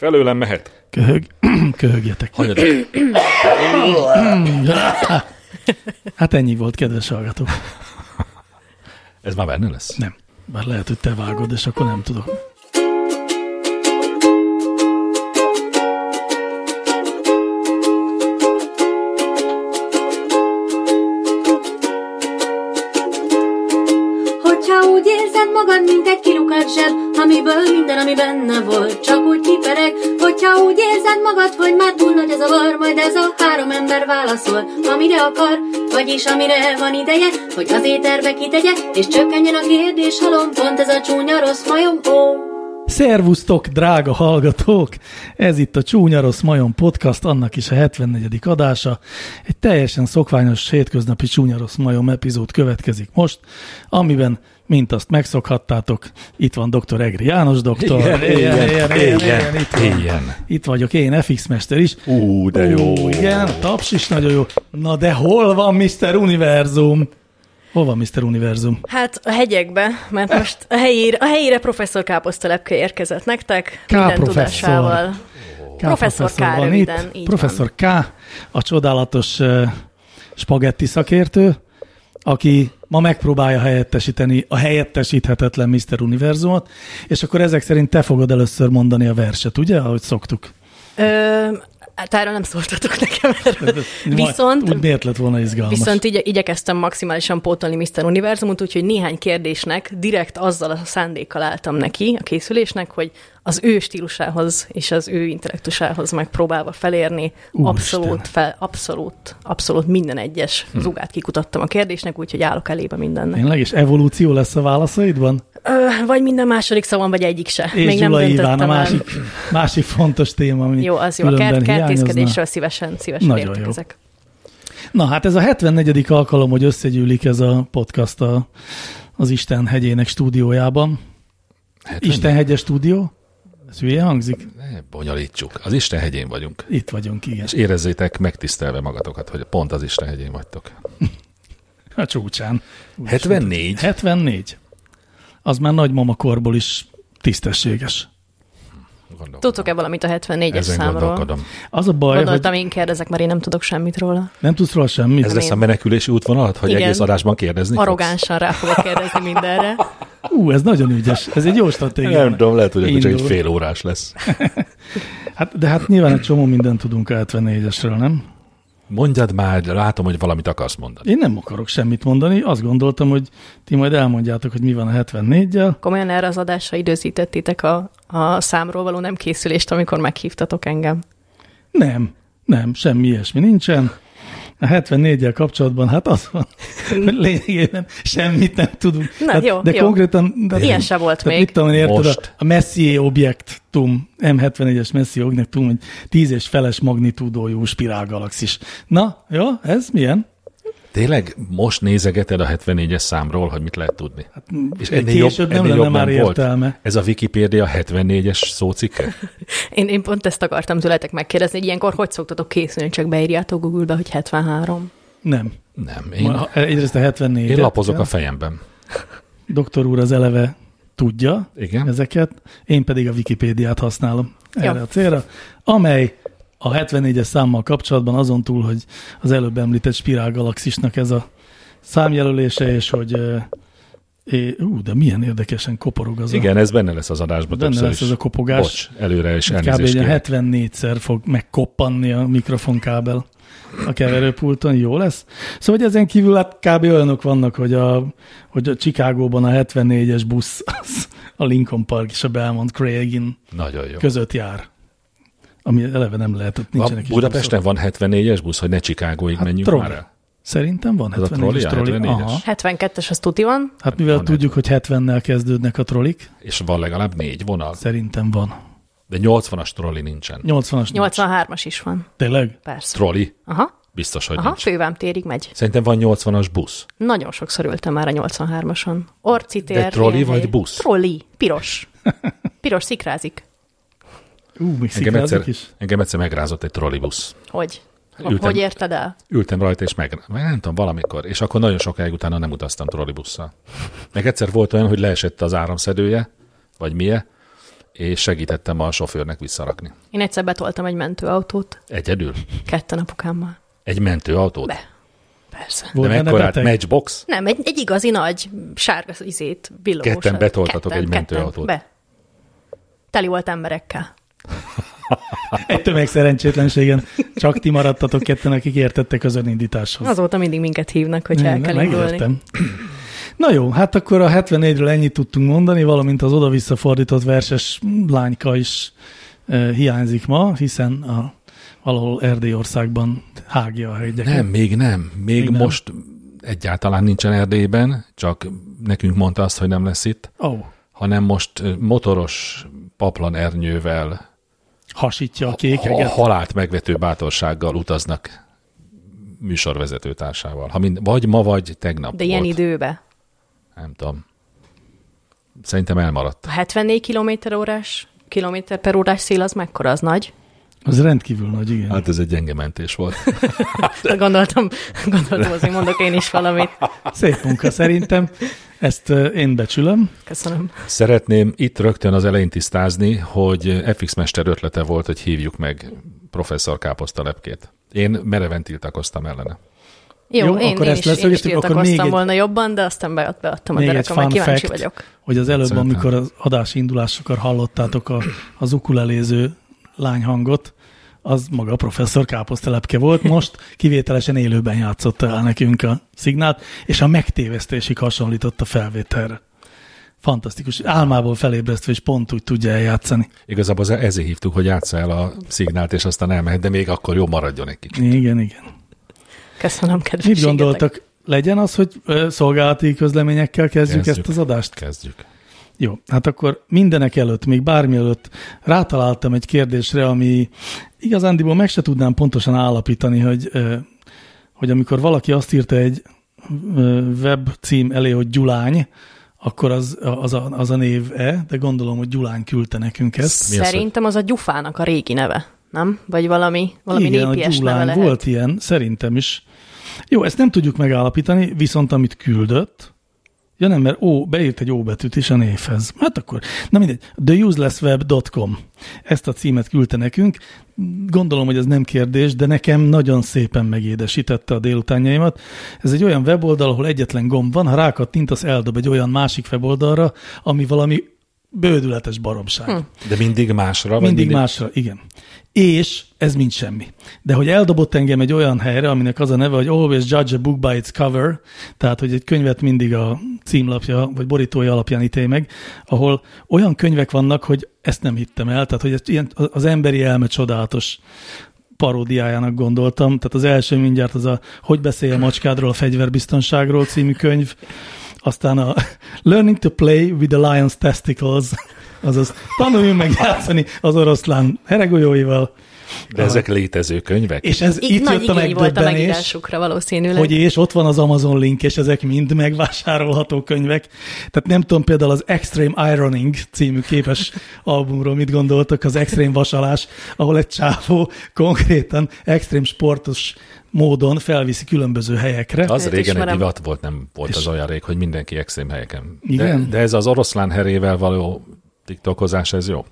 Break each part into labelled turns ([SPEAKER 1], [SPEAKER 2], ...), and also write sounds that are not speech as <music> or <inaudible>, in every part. [SPEAKER 1] Felőlem mehet.
[SPEAKER 2] Köhög, <clears throat> köhögjetek.
[SPEAKER 3] Hagyod.
[SPEAKER 2] <clears throat> Hát ennyi volt, kedves hallgatók.
[SPEAKER 3] Ez már benne lesz?
[SPEAKER 2] Nem. Bár lehet, hogy te vágod, és akkor nem tudok.
[SPEAKER 4] Hogyha úgy érzed magad, mint egy kilukat zseb, amiből minden, ami benne volt, csak úgy kipereg. Hogyha úgy érzed magad, hogy már túl nagy ez a var, majd ez a három ember válaszol, amire akar, vagyis amire van ideje, hogy az éterbe kitegye, és csökkenjen a kérdés halom, pont ez a csúnya rossz majom, ó.
[SPEAKER 2] Szervusztok, drága hallgatók! Ez itt a Csúnya Rossz Majom Podcast, annak is a 74. adása. Egy teljesen szokványos hétköznapi Csúnya Rossz Majom epizód következik most, amiben, mint azt megszokhattátok, itt van dr. Egri János doktor. itt van.
[SPEAKER 3] igen.
[SPEAKER 2] Itt vagyok én, FX Mester is.
[SPEAKER 3] Ú, de jó.
[SPEAKER 2] Ó, igen, taps is nagyon jó. Na de hol van Mr. Univerzum? Hol van Mr. Univerzum?
[SPEAKER 5] Hát a hegyekbe, mert most a helyére, a helyére professzor Káposztelepke érkezett nektek,
[SPEAKER 2] K.
[SPEAKER 5] minden
[SPEAKER 2] professzor.
[SPEAKER 5] tudásával.
[SPEAKER 2] K.
[SPEAKER 5] Professzor K.
[SPEAKER 2] van
[SPEAKER 5] röviden,
[SPEAKER 2] itt.
[SPEAKER 5] így
[SPEAKER 2] Professzor K. a csodálatos eh, spagetti szakértő, aki ma megpróbálja helyettesíteni a helyettesíthetetlen Mr. Univerzumot, és akkor ezek szerint te fogod először mondani a verset, ugye, ahogy szoktuk.
[SPEAKER 5] van. Ö, hát erről nem szóltatok nekem. erről.
[SPEAKER 2] Majd- Úgy
[SPEAKER 5] Viszont,
[SPEAKER 2] miért lett volna izgalmas?
[SPEAKER 5] viszont igye, igyekeztem maximálisan pótolni Mr. Univerzumot, úgyhogy néhány kérdésnek direkt azzal a szándékkal álltam neki a készülésnek, hogy az ő stílusához és az ő intellektusához megpróbálva felérni
[SPEAKER 2] Úristen.
[SPEAKER 5] abszolút, fel, abszolút, abszolút minden egyes
[SPEAKER 2] Hm.
[SPEAKER 5] zugát kikutattam a kérdésnek, úgyhogy állok elébe mindennek.
[SPEAKER 2] Tényleg, és evolúció lesz a válaszaidban?
[SPEAKER 5] Ö, vagy minden második szavam, vagy egyik se.
[SPEAKER 2] És
[SPEAKER 5] Még
[SPEAKER 2] Gyula
[SPEAKER 5] nem
[SPEAKER 2] Iván,
[SPEAKER 5] döntöttem
[SPEAKER 2] a
[SPEAKER 5] el.
[SPEAKER 2] másik, másik fontos téma, ami
[SPEAKER 5] Jó, az jó. A
[SPEAKER 2] különben
[SPEAKER 5] kert,
[SPEAKER 2] hiányozna.
[SPEAKER 5] kertészkedésről szívesen, szívesen
[SPEAKER 2] Nagyon jó.
[SPEAKER 5] értekezek.
[SPEAKER 2] Na hát ez a 74. alkalom, hogy összegyűlik ez a podcast a, az Isten hegyének stúdiójában.
[SPEAKER 3] 70?
[SPEAKER 2] Isten hegye stúdió? Ez hülye hangzik?
[SPEAKER 3] Hát, Ne bonyolítsuk. Az Isten hegyén vagyunk.
[SPEAKER 2] Itt vagyunk, igen.
[SPEAKER 3] És érezzétek megtisztelve magatotok, hogy pont az Isten hegyén vagytok.
[SPEAKER 2] A csúcsán.
[SPEAKER 3] 74?
[SPEAKER 2] Hát, 74. Az már nagymama korból is tisztességes.
[SPEAKER 3] Gondolkodom.
[SPEAKER 5] Tudtok-e valamit a 74-es
[SPEAKER 3] Ezen
[SPEAKER 5] számról? Hát
[SPEAKER 3] gondolkodom.
[SPEAKER 2] Az a baj,
[SPEAKER 5] Gondoltam,
[SPEAKER 2] hogy
[SPEAKER 5] én kérdezek, mert én nem tudok semmit róla.
[SPEAKER 2] nem tudsz róla semmit.
[SPEAKER 3] Ez
[SPEAKER 2] Ez
[SPEAKER 3] lesz a menekülési útvonalat, hogy
[SPEAKER 5] Igen.
[SPEAKER 3] egész adásban kérdezni fogsz?
[SPEAKER 5] Arrogánsan rá fogok kérdezni mindenre.
[SPEAKER 2] Ú, ez nagyon ügyes. Ez egy jó stratégia.
[SPEAKER 3] Nem tudom, lehet, hogy akkor csak egy
[SPEAKER 2] Indul.
[SPEAKER 3] fél órás lesz.
[SPEAKER 2] Hát, de hát nyilván egy csomó mindent tudunk a 74-esről, nem?
[SPEAKER 3] Mondjad már, de látom, hogy valamit akarsz mondani.
[SPEAKER 2] Én nem akarok semmit mondani, azt gondoltam, hogy ti majd elmondjátok, hogy mi van a 74-jel.
[SPEAKER 5] Komolyan erre az adásra időzítettétek a, a számról való nem készülést, amikor meghívtatok engem.
[SPEAKER 2] Nem, nem, semmi ilyesmi nincsen. A 74-jel kapcsolatban hát az van, hogy lényegében semmit nem tudunk.
[SPEAKER 5] Na,
[SPEAKER 2] Tehát-
[SPEAKER 5] jó,
[SPEAKER 2] de
[SPEAKER 5] jó.
[SPEAKER 2] konkrétan... De
[SPEAKER 5] Ilyen se volt
[SPEAKER 2] tehát
[SPEAKER 5] még.
[SPEAKER 2] Mit tudom, én, érted,
[SPEAKER 3] Most.
[SPEAKER 2] a, a Messier objektum, M71-es Messier objektum, egy 10 és feles magnitúdójú spirálgalaxis. Na, jó, ez milyen?
[SPEAKER 3] Tényleg most nézegeted a 74-es számról, hogy mit lehet tudni?
[SPEAKER 2] Hát-
[SPEAKER 3] És
[SPEAKER 2] később nem lenne már értelme.
[SPEAKER 3] Ez a Wikipédia 74-es szócikke?
[SPEAKER 5] Én, én pont ezt akartam tőletek megkérdezni, hogy ilyenkor hogy szoktatok készülni, csak beírjátok Google-be, hogy 73.
[SPEAKER 2] Nem.
[SPEAKER 3] Nem.
[SPEAKER 2] Én,
[SPEAKER 3] Én,
[SPEAKER 2] Ma, egyrészt a 74
[SPEAKER 3] én lapozok a fejemben.
[SPEAKER 2] doktor úr az eleve tudja
[SPEAKER 3] Igen.
[SPEAKER 2] ezeket, én pedig a Wikipédiát használom erre
[SPEAKER 5] Jó.
[SPEAKER 2] a célra, amely a 74-es számmal kapcsolatban azon túl, hogy az előbb említett spirálgalaxisnak ez a számjelölése, és hogy ö, é, ú, de milyen érdekesen koporog az
[SPEAKER 3] Igen, ez benne lesz az adásban
[SPEAKER 2] Benne
[SPEAKER 3] többször
[SPEAKER 2] lesz
[SPEAKER 3] is.
[SPEAKER 2] ez a kopogás.
[SPEAKER 3] Bocs, előre is
[SPEAKER 2] a kb. egy
[SPEAKER 3] elnézést
[SPEAKER 2] ilyen
[SPEAKER 3] kérek.
[SPEAKER 2] 74-szer fog megkoppanni a mikrofonkábel a keverőpulton, jó lesz. Szóval hogy ezen kívül hát kb. olyanok vannak, hogy a, hogy a Chicagóban a 74-es busz az a Lincoln Park és a Belmont Craigin
[SPEAKER 3] Nagyon jó.
[SPEAKER 2] között jár. Ami eleve nem lehetett,
[SPEAKER 3] A
[SPEAKER 2] nincsenek is
[SPEAKER 3] Budapesten van 74-es busz, hogy ne Chicagóig
[SPEAKER 2] Hát
[SPEAKER 3] menjünk
[SPEAKER 2] trolli.
[SPEAKER 3] már el.
[SPEAKER 2] buszok. Szerintem van
[SPEAKER 3] Ez a
[SPEAKER 2] 74-es
[SPEAKER 3] trolli, a
[SPEAKER 2] trolli.
[SPEAKER 3] 74-es?
[SPEAKER 2] Aha.
[SPEAKER 5] 72-es az tuti van.
[SPEAKER 2] Hát mivel
[SPEAKER 3] Van
[SPEAKER 2] tudjuk, hogy 70-nel kezdődnek a trollik,
[SPEAKER 3] És van legalább négy vonal.
[SPEAKER 2] szerintem van.
[SPEAKER 3] De 80-as trolli nincsen.
[SPEAKER 2] 80-as nincs.
[SPEAKER 5] 83-as is van.
[SPEAKER 2] Tényleg?
[SPEAKER 5] Persze.
[SPEAKER 3] Trolli?
[SPEAKER 5] Aha,
[SPEAKER 3] Biztos, hogy
[SPEAKER 5] aha,
[SPEAKER 3] nincs.
[SPEAKER 5] fővám térig megy.
[SPEAKER 3] Szerintem van 80-as busz.
[SPEAKER 5] Nagyon sokszor ültem már a 83-ason. Orci tér.
[SPEAKER 3] De trolli
[SPEAKER 5] ilyen
[SPEAKER 3] vagy
[SPEAKER 5] hely.
[SPEAKER 3] busz?
[SPEAKER 5] Trolli,
[SPEAKER 3] <laughs>
[SPEAKER 5] piros. Piros szikrázik.
[SPEAKER 2] Ú, még
[SPEAKER 3] Engem
[SPEAKER 2] szikrázik
[SPEAKER 3] egyszer,
[SPEAKER 2] is.
[SPEAKER 3] engem egyszer megrázott egy trollibusz.
[SPEAKER 5] Hogy?
[SPEAKER 3] Hát Ültem.
[SPEAKER 5] Hogy érted el?
[SPEAKER 3] Ültem rajta, és meg, meg nem tudom, valamikor. És akkor nagyon sokáig utána nem utaztam trollibusszal. Meg egyszer volt olyan, hogy leesett az áramszedője, vagy milyen, és segítettem a sofőrnek visszarakni.
[SPEAKER 5] Én egyszer betoltam egy mentőautót,
[SPEAKER 3] Egyedül?
[SPEAKER 5] ketten apukámmal.
[SPEAKER 3] Egy mentőautót?
[SPEAKER 5] Be. Persze.
[SPEAKER 3] De
[SPEAKER 2] Volt benne
[SPEAKER 3] mekkorát?
[SPEAKER 2] beteg?
[SPEAKER 3] Matchbox?
[SPEAKER 5] Nem, egy, egy igazi nagy sárga izét, villogósat.
[SPEAKER 3] Ketten betoltatok egy mentőautót.
[SPEAKER 5] Be. Teli volt emberekkel.
[SPEAKER 2] Egy tömegszerencsétlenségen csak ti maradtatok ketten, akik értettek az önindításhoz.
[SPEAKER 5] Azóta mindig minket hívnak, hogy el
[SPEAKER 2] Nem,
[SPEAKER 5] kell
[SPEAKER 2] nem,
[SPEAKER 5] indulni.
[SPEAKER 2] megértem. Na jó, hát akkor a 74-ről ennyit tudtunk mondani, valamint az oda-vissza fordított verses lányka is e, hiányzik ma, hiszen a, valahol Erdélyországban hágja a hegyeket.
[SPEAKER 3] Nem, még nem. Még,
[SPEAKER 2] Még
[SPEAKER 3] még
[SPEAKER 2] nem.
[SPEAKER 3] most egyáltalán nincsen Erdélyben, csak nekünk mondta azt, hogy nem lesz itt,
[SPEAKER 2] Ó,
[SPEAKER 3] hanem most ö, motoros paplanernyővel
[SPEAKER 2] hasítja a
[SPEAKER 3] a
[SPEAKER 2] kékeget.
[SPEAKER 3] halált megvető bátorsággal utaznak műsorvezetőtársával. Ha mind, vagy ma, vagy tegnap
[SPEAKER 5] De ilyen
[SPEAKER 3] volt.
[SPEAKER 5] időbe.
[SPEAKER 3] Nem tudom. Szerintem elmaradt.
[SPEAKER 5] A 74 km órás, kilométer per órás szél az mekkora, az nagy?
[SPEAKER 2] Az rendkívül nagy, igen. Hát,
[SPEAKER 3] Hát ez egy gyenge mentés <laughs> volt.
[SPEAKER 5] Gondoltam, gondoltam, azért mondok én is valamit.
[SPEAKER 2] Szép munka szerintem. Ezt e, én becsülöm.
[SPEAKER 5] Köszönöm.
[SPEAKER 3] Szeretném itt rögtön az elején tisztázni, hogy FX Mester ötlete volt, hogy hívjuk meg professzor Káposzta lepkét. Én mereven tiltakoztam ellene.
[SPEAKER 5] Jó,
[SPEAKER 2] Jó,
[SPEAKER 5] én,
[SPEAKER 2] akkor
[SPEAKER 5] én
[SPEAKER 2] ezt
[SPEAKER 5] is, én is
[SPEAKER 2] leszögeztük, akkor még
[SPEAKER 5] tiltakoztam
[SPEAKER 2] egy-
[SPEAKER 5] volna jobban, de aztán beadt- beadtam a
[SPEAKER 2] Még egy
[SPEAKER 5] derekam,
[SPEAKER 2] fun
[SPEAKER 5] mert kíváncsi
[SPEAKER 2] fact,
[SPEAKER 5] vagyok.
[SPEAKER 2] hogy az előbb,
[SPEAKER 3] Szerintem.
[SPEAKER 2] amikor az adás indulásakor hallottátok a, az ukuleléző lány hangot, az maga a professzor Káposztelepke volt, most kivételesen élőben játszotta el nekünk a szignált, és a megtévesztésig hasonlított a felvételre. Fantasztikus. Álmából felébresztve, és pont úgy tudja eljátszani.
[SPEAKER 3] Igazából az- ezért hívtuk, hogy játsza el a szignált, és aztán elmehet, de még akkor jó maradjon egy kicsit.
[SPEAKER 2] Igen, igen.
[SPEAKER 5] Köszönöm,
[SPEAKER 2] Mit
[SPEAKER 5] kedves
[SPEAKER 2] gondoltak? Legyen az, hogy ö, szolgálati közleményekkel kezdjük, kezdjük
[SPEAKER 3] Kezdjük.
[SPEAKER 2] ezt az adást?
[SPEAKER 3] Kezdjük.
[SPEAKER 2] Jó, hát akkor mindenek előtt, még bármi előtt rátaláltam egy kérdésre, ami igazándiból meg se tudnám pontosan állapítani, hogy, ö, hogy amikor valaki azt írta egy ö, web cím elé, hogy Gyulány, akkor az, az, a, az a név-e, de gondolom, hogy Gyulány küldte nekünk ezt.
[SPEAKER 3] Mi az, hogy-
[SPEAKER 5] Szerintem az a gyufának a régi neve, nem? Vagy valami, valami
[SPEAKER 2] Igen, a
[SPEAKER 5] népies neve
[SPEAKER 2] Gyulány
[SPEAKER 5] lehet.
[SPEAKER 2] volt ilyen, szerintem is. Jó, ezt nem tudjuk megállapítani, viszont amit küldött, ja nem, mert ó, beírt egy ó betűt is a névhez. Hát akkor, na mindegy, theuselessweb.com. Ezt a címet küldte nekünk. Gondolom, hogy ez nem kérdés, de nekem nagyon szépen megédesítette a délutánjaimat. Ez egy olyan weboldal, ahol egyetlen gomb van, ha rákattintasz, eldob egy olyan másik weboldalra, ami valami bődületes baromság. Hm.
[SPEAKER 3] De mindig másra? vagy
[SPEAKER 2] Mindig másra, igen. És ez mind semmi. De hogy eldobott engem egy olyan helyre, aminek az a neve, hogy always judge a book by its cover, tehát hogy egy könyvet mindig a címlapja vagy borítója alapján ítél meg, ahol olyan könyvek vannak, hogy ezt nem hittem el, tehát hogy ezt ilyen, az emberi elme csodálatos paródiájának gondoltam. Tehát az első mindjárt az a Hogy beszélj a macskádról, a fegyverbiztonságról című könyv, aztán a Learning to play with the lion's testicles, azaz tanuljunk meg játszani az oroszlán heregolyóival,
[SPEAKER 3] De ezek létező könyvek?
[SPEAKER 2] és ez
[SPEAKER 5] Így,
[SPEAKER 2] itt
[SPEAKER 5] nagy
[SPEAKER 2] jött a
[SPEAKER 5] igény volt a
[SPEAKER 2] megdöbbenés,
[SPEAKER 5] megírásukra valószínűleg.
[SPEAKER 2] hogy és ott van az Amazon link, és ezek mind megvásárolható könyvek. Tehát nem tudom például az Extreme Ironing című képes albumról mit gondoltak, az Extreme Vasalás, ahol egy csávó konkrétan extrém sportos módon felviszi különböző helyekre.
[SPEAKER 3] Az
[SPEAKER 5] Őt
[SPEAKER 3] régen
[SPEAKER 5] ismerem.
[SPEAKER 3] egy divat volt, nem volt az olyan rég, hogy mindenki extrém helyeken.
[SPEAKER 2] Igen?
[SPEAKER 3] De, de ez az oroszlán herével való tiktokozás, ez jó.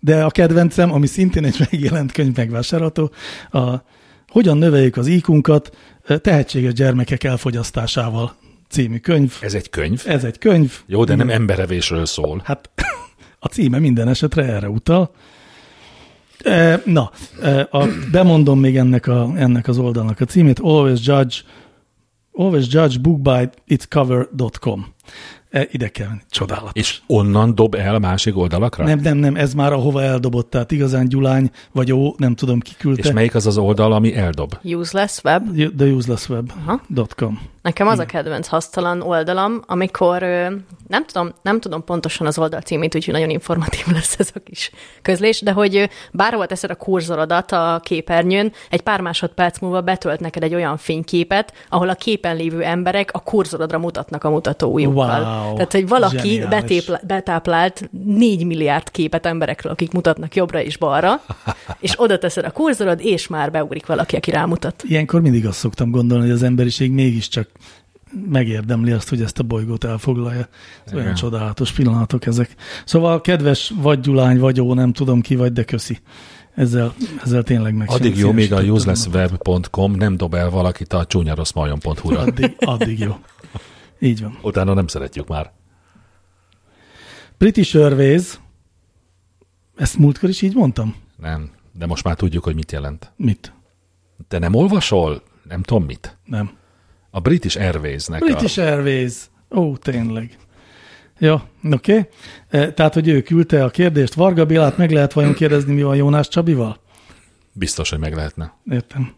[SPEAKER 2] De a kedvencem, ami szintén egy <laughs> megjelent könyv megvásárolható, a Hogyan növeljük az IQ-nkat tehetséges gyermekek elfogyasztásával című könyv.
[SPEAKER 3] Ez egy könyv?
[SPEAKER 2] Ez egy könyv.
[SPEAKER 3] Jó, de nem emberevésről szól.
[SPEAKER 2] Hát <laughs> a címe minden esetre erre utal. E, Na, e, a, bemondom még ennek, a, ennek az oldalnak a címét, always judge, always judge book by its cover.com. E, Ide kell menni. Csodálatos.
[SPEAKER 3] És onnan dob el másik oldalakra?
[SPEAKER 2] Nem, nem, nem, ez már ahova eldobott, tehát igazán Gyulány, vagy ó, nem tudom, ki küldte.
[SPEAKER 3] És melyik az az oldal, ami eldob?
[SPEAKER 5] Useless web.
[SPEAKER 2] theuselessweb.com.
[SPEAKER 5] Nekem az a kedvenc hasztalan oldalam, amikor ö, nem tudom, nem tudom pontosan az oldal címét, úgyhogy nagyon informatív <laughs> lesz ez a kis közlés, de hogy ö, bárhova teszed a kurzorodat a képernyőn, egy pár másodperc múlva betölt neked egy olyan fényképet, ahol a képen lévő emberek a kurzorodra mutatnak a mutató ujjukkal.
[SPEAKER 2] Wow,
[SPEAKER 5] Tehát, hogy valaki
[SPEAKER 2] zseniális.
[SPEAKER 5] betépl, betáplált 4 milliárd képet emberekről, akik mutatnak jobbra és
[SPEAKER 2] <laughs>
[SPEAKER 5] balra, és oda teszed a kurzorod, és már beugrik valaki, aki rámutat.
[SPEAKER 2] Ilyenkor mindig azt szoktam gondolni, hogy az emberiség mégiscsak megérdemli azt, hogy ezt a bolygót elfoglalja. Ez
[SPEAKER 3] Igen.
[SPEAKER 2] olyan csodálatos pillanatok ezek. Szóval kedves vagy Gyulány, vagy ó, nem tudom ki vagy, de köszi. Ezzel, ezzel tényleg meg
[SPEAKER 3] Addig jó, míg a uselessweb.com nem dob el valakit a csúnyaroszmajon.hu-ra.
[SPEAKER 2] Addig, addig jó. Így van.
[SPEAKER 3] Utána nem szeretjük már.
[SPEAKER 2] British Airways, ezt múltkor is így mondtam?
[SPEAKER 3] Nem. De most már tudjuk, hogy mit jelent.
[SPEAKER 2] Mit?
[SPEAKER 3] Te nem olvasol? Nem tudom mit.
[SPEAKER 2] Nem.
[SPEAKER 3] A British Airways-nek
[SPEAKER 2] British
[SPEAKER 3] a...
[SPEAKER 2] Airways. Ó, tényleg. Jó, oké. Okay. Tehát, hogy ő küldte a kérdést. Varga Bélát meg lehet vajon kérdezni, mi van Jónás Csabival?
[SPEAKER 3] Biztos, hogy meg lehetne.
[SPEAKER 2] Értem.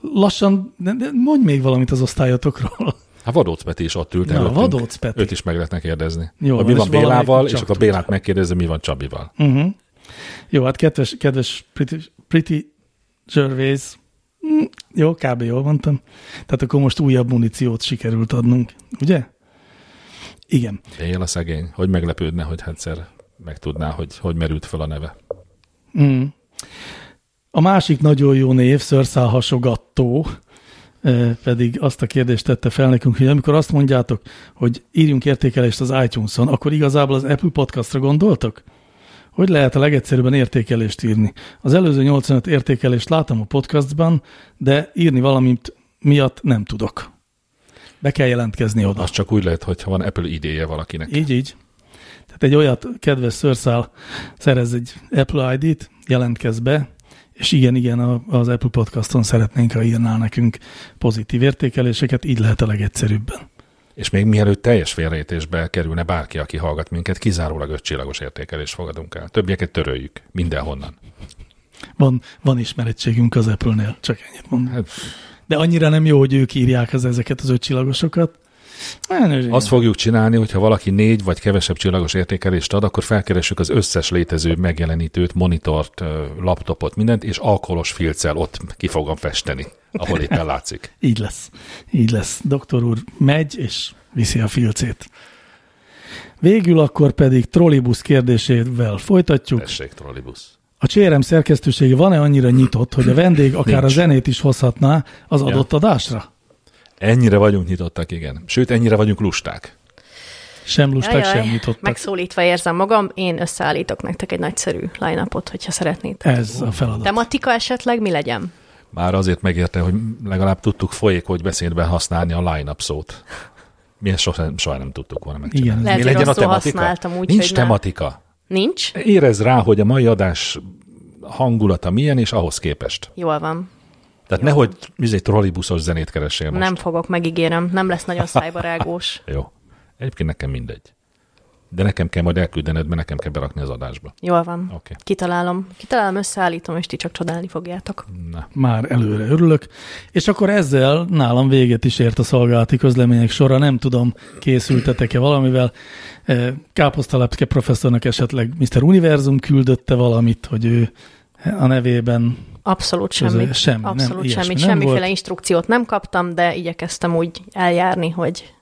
[SPEAKER 2] Lassan, de- de mondj még valamit az osztályotokról.
[SPEAKER 3] Hát Vadóc Peti is ott ült
[SPEAKER 2] Na,
[SPEAKER 3] előttünk.
[SPEAKER 2] Vadóc Peti.
[SPEAKER 3] Őt is meg lehetne kérdezni.
[SPEAKER 2] Hát Jó
[SPEAKER 3] Jó, hogy
[SPEAKER 2] van,
[SPEAKER 3] mi
[SPEAKER 2] és
[SPEAKER 3] van Bélával,
[SPEAKER 2] valamelyikük
[SPEAKER 3] és
[SPEAKER 2] csak
[SPEAKER 3] akkor
[SPEAKER 2] tud.
[SPEAKER 3] Bélát megkérdezi, mi van Csabival.
[SPEAKER 2] Uh-huh. Jó, hát kedves, kedves Pretty, pretty Gervais, mm, jó, kb. jól mondtam. Tehát akkor most újabb muníciót sikerült adnunk, ugye? Igen.
[SPEAKER 3] Bél a szegény. Hogy meglepődne, hogy egyszer megtudná, hogy hogy merült fel a neve.
[SPEAKER 2] Mm. A másik nagyon jó név, szőrszál hasogattó, ö, pedig azt a kérdést tette fel nekünk, hogy amikor azt mondjátok, hogy írjunk értékelést az iTunes-on, akkor igazából az Apple Podcastra gondoltok? Hogy lehet a legegyszerűbben értékelést írni? Az előző 85 értékelést látom a podcastban, de írni valamit miatt nem tudok. Be kell jelentkezni oda.
[SPEAKER 3] Az csak úgy lehet, hogyha van Apple idéje valakinek.
[SPEAKER 2] Így, így. Tehát egy olyat, kedves szőrszál, szerez egy Apple ID-t, jelentkez be, és igen, igen, a- az Apple Podcaston szeretnénk, ha írnál nekünk pozitív értékeléseket, így lehet a legegyszerűbben.
[SPEAKER 3] És még mielőtt teljes félreértésbe kerülne bárki, aki hallgat minket, kizárólag ötcsillagos értékelést fogadunk el. Többieket töröljük, mindenhonnan.
[SPEAKER 2] Van, van ismerettségünk az Apple-nél, csak ennyit mondom.
[SPEAKER 3] Hát,
[SPEAKER 2] De annyira nem jó, hogy ők írják az ezeket az ötcsillagosokat. Hát, az
[SPEAKER 3] azt fogjuk csinálni, hogyha valaki négy vagy kevesebb csillagos értékelést ad, akkor felkeressük az összes létező megjelenítőt, monitort, ö, laptopot, mindent, és alkoholos filccel ott ki fogom festeni, ahol éppen látszik.
[SPEAKER 2] Így lesz. Így lesz. Doktor úr megy, és viszi a filcét. Végül akkor pedig trollibusz kérdésével folytatjuk.
[SPEAKER 3] Tessék, trollibusz.
[SPEAKER 2] A CRM szerkesztősége van-e annyira nyitott, hogy a vendég akár a
[SPEAKER 3] Nincs.
[SPEAKER 2] zenét is hozhatná az adott adásra?
[SPEAKER 3] Ennyire vagyunk nyitottak, igen. Sőt, ennyire vagyunk lusták.
[SPEAKER 2] Sem lusták, sem nyitottak.
[SPEAKER 5] Megszólítva érzem magam, én összeállítok nektek egy nagyszerű line hogyha szeretnétek.
[SPEAKER 2] Ez a feladat.
[SPEAKER 5] Tematika esetleg mi legyen?
[SPEAKER 3] Már azért megérte, hogy legalább tudtuk folyék, hogy beszédben használni a line-up szót. Mi ezt soha, soha nem tudtuk volna megcsinálni.
[SPEAKER 2] Igen.
[SPEAKER 5] Lehet,
[SPEAKER 3] Mi
[SPEAKER 5] hogy
[SPEAKER 3] legyen a
[SPEAKER 5] rosszul
[SPEAKER 3] tematika?
[SPEAKER 5] használtam úgy,
[SPEAKER 3] Nincs
[SPEAKER 5] hogy nem.
[SPEAKER 3] tematika.
[SPEAKER 5] Nincs?
[SPEAKER 3] Érez rá, hogy a mai adás hangulata milyen, és ahhoz képest.
[SPEAKER 5] Jól van.
[SPEAKER 3] Tehát Jó. nehogy izé trollibuszos zenét keresél most.
[SPEAKER 5] Nem fogok, megígérem. Nem lesz nagyon szájbarágós.
[SPEAKER 3] Jó. Egyébként nekem mindegy. De nekem kell majd elküldened, mert nekem kell berakni az adásba.
[SPEAKER 5] Jól van.
[SPEAKER 3] Oké.
[SPEAKER 5] Kitalálom. Kitalálom, összeállítom, és ti csak csodálni fogjátok.
[SPEAKER 3] Na.
[SPEAKER 2] Már előre örülök. És akkor ezzel nálam véget is ért a szolgálati közlemények sora. Nem tudom, készültetek-e valamivel. Eh, Káposztalepke professzornak esetleg Mr. Univerzum küldötte valamit, hogy ő a nevében
[SPEAKER 5] Abszolút
[SPEAKER 2] Ez
[SPEAKER 5] semmi.
[SPEAKER 2] a- semmi, nem,
[SPEAKER 5] Abszolút
[SPEAKER 2] ilyesmi
[SPEAKER 5] semmi.
[SPEAKER 2] nem
[SPEAKER 5] Semmiféle
[SPEAKER 2] volt.
[SPEAKER 5] instrukciót nem kaptam, de igyekeztem úgy eljárni, hogy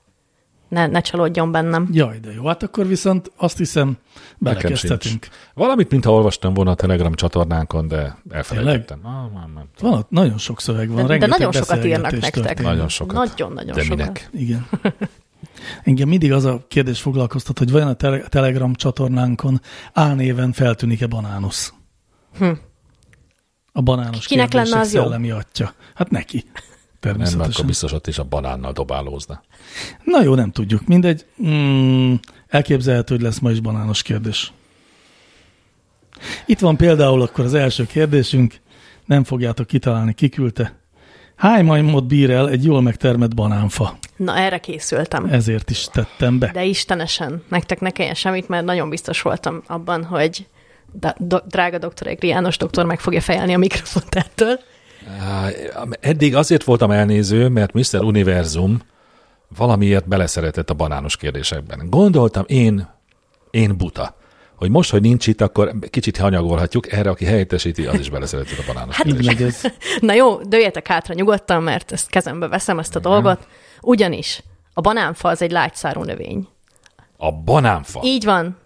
[SPEAKER 5] ne, ne csalódjon bennem.
[SPEAKER 2] Jaj, de jó. Hát akkor viszont azt hiszem
[SPEAKER 3] Nekem
[SPEAKER 2] belekezdhetünk.
[SPEAKER 3] sincs. Valamit, mintha olvastam volna a Telegram csatornánkon, de elfelejtettem. Ah, nem, nem.
[SPEAKER 2] Van ott nagyon sok szöveg van.
[SPEAKER 5] De, de
[SPEAKER 2] rengeteg
[SPEAKER 5] nagyon sokat írnak
[SPEAKER 2] beszélgetés
[SPEAKER 5] nektek.
[SPEAKER 2] történik.
[SPEAKER 3] Nagyon sokat.
[SPEAKER 5] Nagyon-nagyon
[SPEAKER 3] De
[SPEAKER 5] sokat.
[SPEAKER 3] minek?
[SPEAKER 2] Igen. <laughs> Engem mindig az a kérdés foglalkoztat, hogy vajon a tele- Telegram csatornánkon álnéven feltűnik-e banánusz? Hm. A banános
[SPEAKER 5] Kinek
[SPEAKER 2] kérdések
[SPEAKER 5] lenne az jó?
[SPEAKER 2] szellemi atya. Hát neki.
[SPEAKER 3] Nem, mert akkor
[SPEAKER 2] Természetesen.
[SPEAKER 3] biztos ott is a banánnal dobálózna.
[SPEAKER 2] Na jó, nem tudjuk. Mindegy. Mm, elképzelhető, hogy lesz ma is banános kérdés. Itt van például akkor az első kérdésünk. Nem fogjátok kitalálni, kiküldte. Hány majmot bír el egy jól megtermett banánfa?
[SPEAKER 5] Na, erre készültem.
[SPEAKER 2] Ezért is tettem be.
[SPEAKER 5] De istenesen, nektek ne kelljen semmit, mert nagyon biztos voltam abban, hogy da, do, drága doktor Egri János doktor meg fogja fejelni a mikrofont ettől.
[SPEAKER 3] Á, Eddig azért voltam elnéző, mert Mr. Univerzum valamiért beleszeretett a banános kérdésekben. Gondoltam én, én buta, hogy most, hogy nincs itt, akkor kicsit hanyagolhatjuk, erre, aki helyettesíti, az is beleszeretett a banános
[SPEAKER 2] Így
[SPEAKER 3] kérdésekben.
[SPEAKER 2] megy ez.
[SPEAKER 5] Hát <laughs> Na jó, dőljetek hátra nyugodtan, mert ezt kezembe veszem ezt a dolgot. Ugyanis a banánfa az egy lágyszárú növény.
[SPEAKER 3] A banánfa.
[SPEAKER 5] Így van.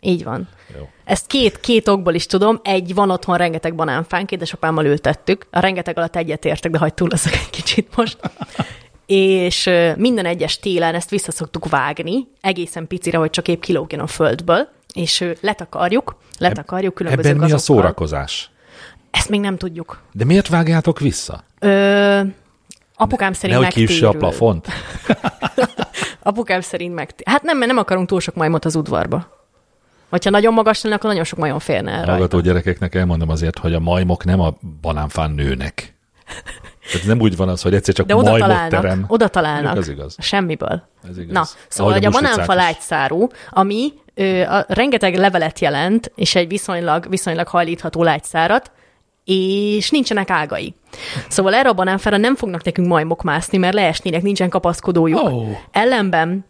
[SPEAKER 5] Így van.
[SPEAKER 3] Jó.
[SPEAKER 5] Ezt két, két okból is tudom. Egy, van otthon rengeteg banánfánk, édesapámmal ültettük. A rengeteg alatt egyetértek, de hagyd túl leszek egy kicsit most. és ö, minden egyes télen ezt visszaszoktuk vágni, egészen picire, hogy csak épp kilógjon a földből, és ö, letakarjuk, letakarjuk különböző
[SPEAKER 3] Ebben mi a
[SPEAKER 5] gazokkal.
[SPEAKER 3] szórakozás?
[SPEAKER 5] Ezt még nem tudjuk.
[SPEAKER 3] De miért vágjátok vissza?
[SPEAKER 5] Ö, apukám szerint
[SPEAKER 3] Nehogy kiüsse a
[SPEAKER 5] megtérül.
[SPEAKER 3] plafont.
[SPEAKER 5] Apukám szerint megtérül. Hát nem, mert nem akarunk túl sok majmot az udvarba. Hogyha nagyon magas lenne, akkor nagyon sok majom férne el rajta.
[SPEAKER 3] Hallgató gyerekeknek elmondom azért, hogy a majmok nem a banánfán nőnek. Tehát nem úgy van az, hogy egyszer csak
[SPEAKER 5] De oda
[SPEAKER 3] majmot
[SPEAKER 5] találnak,
[SPEAKER 3] terem.
[SPEAKER 5] oda találnak.
[SPEAKER 3] Ez igaz.
[SPEAKER 5] Semmiből.
[SPEAKER 3] Ez igaz.
[SPEAKER 5] Na, szóval,
[SPEAKER 3] Ahogy
[SPEAKER 5] hogy
[SPEAKER 3] a
[SPEAKER 5] a
[SPEAKER 3] muslicák
[SPEAKER 5] banánfa
[SPEAKER 3] is.
[SPEAKER 5] lágyszárú, ami ö, a, rengeteg levelet jelent, és egy viszonylag, viszonylag hajlítható lágyszárat, és nincsenek ágai. Szóval erre a banánfára nem fognak nekünk majmok mászni, mert leesnének, nincsen kapaszkodójuk.
[SPEAKER 2] Ó.
[SPEAKER 3] Oh.
[SPEAKER 5] Ellenben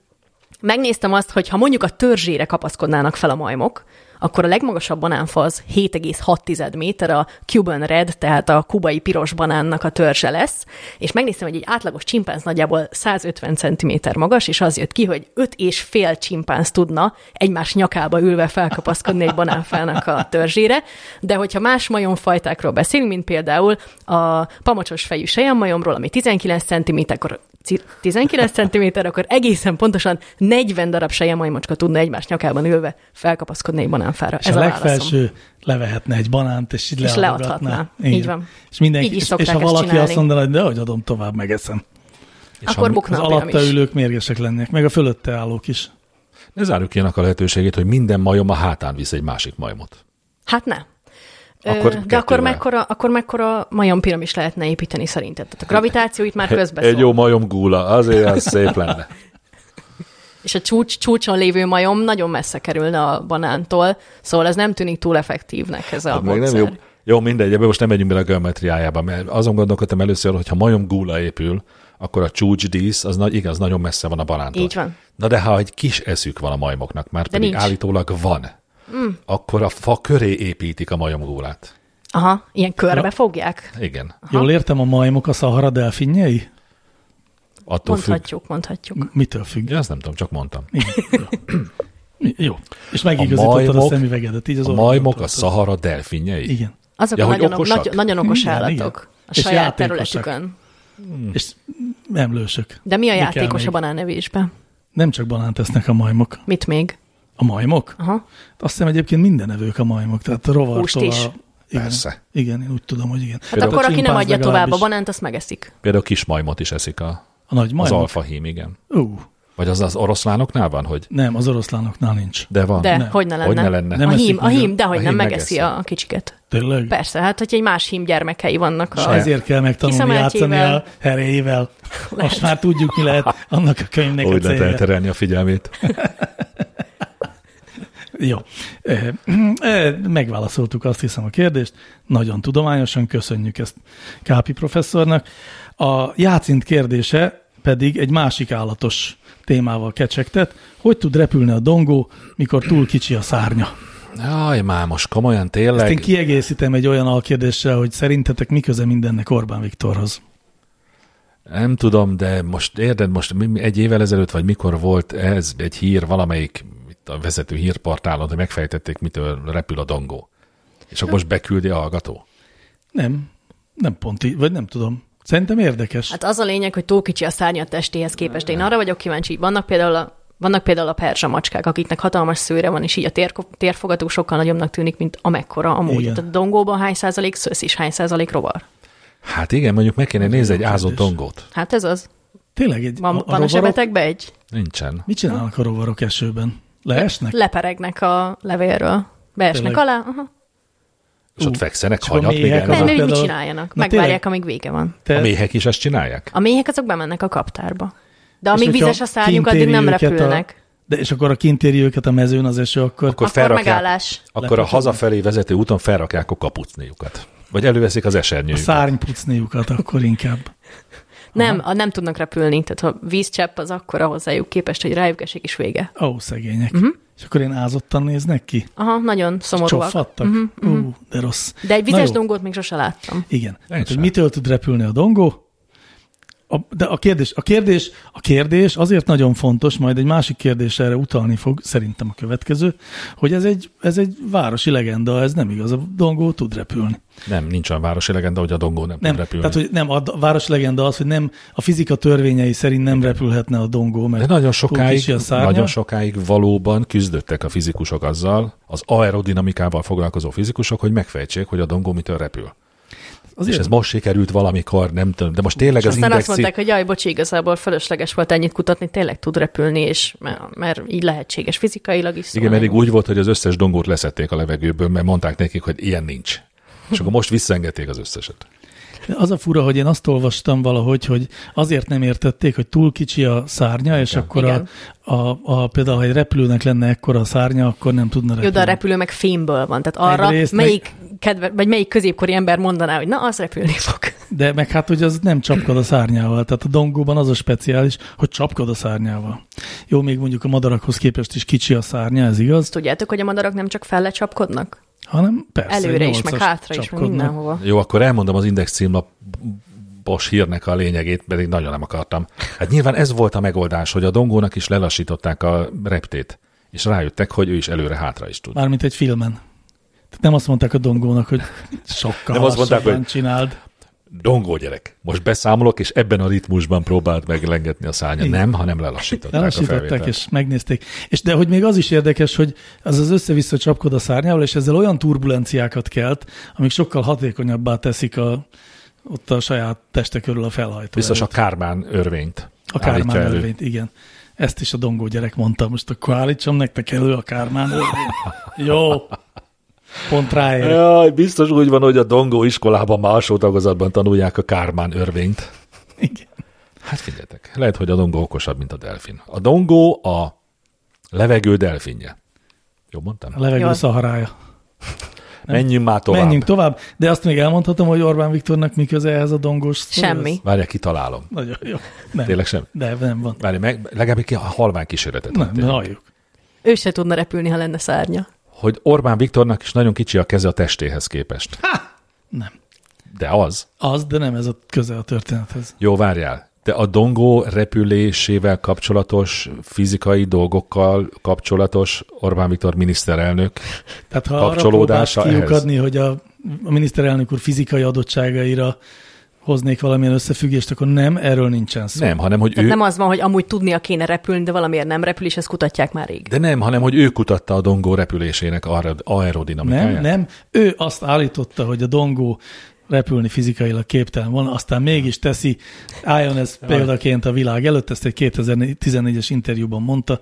[SPEAKER 5] megnéztem azt, hogy ha mondjuk a törzsére kapaszkodnának fel a majmok, akkor a legmagasabb banánfa az 7,6 méter, a Cuban Red, tehát a kubai piros banánnak a törzse lesz, és megnéztem, hogy egy átlagos csimpánz nagyjából 150 cm magas, és az jött ki, hogy 5 és fél csimpánz tudna egymás nyakába ülve felkapaszkodni egy banánfának a törzsére, de hogyha más majomfajtákról beszélünk, mint például a pamacsos fejű sejemmajomról, ami 19 cm, akkor ci- 19 cm, akkor egészen pontosan 40 darab sejemmajmocska tudna egymás nyakában ülve felkapaszkodni egy banánfára.
[SPEAKER 2] És
[SPEAKER 5] Ez
[SPEAKER 2] a
[SPEAKER 5] a, válaszom.
[SPEAKER 2] legfelső levehetne egy banánt, és így
[SPEAKER 5] És
[SPEAKER 2] leadogatná.
[SPEAKER 5] leadhatná.
[SPEAKER 2] Igen.
[SPEAKER 5] Így van.
[SPEAKER 2] És, mindenki,
[SPEAKER 5] Így is
[SPEAKER 2] és,
[SPEAKER 5] szokták
[SPEAKER 2] és ha
[SPEAKER 5] ezt
[SPEAKER 2] valaki
[SPEAKER 5] csinálni.
[SPEAKER 2] azt mondaná, hogy dehogy adom tovább, megeszem.
[SPEAKER 5] Akkor
[SPEAKER 2] Az
[SPEAKER 5] bukna a
[SPEAKER 2] alatta
[SPEAKER 5] piramis.
[SPEAKER 2] ülők mérgesek lennének, meg a fölötte állók is.
[SPEAKER 3] Ne zárjuk ki annak a lehetőségét, hogy minden majom a hátán visz egy másik majmot.
[SPEAKER 5] Hát ne.
[SPEAKER 3] Akkor
[SPEAKER 5] Akkor De akkor
[SPEAKER 3] kettővel.
[SPEAKER 5] mekkora, akkor mekkora majom piramis lehetne építeni szerinted? Tehát a gravitáció itt már
[SPEAKER 3] Hát Egy
[SPEAKER 5] közbeszól.
[SPEAKER 3] jó majom gúla, azért az szép lenne.
[SPEAKER 5] És a csúcs, csúcson lévő majom nagyon messze kerülne a banántól, szóval ez nem tűnik túl effektívnek ez a
[SPEAKER 3] Hát meg nem
[SPEAKER 5] módszer.
[SPEAKER 3] jó. Jó, mindegy, ebbe most nem megyünk bele a geometriájába, mert azon gondolkodtam először, hogy ha majom gúla épül, akkor a csúcsdísz, az nagy, igaz, nagyon messze van a balántól.
[SPEAKER 5] Így van.
[SPEAKER 3] Na de ha egy kis eszük van a majmoknak, már pedig
[SPEAKER 5] nincs.
[SPEAKER 3] állítólag van, mm. akkor a fa köré építik a majom gúlát.
[SPEAKER 5] Aha, ilyen körbe fogják?
[SPEAKER 3] Igen,
[SPEAKER 2] Jól értem, a majmok a Szahara delfinjei?
[SPEAKER 3] attól függ.
[SPEAKER 5] Mondhatjuk, mondhatjuk.
[SPEAKER 2] Mitől függ?
[SPEAKER 3] Ja, azt nem tudom, csak mondtam.
[SPEAKER 2] Igen. Mi- Jó. És
[SPEAKER 3] A
[SPEAKER 2] megigazítottad a,
[SPEAKER 3] majmok-
[SPEAKER 2] szemüvegedet. Így az
[SPEAKER 3] A
[SPEAKER 2] orrodra
[SPEAKER 3] majmok a
[SPEAKER 2] tartod.
[SPEAKER 3] szahara delfinjei?
[SPEAKER 2] Igen.
[SPEAKER 5] Azok
[SPEAKER 3] Ja,
[SPEAKER 5] ja, a
[SPEAKER 3] hogy
[SPEAKER 5] nagyon, ok-
[SPEAKER 3] okosak?
[SPEAKER 5] nagy, nagyon okos
[SPEAKER 2] Igen,
[SPEAKER 5] állatok.
[SPEAKER 2] igen.
[SPEAKER 5] A
[SPEAKER 2] És
[SPEAKER 5] saját
[SPEAKER 2] játékosak.
[SPEAKER 5] területükön.
[SPEAKER 3] Hm.
[SPEAKER 2] És emlősök.
[SPEAKER 5] De mi a
[SPEAKER 2] Mi kell
[SPEAKER 5] játékos a
[SPEAKER 2] még?
[SPEAKER 5] banánevésben?
[SPEAKER 2] Nem csak banánt esznek a majmok.
[SPEAKER 5] Mit még?
[SPEAKER 2] A majmok?
[SPEAKER 5] Aha. Hát
[SPEAKER 2] Azt hiszem egyébként minden evők a majmok, tehát a rovartól
[SPEAKER 5] Húst is.
[SPEAKER 2] a... Igen,
[SPEAKER 3] Persze.
[SPEAKER 2] Igen, én úgy tudom, hogy igen.
[SPEAKER 5] Hát akkor, aki nem
[SPEAKER 2] csimpánz
[SPEAKER 5] adja tovább a
[SPEAKER 2] legalábbis.
[SPEAKER 5] banánt, azt megeszik.
[SPEAKER 3] Például kis majmot is eszik a,
[SPEAKER 2] A nagy
[SPEAKER 3] az
[SPEAKER 2] majmok?
[SPEAKER 3] alfa hím, igen.
[SPEAKER 2] Ú,
[SPEAKER 3] Vagy az az oroszlánoknál van, hogy
[SPEAKER 2] nem, az oroszlánoknál nincs.
[SPEAKER 3] de van.
[SPEAKER 5] De,
[SPEAKER 2] Nem.
[SPEAKER 5] hogy ne lenne.
[SPEAKER 3] Hogy ne lenne.
[SPEAKER 2] Nem
[SPEAKER 5] a
[SPEAKER 2] eszik
[SPEAKER 5] hím, a
[SPEAKER 2] meg
[SPEAKER 5] hím,
[SPEAKER 2] a-
[SPEAKER 5] dehogy
[SPEAKER 3] a
[SPEAKER 5] nem
[SPEAKER 3] hím
[SPEAKER 5] megeszi
[SPEAKER 3] megeszi.
[SPEAKER 5] a kicsiket.
[SPEAKER 2] Tényleg?
[SPEAKER 5] Persze, hát hogy egy más hím gyermekei vannak.
[SPEAKER 2] És
[SPEAKER 5] A...
[SPEAKER 2] ezért kell megtanulni játszani
[SPEAKER 5] Kiszemeltjével.
[SPEAKER 2] a heréjével. Most már tudjuk, mi lehet annak a könyvnek a
[SPEAKER 3] Úgy lehet
[SPEAKER 2] célja.
[SPEAKER 3] elterelni a figyelmét.
[SPEAKER 2] Jó. Ö, ö, Megválaszoltuk azt hiszem a kérdést. Nagyon tudományosan köszönjük ezt Kápi professzornak. A játszint kérdése pedig egy másik állatos témával kecsegtet. Hogy tud repülni a dongó, mikor túl kicsi a szárnya?
[SPEAKER 3] Jaj, mámos, komolyan
[SPEAKER 2] Ezt
[SPEAKER 3] tényleg.
[SPEAKER 2] én kiegészítem egy olyan alkérdéssel, hogy szerintetek mi köze mindennek Orbán Viktorhoz?
[SPEAKER 3] Nem tudom, de most érted, most mi- mi- egy évvel ezelőtt, vagy mikor volt ez egy hír, valamelyik itt a vezető hírportálon, hogy megfejtették, mitől repül a dongó. És akkor most beküldi a hallgató.
[SPEAKER 2] Nem, nem pont így, vagy nem tudom. Szerintem érdekes. Hát,
[SPEAKER 5] Hát az a lényeg, hogy túl kicsi a szárnya a testéhez képest. De én arra vagyok kíváncsi, így vannak például a vannak például a perzsa macskák, akiknek hatalmas szőre van, és így a térko- térfogató sokkal nagyobbnak tűnik, mint amekkora amúgy.
[SPEAKER 2] Igen.
[SPEAKER 5] Igen. Tehát a dongóban hány százalék szősz és hány százalék rovar?
[SPEAKER 3] Hát igen, mondjuk meg kéne nézni egy ázott
[SPEAKER 2] kérdés.
[SPEAKER 3] dongót.
[SPEAKER 5] Hát ez az.
[SPEAKER 2] Tényleg egy
[SPEAKER 5] Van
[SPEAKER 2] a,
[SPEAKER 5] a,
[SPEAKER 2] a
[SPEAKER 5] van a
[SPEAKER 2] rovarok,
[SPEAKER 5] zsebetekbe egy?
[SPEAKER 3] Nincsen.
[SPEAKER 2] mit csinálnak a rovarok esőben? Leesnek?
[SPEAKER 5] Leperegnek a levélről. Beesnek
[SPEAKER 2] Tényleg?
[SPEAKER 5] alá? Aha.
[SPEAKER 3] És ott
[SPEAKER 2] Ú,
[SPEAKER 3] fekszenek,
[SPEAKER 2] és akkor
[SPEAKER 3] hanyat,
[SPEAKER 2] méhek
[SPEAKER 3] igen.
[SPEAKER 2] azok
[SPEAKER 5] Nem, ők mit
[SPEAKER 2] például-
[SPEAKER 5] csináljanak?
[SPEAKER 2] Na,
[SPEAKER 5] Megvárják,
[SPEAKER 2] tényleg?
[SPEAKER 5] amíg vége van.
[SPEAKER 2] Te-
[SPEAKER 3] A méhek is ezt csinálják?
[SPEAKER 5] A méhek azok bemennek a kaptárba. De
[SPEAKER 2] És
[SPEAKER 5] amíg
[SPEAKER 2] hogyha
[SPEAKER 5] vizes a szárnyuk,
[SPEAKER 2] kintéri
[SPEAKER 5] addig nem
[SPEAKER 2] őket
[SPEAKER 5] repülnek.
[SPEAKER 2] A, de és akkor a kintéri őket a mezőn az eső, akkor,
[SPEAKER 3] Akkor,
[SPEAKER 5] Akkor megállás.
[SPEAKER 3] Akkor a
[SPEAKER 2] Lepacsognak.
[SPEAKER 3] hazafelé vezető úton felrakják a kapucniukat. Vagy előveszik az
[SPEAKER 2] a
[SPEAKER 3] esernyőjüket.
[SPEAKER 2] szárnypucniukat akkor inkább.
[SPEAKER 5] Nem, a, nem tudnak repülni. Tehát a vízcsepp az akkora hozzájuk képest, hogy rájuk esik is vége.
[SPEAKER 2] Ó, szegények.
[SPEAKER 5] Mhm.
[SPEAKER 2] Uh-huh. És akkor én ázottan néznek ki?
[SPEAKER 5] Aha, nagyon szomorúak.
[SPEAKER 2] Csofadtak? Uh-huh, uh-huh. Ú, de rossz.
[SPEAKER 5] Mhm, De egy
[SPEAKER 2] Na
[SPEAKER 5] vizes
[SPEAKER 2] jó.
[SPEAKER 5] dongót még sose láttam.
[SPEAKER 2] Igen. Hát, hogy
[SPEAKER 3] sem.
[SPEAKER 2] mitől tud repülni a dongó? A, de a kérdés, a kérdés, a kérdés azért nagyon fontos, majd egy másik kérdés erre utalni fog, szerintem a következő, hogy ez egy, ez egy városi legenda, ez nem igaz, a dongó tud repülni.
[SPEAKER 3] Nem, nincs olyan városi legenda, hogy a dongó nem,
[SPEAKER 2] Nem,
[SPEAKER 3] tud repülni.
[SPEAKER 2] tehát hogy nem, a d- városi legenda az, hogy nem, a fizika törvényei szerint nem repülhetne a dongó, mert
[SPEAKER 3] De nagyon
[SPEAKER 2] túl
[SPEAKER 3] sokáig,
[SPEAKER 2] kicsi a szárnya.
[SPEAKER 3] nagyon sokáig valóban küzdöttek a fizikusok azzal, az aerodinamikával foglalkozó fizikusok, hogy megfejtsék, hogy a dongó mitől repül.
[SPEAKER 2] Azért-
[SPEAKER 3] És ez most sikerült valamikor, nem tudom, de most tényleg
[SPEAKER 5] És
[SPEAKER 3] az
[SPEAKER 5] aztán azt
[SPEAKER 3] indexi...
[SPEAKER 5] mondták, hogy jaj, bocsi, igazából fölösleges volt ennyit kutatni, tényleg tud repülni, és mert, mert így lehetséges fizikailag is.
[SPEAKER 3] Igen,
[SPEAKER 5] szóval
[SPEAKER 3] pedig úgy volt, hogy az összes dongót leszették a levegőből, mert mondták nekik, hogy ilyen nincs. És akkor most visszaengedték az összeset.
[SPEAKER 2] Az a fura, hogy én azt olvastam valahogy, hogy azért nem értették, hogy túl kicsi a szárnya, és akkor a,
[SPEAKER 5] Igen.
[SPEAKER 2] a, a, például, ha egy repülőnek lenne ekkora a szárnya, akkor nem tudna repülni.
[SPEAKER 5] Jó, de a repülő meg fémből van, tehát arra
[SPEAKER 2] Egyrészt meg-
[SPEAKER 5] melyik, kedve, vagy melyik középkori ember mondaná, hogy na, az repülni fog.
[SPEAKER 2] De meg hát, hogy az nem csapkod a szárnyával, tehát a dongóban az a speciális, hogy csapkod a szárnyával. Jó, még mondjuk a madarakhoz képest is kicsi a szárnya, ez igaz,
[SPEAKER 5] Azt tudjátok, hogy a madarak nem csak fellecsapkodnak?
[SPEAKER 2] hanem persze.
[SPEAKER 5] Előre is,
[SPEAKER 2] nyolcas
[SPEAKER 5] meg hátra is, meg
[SPEAKER 2] csapkodnak.
[SPEAKER 5] mindenhova.
[SPEAKER 3] Jó, akkor elmondom az Index címlapos hírnek a lényegét, pedig nagyon nem akartam. Hát nyilván ez volt a megoldás, hogy a dongónak is lelassították a reptét, és rájöttek, hogy ő is előre-hátra is tud.
[SPEAKER 2] Mármint egy filmen. Tehát nem azt mondták a dongónak, hogy sokkal
[SPEAKER 3] Nem azt mondták,
[SPEAKER 2] lassabban
[SPEAKER 3] hogy-
[SPEAKER 2] csináld.
[SPEAKER 3] Dongó gyerek, most beszámolok, és ebben a ritmusban próbált meglengetni a szárnya. Nem, hanem lelassították, a
[SPEAKER 2] Lelassították
[SPEAKER 3] felvételt.
[SPEAKER 2] és megnézték. És de hogy még az is érdekes, hogy az az össze-vissza csapkod a szárnyával, és ezzel olyan turbulenciákat kelt, amik sokkal hatékonyabbá teszik a, ott a saját teste körül a felhajtó.
[SPEAKER 3] Biztos a
[SPEAKER 2] erőt.
[SPEAKER 3] Kármán örvényt
[SPEAKER 2] a
[SPEAKER 3] állítja
[SPEAKER 2] kármán
[SPEAKER 3] elő.
[SPEAKER 2] örvényt, igen. Ezt is a dongó gyerek mondta, most akkor állítsam nektek elő a kármán örvényt. Jó. Pont ráér.
[SPEAKER 3] Jaj, biztos úgy van, hogy a dongó iskolában már alsó tagozatban tanulják a Kármán örvényt.
[SPEAKER 2] Igen.
[SPEAKER 3] Hát figyeljetek, lehet, hogy a dongó okosabb, mint a delfin. A dongó a levegő delfinje. Jobb mondtam?
[SPEAKER 2] A levegő
[SPEAKER 5] Jó.
[SPEAKER 2] szaharája.
[SPEAKER 3] Menjünk már tovább.
[SPEAKER 2] Menjünk tovább, de azt még elmondhatom, hogy Orbán Viktornak mi köze ehhez a dongós sztorihoz?
[SPEAKER 5] Semmi.
[SPEAKER 3] Várjál, kitalálom.
[SPEAKER 2] Nagyon jó. Nem.
[SPEAKER 3] Tényleg sem.
[SPEAKER 2] De nem van.
[SPEAKER 3] Várjál, meg, legalább ki a halvány kísérletet.
[SPEAKER 2] Nem,
[SPEAKER 3] tettél.
[SPEAKER 2] de halljuk.
[SPEAKER 5] Ő se tudna repülni, ha lenne szárnya.
[SPEAKER 3] Hogy Orbán Viktornak is nagyon kicsi a keze a testéhez képest.
[SPEAKER 2] Nem.
[SPEAKER 3] De az.
[SPEAKER 2] Az, de nem ez a köze a történethez.
[SPEAKER 3] Jó, várjál. De a dongó repülésével kapcsolatos, fizikai dolgokkal kapcsolatos Orbán Viktor miniszterelnök
[SPEAKER 2] Tehát ha arra
[SPEAKER 3] Kapcsolódása
[SPEAKER 2] próbálsz kiukadni, hogy a, a miniszterelnök úr fizikai adottságaira hoznék valamilyen összefüggést, akkor nem, erről nincsen szó.
[SPEAKER 3] nem, hanem hogy
[SPEAKER 5] Tehát
[SPEAKER 3] ő,
[SPEAKER 5] nem az van, hogy amúgy tudnia kéne repülni, de valamiért nem repül, és ezt kutatják már rég.
[SPEAKER 3] De nem, hanem hogy ő kutatta a dongó repülésének aer- aerodinamikáját.
[SPEAKER 2] Nem, nem. Ő azt állította, hogy a dongó repülni fizikailag képtelen van, aztán mégis teszi, álljon ez példaként a világ előtt, ezt egy 2014-es interjúban mondta,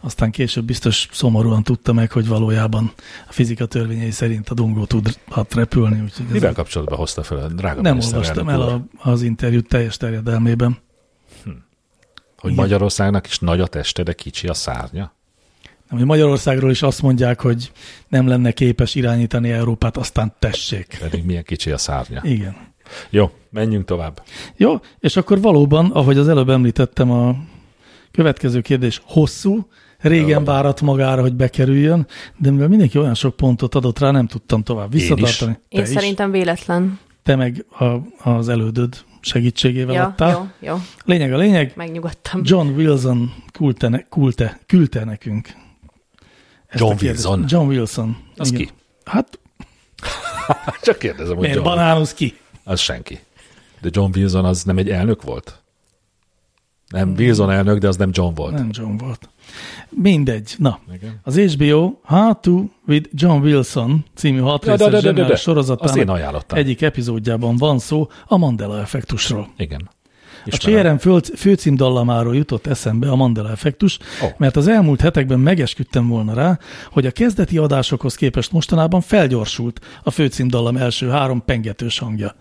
[SPEAKER 2] aztán később biztos szomorúan tudta meg, hogy valójában a fizika törvényei szerint a dongó tudhat repülni. Úgyhogy ez-
[SPEAKER 3] Mivel kapcsolatban hozta fel a drága
[SPEAKER 2] nem
[SPEAKER 3] miniszterelnök
[SPEAKER 2] olvastam el
[SPEAKER 3] úr,
[SPEAKER 2] a, az interjút teljes terjedelmében.
[SPEAKER 3] Hogy Magyarországnak is nagy a teste, de kicsi a szárnya.
[SPEAKER 2] Nem, hogy Magyarországról is azt mondják, hogy nem lenne képes irányítani Európát, aztán tessék.
[SPEAKER 3] Pedig milyen kicsi a szárnya.
[SPEAKER 2] Igen.
[SPEAKER 3] Jó, menjünk tovább.
[SPEAKER 2] Jó, és akkor valóban, ahogy az előbb említettem, a következő kérdés hosszú, régen várat magára, hogy bekerüljön, de mivel mindenki olyan sok pontot adott rá, nem tudtam tovább
[SPEAKER 3] Én is.
[SPEAKER 2] visszatartani.
[SPEAKER 5] Én
[SPEAKER 2] Te
[SPEAKER 5] szerintem véletlen.
[SPEAKER 2] is, te meg a, az elődöd segítségével
[SPEAKER 5] Ja,
[SPEAKER 2] adtál.
[SPEAKER 5] jó, jó,
[SPEAKER 2] Lényeg a lényeg,
[SPEAKER 5] megnyugodtam.
[SPEAKER 2] John Wilson küldte, ne, küldte, küldte nekünk. ezt
[SPEAKER 3] John
[SPEAKER 2] a kérdést.
[SPEAKER 3] Wilson?
[SPEAKER 2] John Wilson.
[SPEAKER 3] Az ki?
[SPEAKER 2] Hát,
[SPEAKER 3] Csak kérdezem, hogy
[SPEAKER 2] miért
[SPEAKER 3] John,
[SPEAKER 2] banánusz ki?
[SPEAKER 3] az senki. De John Wilson az nem egy elnök volt? Nem, Wilson elnök, de az nem John volt.
[SPEAKER 2] Nem John volt. Mindegy. Na,
[SPEAKER 3] Igen.
[SPEAKER 2] az HBO How to with John Wilson című
[SPEAKER 3] Ja, de- de- de-
[SPEAKER 2] hatrészes
[SPEAKER 3] de- de.
[SPEAKER 2] zseniális
[SPEAKER 3] Azt én
[SPEAKER 2] sorozatának
[SPEAKER 3] ajánlottam.
[SPEAKER 2] egyik epizódjában van szó a Mandela effektusról.
[SPEAKER 3] Igen.
[SPEAKER 2] A
[SPEAKER 3] Ismerem.
[SPEAKER 2] CRM föld- főcímdallamáról jutott eszembe a Mandela effektus,
[SPEAKER 3] Ó.
[SPEAKER 2] oh. mert az elmúlt hetekben megesküdtem volna rá, hogy a kezdeti adásokhoz képest mostanában felgyorsult a főcímdallam első három pengetős hangja.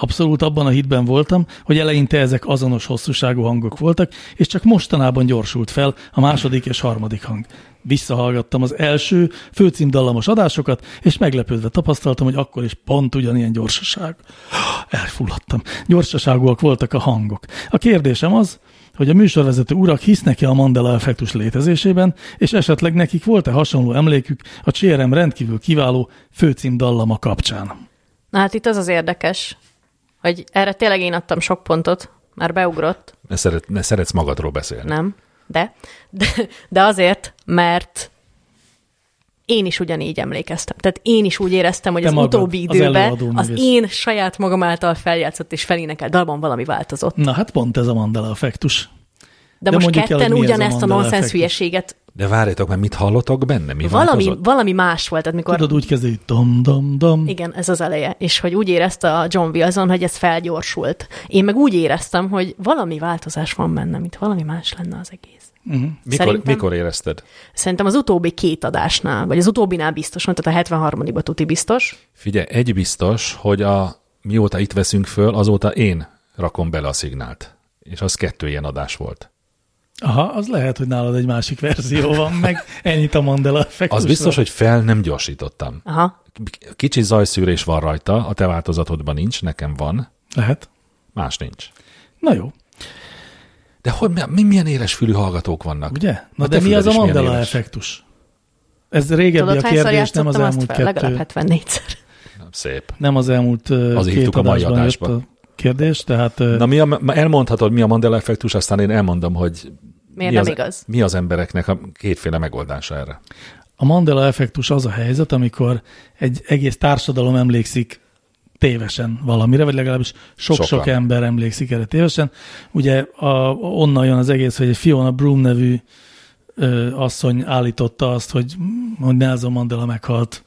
[SPEAKER 2] Abszolút abban a hitben voltam, hogy eleinte ezek azonos hosszúságú hangok voltak, és csak mostanában gyorsult fel a második és harmadik hang. Visszahallgattam az első főcímdallamos adásokat, és meglepődve tapasztaltam, hogy akkor is pont ugyanilyen gyorsaság. Elfulladtam. Gyorsaságúak voltak a hangok. A kérdésem az, hogy a műsorvezető urak hisznek-e a Mandela effektus létezésében, és esetleg nekik volt-e hasonló emlékük a CRM rendkívül kiváló főcímdallama kapcsán.
[SPEAKER 5] Na hát itt az az érdekes, hogy erre tényleg én adtam sok pontot, Már beugrott,
[SPEAKER 3] Ne, szeret, ne szeretsz magadról beszélni.
[SPEAKER 5] nem? De. de. De azért, mert én is ugyanígy emlékeztem. Tehát én is úgy éreztem, hogy
[SPEAKER 2] Te
[SPEAKER 5] az
[SPEAKER 2] magad,
[SPEAKER 5] utóbbi
[SPEAKER 2] az
[SPEAKER 5] időben
[SPEAKER 2] előadó
[SPEAKER 5] az, az
[SPEAKER 2] művész.
[SPEAKER 5] én saját magam által feljátszott és felénekelt dalban valami változott.
[SPEAKER 2] Na hát pont ez a mandala effektus. De
[SPEAKER 5] De, most
[SPEAKER 2] mondjuk el, hogy
[SPEAKER 5] ketten
[SPEAKER 2] mi ez a
[SPEAKER 5] ugyanezt a
[SPEAKER 2] mandala
[SPEAKER 5] nonsens
[SPEAKER 2] effektus.
[SPEAKER 5] hülyeséget
[SPEAKER 3] De várjátok, mert mit hallottak benne? Mi
[SPEAKER 5] valami,
[SPEAKER 3] változott?
[SPEAKER 5] valami más volt, tehát mikor...
[SPEAKER 2] Tudod, úgy kezdődik, dom-dom-dom.
[SPEAKER 5] Igen, ez az eleje. És hogy úgy érezte a John Wilson, hogy ez felgyorsult. Én meg úgy éreztem, hogy valami változás van bennem, itt valami más lenne az egész.
[SPEAKER 3] Mikor,
[SPEAKER 5] Szerintem-
[SPEAKER 3] mikor érezted?
[SPEAKER 5] Szerintem az utóbbi két adásnál, vagy az utóbbinál biztosan, tehát a 73-ba tuti biztos.
[SPEAKER 3] Figyelj, egy biztos, hogy a, mióta itt veszünk föl, azóta én rakom bele a szignált. És az kettő ilyen adás volt.
[SPEAKER 2] Aha, az lehet, hogy nálad egy másik verzió van, meg ennyit a mandala effektus.
[SPEAKER 3] Az biztos, hogy fel nem gyorsítottam.
[SPEAKER 5] Aha.
[SPEAKER 3] K- Kicsi zajszűrés van rajta, a te változatodban nincs, nekem van,
[SPEAKER 2] Lehet.
[SPEAKER 3] más nincs.
[SPEAKER 2] Na jó,
[SPEAKER 3] De hogy, mi- mi, milyen éles fülű hallgatók vannak?
[SPEAKER 2] ugye? Na
[SPEAKER 3] A
[SPEAKER 2] de
[SPEAKER 3] te
[SPEAKER 2] mi az a
[SPEAKER 3] füled is milyen
[SPEAKER 2] mandala
[SPEAKER 3] éles.
[SPEAKER 2] effektus? Ez régebbi
[SPEAKER 5] Tudod,
[SPEAKER 2] a
[SPEAKER 5] hányszor
[SPEAKER 2] kérdés, nem az
[SPEAKER 5] játszottam azt
[SPEAKER 2] elmúlt
[SPEAKER 5] fel? Legalább
[SPEAKER 2] kettő.
[SPEAKER 5] 74-szer.
[SPEAKER 3] Szép.
[SPEAKER 2] Nem az elmúlt ö,
[SPEAKER 3] Az
[SPEAKER 2] két
[SPEAKER 3] írtuk a mai
[SPEAKER 2] adásban jött
[SPEAKER 3] adásba.
[SPEAKER 2] a kérdés, tehát ö,
[SPEAKER 3] Na, mi a, ma elmondhatod, mi a Mandela effektus, aztán én elmondom, hogy
[SPEAKER 5] Miért
[SPEAKER 3] mi,
[SPEAKER 5] nem
[SPEAKER 3] az,
[SPEAKER 5] igaz?
[SPEAKER 3] mi az embereknek a kétféle megoldása erre.
[SPEAKER 2] A Mandela effektus az a helyzet, amikor egy egész társadalom emlékszik tévesen valamire, vagy legalábbis sok-sok
[SPEAKER 3] Sokan.
[SPEAKER 2] ember emlékszik erre tévesen. Ugye a, onnan jön az egész, hogy egy Fiona Broom nevű ö, asszony állította azt, hogy, hogy Nelson Mandela meghalt,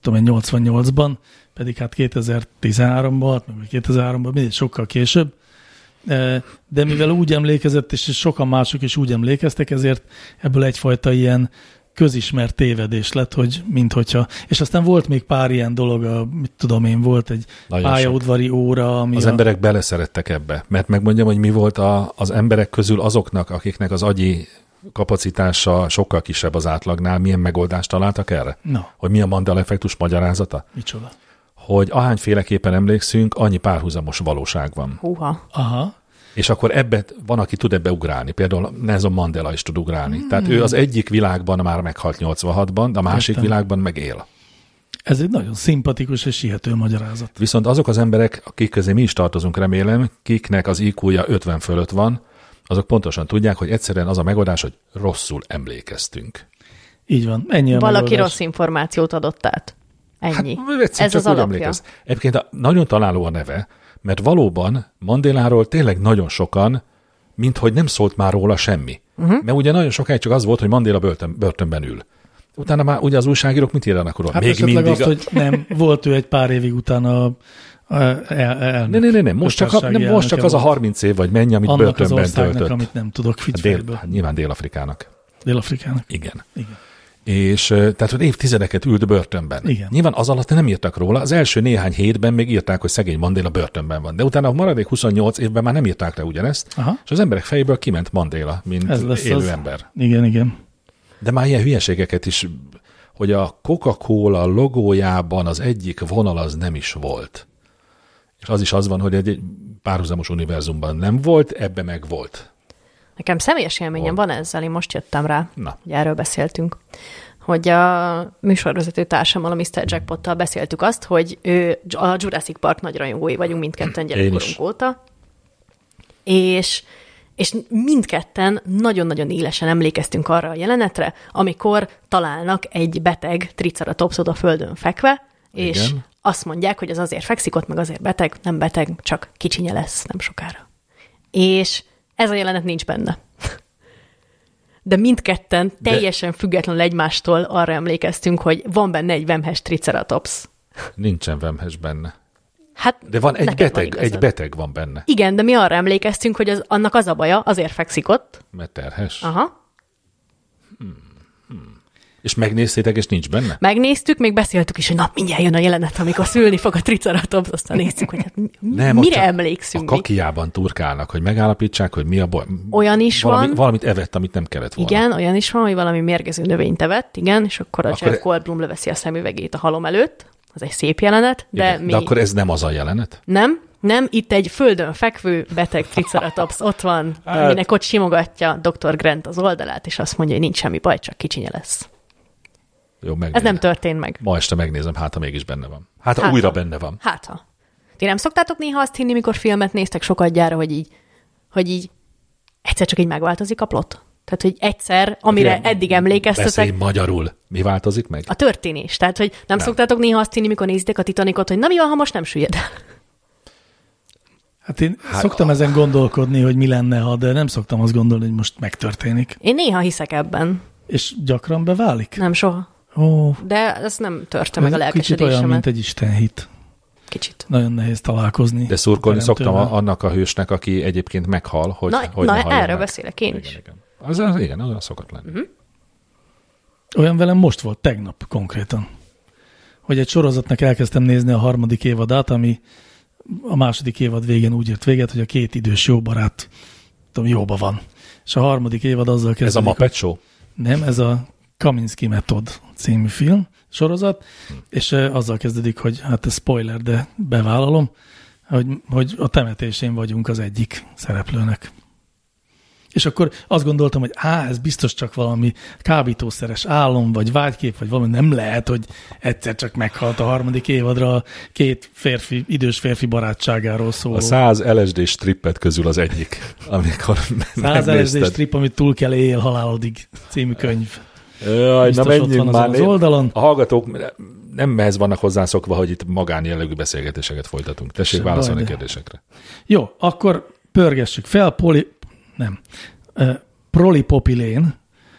[SPEAKER 2] tudom én, 88-ban, pedig hát 2013-ban halt, meg 2003-ban, mindegy, sokkal később. Ö, De mivel úgy emlékezett, és sokan mások is úgy emlékeztek, ezért ebből egyfajta ilyen közismert tévedés lett, hogy minthogyha. És aztán volt még pár ilyen dolog, a, mit tudom én, volt egy
[SPEAKER 3] Nagyon sok.
[SPEAKER 2] pályaudvari óra, ami
[SPEAKER 3] Az
[SPEAKER 2] a,
[SPEAKER 3] emberek beleszerettek ebbe, mert megmondjam, hogy mi volt a, az emberek közül azoknak, akiknek az agyi kapacitása sokkal kisebb az átlagnál, milyen megoldást találtak erre?
[SPEAKER 2] Na,
[SPEAKER 3] Hogy mi a Mandela effektus magyarázata?
[SPEAKER 2] micsoda.
[SPEAKER 3] Hogy ahányféleképpen emlékszünk, annyi párhuzamos valóság van.
[SPEAKER 5] Húha.
[SPEAKER 2] Aha.
[SPEAKER 3] És akkor ebbe van, aki tud ebbe ugrálni. Például Nelson Mandela is tud ugrálni. Hmm. Tehát ő az egyik világban már meghalt 86-ban, de a másik Értem.
[SPEAKER 2] Értem.
[SPEAKER 3] világban meg él.
[SPEAKER 2] Ez egy nagyon szimpatikus és hihető magyarázat.
[SPEAKER 3] Viszont azok az emberek, akik közé mi is tartozunk, remélem, kiknek az IQ-ja 50 fölött van, azok pontosan tudják, hogy egyszerűen az a megoldás, hogy rosszul emlékeztünk.
[SPEAKER 2] Így van, ennyi a
[SPEAKER 5] Valaki
[SPEAKER 2] megoldás. Hát,
[SPEAKER 5] rossz információt adott át. Ennyi.
[SPEAKER 3] Hát, egyszer
[SPEAKER 5] ez
[SPEAKER 3] csak
[SPEAKER 5] az
[SPEAKER 3] úgy
[SPEAKER 5] alapja.
[SPEAKER 3] emlékezz. Egyébként a, nagyon találó a neve, mert valóban Mandéláról tényleg nagyon sokan, minthogy nem szólt már róla semmi.
[SPEAKER 5] Mhm.
[SPEAKER 3] Uh-huh. Mert ugye nagyon sokáig csak az volt, hogy Mandéla börtön, börtönben ül. Utána már ugye az újságírók mit írnak róla?
[SPEAKER 2] Hát
[SPEAKER 3] Még mindig
[SPEAKER 2] azt,
[SPEAKER 3] a-
[SPEAKER 2] hogy nem, volt ő egy pár évig utána a, a, el, el,
[SPEAKER 3] Ne, ne, ne, ne, most csak, a, nem, most csak az a 30 év, vagy mennyi, amit
[SPEAKER 2] annak az
[SPEAKER 3] börtönben
[SPEAKER 2] országnak,
[SPEAKER 3] töltött.
[SPEAKER 2] amit nem tudok
[SPEAKER 3] Hát Dél,
[SPEAKER 2] figyelni.
[SPEAKER 3] hát nyilván Dél-Afrikának.
[SPEAKER 2] Dél-Afrikának.
[SPEAKER 3] Igen.
[SPEAKER 2] Igen.
[SPEAKER 3] És ö, tehát, hogy évtizedeket ült börtönben.
[SPEAKER 2] Igen.
[SPEAKER 3] Nyilván az alatt nem írtak róla. Az első néhány hétben még írták, hogy szegény Mandéla börtönben van. De utána a maradék 28 évben már nem írták le ugyanezt,
[SPEAKER 2] Aha.
[SPEAKER 3] és az emberek fejéből kiment Mandéla, mint
[SPEAKER 2] Ez lesz
[SPEAKER 3] élő
[SPEAKER 2] az.
[SPEAKER 3] ember.
[SPEAKER 2] Igen, igen.
[SPEAKER 3] De már ilyen hülyeségeket is, hogy a Coca-Cola logójában az egyik vonal az nem is volt. És az is az van, hogy egy, egy párhuzamos univerzumban nem volt, ebbe meg volt.
[SPEAKER 5] Nekem személyes élményem van ezzel, én most jöttem rá,
[SPEAKER 3] Na.
[SPEAKER 5] hogy erről beszéltünk, hogy a műsorvezető társammal, a Mr. Jackpottal beszéltük azt, hogy ő a Jurassic Park nagy rajongói vagyunk mindketten
[SPEAKER 3] is.
[SPEAKER 5] gyerekkorunk óta, és, és mindketten nagyon-nagyon élesen emlékeztünk arra a jelenetre, amikor találnak egy beteg triceratopszot a földön fekve, és
[SPEAKER 3] Igen.
[SPEAKER 5] azt mondják, hogy az azért fekszik ott, meg azért beteg, nem beteg, csak kicsinye lesz nem sokára. És ez a jelenet nincs benne. <laughs> De mindketten teljesen függetlenül egymástól arra emlékeztünk, hogy van benne egy vemhes triceratops.
[SPEAKER 3] Nincsen vemhes benne.
[SPEAKER 5] Hát
[SPEAKER 3] De van egy
[SPEAKER 5] neked
[SPEAKER 3] beteg,
[SPEAKER 5] igazad.
[SPEAKER 3] egy beteg van benne,
[SPEAKER 5] Igen, de mi arra emlékeztünk, hogy az, annak az a baja, azért fekszik ott.
[SPEAKER 3] mert terhes.
[SPEAKER 5] Aha.
[SPEAKER 3] És megnéztétek, és nincs benne?
[SPEAKER 5] Megnéztük, még beszéltük is, hogy na, mindjárt jön a jelenet, amikor szülni fog a triceratops, aztán néztük, hogy hát mi-
[SPEAKER 3] ott
[SPEAKER 5] mire
[SPEAKER 3] csak
[SPEAKER 5] emlékszünk
[SPEAKER 3] A
[SPEAKER 5] mi.
[SPEAKER 3] kakiában turkálnak, hogy megállapítsák, hogy mi a baj.
[SPEAKER 5] Olyan is
[SPEAKER 3] valami,
[SPEAKER 5] van.
[SPEAKER 3] Valamit evett, amit nem kellett volna.
[SPEAKER 5] Igen, olyan is van, hogy valami mérgező növényt evett, igen, és akkor a
[SPEAKER 3] Akkor- e-
[SPEAKER 5] akkor Jeff Goldblum leveszi a szemüvegét a halom előtt, az egy szép jelenet, de
[SPEAKER 3] Igen.
[SPEAKER 5] mi...
[SPEAKER 3] de akkor e- ez nem az a jelenet?
[SPEAKER 5] Nem, nem, itt egy földön fekvő beteg triceratops ott van,
[SPEAKER 3] <laughs> Hát.
[SPEAKER 5] hát. aminek ott simogatja dr. Grant az oldalát, és azt mondja, hogy nincs semmi baj, csak kicsinye lesz.
[SPEAKER 3] Jó,
[SPEAKER 5] Ez
[SPEAKER 3] megnézem.
[SPEAKER 5] nem történt meg.
[SPEAKER 3] Ma este megnézem, hát ha mégis benne van. Hát ha
[SPEAKER 5] Hát,
[SPEAKER 3] újra
[SPEAKER 5] ha.
[SPEAKER 3] benne van.
[SPEAKER 5] Hát ha. Ti nem szoktátok néha azt hinni, mikor filmet néztek sokat gyára, hogy így hogy így egyszer csak így megváltozik a plot. Tehát, hogy egyszer, amire
[SPEAKER 3] Igen.
[SPEAKER 5] eddig emlékeztetek,
[SPEAKER 3] Beszélj magyarul. Mi változik meg?
[SPEAKER 5] a történés. Tehát, hogy nem, nem szoktátok néha azt hinni, mikor nézitek a Titanicot, hogy na mi van, ha most nem süllyed el.
[SPEAKER 2] Hát én hát szoktam a... ezen gondolkodni, hogy mi lenne, ha, de nem szoktam azt gondolni, hogy most megtörténik.
[SPEAKER 5] Én néha hiszek ebben.
[SPEAKER 2] És gyakran beválik?
[SPEAKER 5] Nem soha.
[SPEAKER 2] Ó,
[SPEAKER 5] De ez nem törte meg
[SPEAKER 2] kicsit
[SPEAKER 5] a
[SPEAKER 2] olyan,
[SPEAKER 5] lelkesedésemet.
[SPEAKER 2] mint egy istenhit.
[SPEAKER 5] Kicsit.
[SPEAKER 2] Nagyon nehéz találkozni.
[SPEAKER 3] De szurkolni
[SPEAKER 2] a
[SPEAKER 3] szoktam
[SPEAKER 2] teremtővel.
[SPEAKER 3] a, annak a hősnek, aki egyébként meghal, hogy
[SPEAKER 5] Na-
[SPEAKER 3] hogy
[SPEAKER 5] na,
[SPEAKER 3] ne halljon
[SPEAKER 5] erről
[SPEAKER 3] meg.
[SPEAKER 5] beszélek én
[SPEAKER 3] igen,
[SPEAKER 5] is. Mhm.
[SPEAKER 3] Igen. Az, az, igen, az szokott lenni. Uh-huh.
[SPEAKER 2] Olyan velem most volt, tegnap konkrétan. Hogy egy sorozatnak elkezdtem nézni a harmadik évadát, ami a második évad végén úgy ért véget, hogy a két idős jó barát tudom, jóba van. És a harmadik évad azzal
[SPEAKER 3] Ez a
[SPEAKER 2] kezdődik,
[SPEAKER 3] Muppet Show?
[SPEAKER 2] Nem, ez a Kaminski Method című film, sorozat, és ö, azzal kezdődik, hogy hát ez spoiler, de bevállalom, hogy, hogy a temetésén vagyunk az egyik szereplőnek. És akkor azt gondoltam, hogy á, ez biztos csak valami kábítószeres álom, vagy vágykép, vagy valami nem lehet, hogy egyszer csak meghalt a harmadik évadra a két férfi, idős férfi barátságáról szóló.
[SPEAKER 3] A száz LSD strippet közül az egyik, amikor
[SPEAKER 2] Száz
[SPEAKER 3] megnézted.
[SPEAKER 2] elezés trip, amit túl kell él halálodig című könyv.
[SPEAKER 3] Jaj, na
[SPEAKER 2] Biztos ott
[SPEAKER 3] menjünk
[SPEAKER 2] van
[SPEAKER 3] már.
[SPEAKER 2] azon az
[SPEAKER 3] né-
[SPEAKER 2] oldalon.
[SPEAKER 3] A hallgatók nem ehhez vannak hozzászokva, hogy itt magán jellegű beszélgetéseket folytatunk. Tessék
[SPEAKER 2] Sem baj,
[SPEAKER 3] válaszolni
[SPEAKER 2] de-
[SPEAKER 3] kérdésekre.
[SPEAKER 2] Jó, akkor pörgessük fel. Poli, nem. Ö, Prolipopilén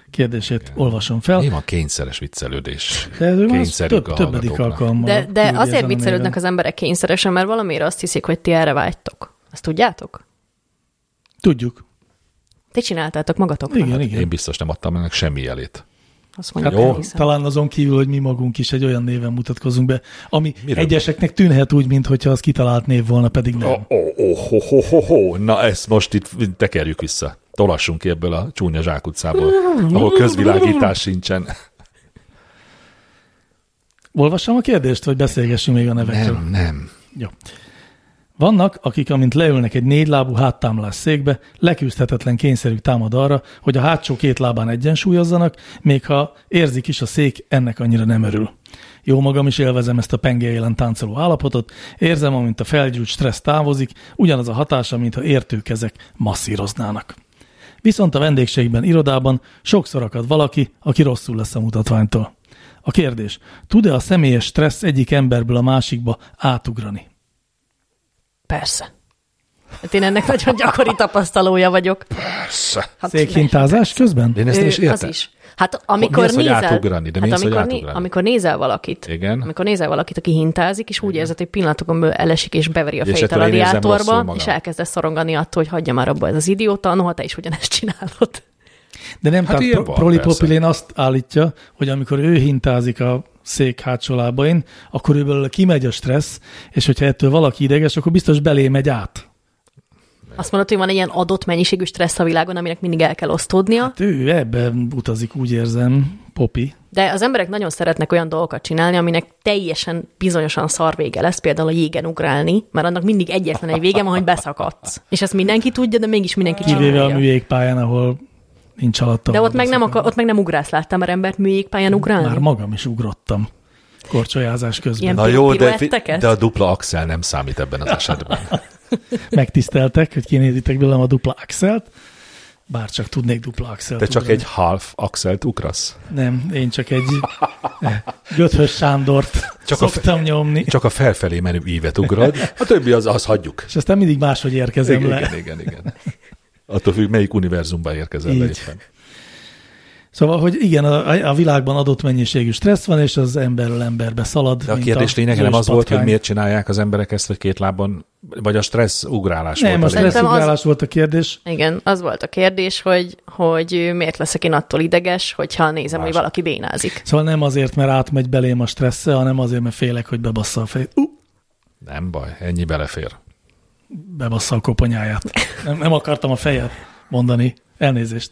[SPEAKER 2] kérdését Igen. olvasom fel.
[SPEAKER 3] Mi van kényszeres viccelődés?
[SPEAKER 2] De ez már az
[SPEAKER 3] Kényszerünk
[SPEAKER 2] több,
[SPEAKER 3] a
[SPEAKER 2] többedik
[SPEAKER 3] hallgatóknak.
[SPEAKER 2] alkalommal.
[SPEAKER 5] De,
[SPEAKER 2] küldi
[SPEAKER 5] de
[SPEAKER 2] ezen a
[SPEAKER 5] azért
[SPEAKER 2] mailen.
[SPEAKER 5] viccelődnek az emberek kényszeresen, mert valamiért azt hiszik, hogy ti erre vágytok. Azt tudjátok?
[SPEAKER 2] Tudjuk.
[SPEAKER 5] Ti csináltátok magatoknak.
[SPEAKER 2] Igen,
[SPEAKER 3] Én
[SPEAKER 2] igen.
[SPEAKER 3] biztos nem adtam ennek semmi jelét.
[SPEAKER 2] Hát
[SPEAKER 5] Azt mondjuk,
[SPEAKER 3] Jó.
[SPEAKER 5] Jó.
[SPEAKER 2] Jó.
[SPEAKER 5] Hiszem.
[SPEAKER 2] Talán azon kívül, hogy mi magunk is egy olyan néven mutatkozunk be, ami
[SPEAKER 3] Miről?
[SPEAKER 2] Miről? egyeseknek tűnhet úgy, mintha az kitalált név volna, pedig nem.
[SPEAKER 3] Oh, oh, oh, oh, oh, oh, oh. Na ezt most itt tekerjük vissza. Tolassunk ki ebből a csúnya zsákutcából, ahol közvilágítás sincsen.
[SPEAKER 2] Olvassam a kérdést, vagy beszélgessünk még a nevekről?
[SPEAKER 3] Nem, nem.
[SPEAKER 2] Jó. Vannak, akik, amint leülnek egy négylábú háttámlás székbe, leküzdhetetlen kényszerük támad arra, hogy a hátsó két lábán egyensúlyozzanak, még ha érzik is a szék, ennek annyira nem örül. Jó magam is élvezem ezt a penge élen táncoló állapotot, érzem, amint a felgyújt stressz távozik, ugyanaz a hatása, mintha értő kezek masszíroznának. Viszont a vendégségben, irodában sokszor akad valaki, aki rosszul lesz a mutatványtól. A kérdés, tud-e a személyes stressz egyik emberből a másikba átugrani?
[SPEAKER 5] Persze. Hát én ennek nagyon gyakori tapasztalója vagyok.
[SPEAKER 3] Persze.
[SPEAKER 5] Hát,
[SPEAKER 2] Székhintázás közben?
[SPEAKER 3] De én ezt nem
[SPEAKER 5] Ő-
[SPEAKER 3] is értem.
[SPEAKER 5] Az is. Hát amikor
[SPEAKER 3] az, hogy
[SPEAKER 5] nézel,
[SPEAKER 3] átugrani? De mi
[SPEAKER 5] hát
[SPEAKER 3] az, hogy
[SPEAKER 5] amikor, né-
[SPEAKER 3] átugrani?
[SPEAKER 5] amikor nézel valakit,
[SPEAKER 3] Igen.
[SPEAKER 5] amikor nézel valakit, aki hintázik, és úgy érzed, hogy pillanatokon belül elesik, és beveri a
[SPEAKER 3] És
[SPEAKER 5] fejét a
[SPEAKER 3] ettől én érzem rosszul
[SPEAKER 5] radiátorba,
[SPEAKER 3] magam.
[SPEAKER 5] és elkezdesz szorongani attól, hogy hagyja már abba ez az idióta, noha te is ugyanezt csinálod.
[SPEAKER 2] De nem,
[SPEAKER 3] Hát
[SPEAKER 2] hát
[SPEAKER 3] ilyen
[SPEAKER 2] tehát
[SPEAKER 3] van,
[SPEAKER 2] pro- prolipopilén azt állítja, hogy amikor ő hintázik a szék hátsó lábain, akkor ő belőle kimegy a stressz, és hogyha ettől valaki ideges, akkor biztos belé megy át.
[SPEAKER 5] Azt mondod, hogy van egy ilyen adott mennyiségű stressz a világon, aminek mindig el kell osztódnia,
[SPEAKER 2] Hát ő ebben utazik, úgy érzem, Popi.
[SPEAKER 5] de az emberek nagyon szeretnek olyan dolgokat csinálni, aminek teljesen bizonyosan szar vége lesz, például a jégen ugrálni, mert annak mindig egyetlen egy vége van, hogy beszakadsz. És ezt mindenki tudja, de mégis mindenki
[SPEAKER 2] Kivéve a
[SPEAKER 5] csinálja.
[SPEAKER 2] műjégpályán, ahol nincs alatta.
[SPEAKER 5] De ott
[SPEAKER 2] valami
[SPEAKER 5] meg, nem
[SPEAKER 2] szakadt.
[SPEAKER 5] akar, ott meg nem ugrász, láttam már embert műjégpályán ugrálni?
[SPEAKER 2] Már magam is ugrottam korcsolyázás közben.
[SPEAKER 5] Ilyen
[SPEAKER 2] Ilyen.
[SPEAKER 3] Na jó, de,
[SPEAKER 5] piruetteket?
[SPEAKER 3] de a dupla axel nem számít ebben az esetben.
[SPEAKER 2] Megtiszteltek, hogy kinézitek belőlem a dupla axelt, bár csak tudnék dupla axelt.
[SPEAKER 3] Te csak
[SPEAKER 2] ugrani.
[SPEAKER 3] egy half axelt ugrasz.
[SPEAKER 2] Nem, én csak egy Göthös Sándort
[SPEAKER 3] Csak
[SPEAKER 2] csak
[SPEAKER 3] a
[SPEAKER 2] szoktam a nyomni,
[SPEAKER 3] Csak a felfelé menő ívet ugrad, a többi az, az hagyjuk.
[SPEAKER 2] és aztán mindig máshogy érkezem
[SPEAKER 3] Igen,
[SPEAKER 2] le.
[SPEAKER 3] igen, igen, igen. Attól függ, melyik univerzumban érkezel le
[SPEAKER 2] Így.
[SPEAKER 3] éppen.
[SPEAKER 2] Szóval, hogy igen, a, a világban adott mennyiségű stressz van, és az emberről emberbe szalad.
[SPEAKER 3] De a
[SPEAKER 2] mint
[SPEAKER 3] kérdés lényege nem
[SPEAKER 2] zöld
[SPEAKER 3] az volt, hogy
[SPEAKER 2] patkány.
[SPEAKER 3] miért csinálják az emberek ezt, hogy két lábon, vagy a stressz ugrálás
[SPEAKER 2] Nem, a
[SPEAKER 3] volt. a lényeg.
[SPEAKER 5] Szerintem az-
[SPEAKER 2] stresszugrálás volt a kérdés.
[SPEAKER 5] Igen, az volt a kérdés, hogy, hogy ö, miért leszek én attól ideges, hogyha nézem,
[SPEAKER 3] Más.
[SPEAKER 5] hogy valaki bénázik.
[SPEAKER 2] Szóval nem azért, mert átmegy belém a stressz, hanem azért, mert félek, hogy bebassza a fejét. Uh,
[SPEAKER 3] Nem baj, ennyi belefér.
[SPEAKER 2] bebassza a koponyáját. Nem, nem akartam a fejet mondani. Elnézést.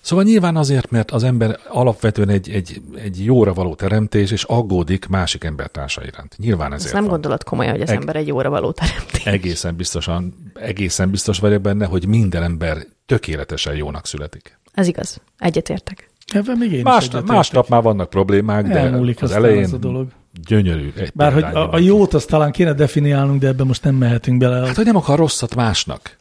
[SPEAKER 3] Szóval nyilván azért, mert az ember alapvetően egy, egy, egy jóra való teremtés, és aggódik másik embertársa iránt. Nyilván
[SPEAKER 5] Ezt
[SPEAKER 3] ezért
[SPEAKER 5] nem
[SPEAKER 3] van.
[SPEAKER 5] gondolod komolyan, hogy az
[SPEAKER 3] Eg-
[SPEAKER 5] ember egy óra való teremtés.
[SPEAKER 3] Egészen biztosan, egészen biztos vagyok benne, hogy minden ember tökéletesen jónak születik.
[SPEAKER 5] Ez igaz. Egyetértek.
[SPEAKER 2] Ebben még én is
[SPEAKER 3] Más,
[SPEAKER 2] egyetértek.
[SPEAKER 3] másnap már vannak problémák, de
[SPEAKER 2] Elmúlik
[SPEAKER 3] az
[SPEAKER 2] aztán
[SPEAKER 3] elején
[SPEAKER 2] ez a dolog.
[SPEAKER 3] gyönyörű. Egy
[SPEAKER 2] Bár hogy
[SPEAKER 3] példányi
[SPEAKER 2] a, a
[SPEAKER 3] van.
[SPEAKER 2] jót azt talán kéne definiálnunk, de ebben most nem mehetünk bele.
[SPEAKER 3] Hát, hogy nem akar rosszat másnak.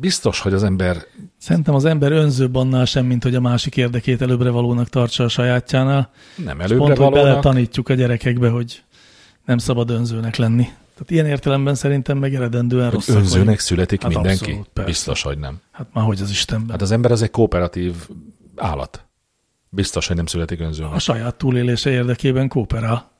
[SPEAKER 3] biztos, hogy az ember
[SPEAKER 2] Szerintem az ember önzőbb annál sem, mint hogy a másik érdekét előbbre valónak tartsa a sajátjánál.
[SPEAKER 3] nem
[SPEAKER 2] Előbbre
[SPEAKER 3] előbbre
[SPEAKER 2] Pont, hogy bele
[SPEAKER 3] valónak.
[SPEAKER 2] tanítjuk a gyerekekbe, hogy nem szabad önzőnek lenni. Tehát ilyen értelemben szerintem meg eredendően
[SPEAKER 3] Hogy
[SPEAKER 2] rossz.
[SPEAKER 3] önzőnek születik
[SPEAKER 2] Hát
[SPEAKER 3] mindenki?
[SPEAKER 2] abszolút, persze.
[SPEAKER 3] Biztos, hogy nem.
[SPEAKER 2] Hát már hogy az Istenben.
[SPEAKER 3] Hát
[SPEAKER 2] Hát az...
[SPEAKER 3] az ember az egy kooperatív állat. Biztos, hogy nem születik önzőnek.
[SPEAKER 2] A saját túlélése érdekében kooperál.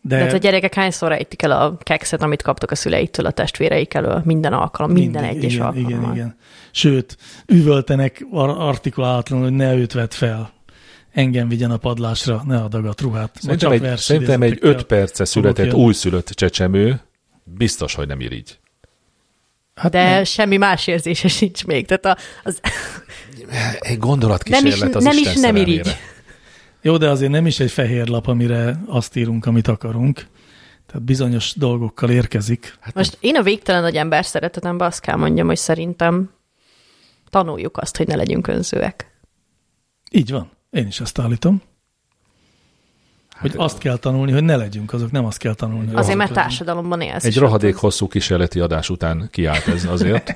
[SPEAKER 2] De,
[SPEAKER 5] Tehát a gyerekek hányszor ejtik el a kekszet, amit kaptak a szüleiktől, a testvéreik elől, minden alkalom, minden
[SPEAKER 2] mindig,
[SPEAKER 5] egyes
[SPEAKER 2] igen,
[SPEAKER 5] alkalommal.
[SPEAKER 2] Igen, igen. Sőt, üvöltenek ar- artikulálatlanul, hogy ne őt vedd fel. Engem vigyen a padlásra, ne adagat ruhát. Ma
[SPEAKER 3] Szerintem
[SPEAKER 2] csak
[SPEAKER 3] egy,
[SPEAKER 2] vers
[SPEAKER 3] szerintem egy
[SPEAKER 2] idézetekkel
[SPEAKER 3] 5 perce született
[SPEAKER 2] fogok jönni.
[SPEAKER 3] újszülött csecsemő biztos, hogy nem irigy.
[SPEAKER 2] Hát
[SPEAKER 5] De
[SPEAKER 2] nem. Hát
[SPEAKER 5] semmi más érzése sincs még. Tehát a, az,
[SPEAKER 3] Egy
[SPEAKER 5] nem is,
[SPEAKER 3] gondolatkísérlet az
[SPEAKER 5] nem
[SPEAKER 3] Isten
[SPEAKER 5] is nem
[SPEAKER 3] szerelmére.
[SPEAKER 5] irigy.
[SPEAKER 2] Jó, de azért nem is egy fehér lap, amire azt írunk, amit akarunk. Tehát bizonyos dolgokkal érkezik.
[SPEAKER 3] Hát
[SPEAKER 5] Most én a végtelen nagy ember szeretetemben azt kell mondjam, hogy szerintem tanuljuk azt, hogy ne legyünk önzőek.
[SPEAKER 2] Így van. Én is ezt állítom. Hogy
[SPEAKER 3] Hát-
[SPEAKER 2] azt kell tanulni, hogy ne legyünk azok, nem azt kell tanulni. hogy
[SPEAKER 5] Azért,
[SPEAKER 2] azok
[SPEAKER 5] mert
[SPEAKER 2] legyünk.
[SPEAKER 5] társadalomban élsz.
[SPEAKER 3] Egy
[SPEAKER 5] és
[SPEAKER 3] rohadék
[SPEAKER 5] ott
[SPEAKER 3] hosszú kísérleti adás után kiállt ez
[SPEAKER 2] <laughs>
[SPEAKER 3] azért,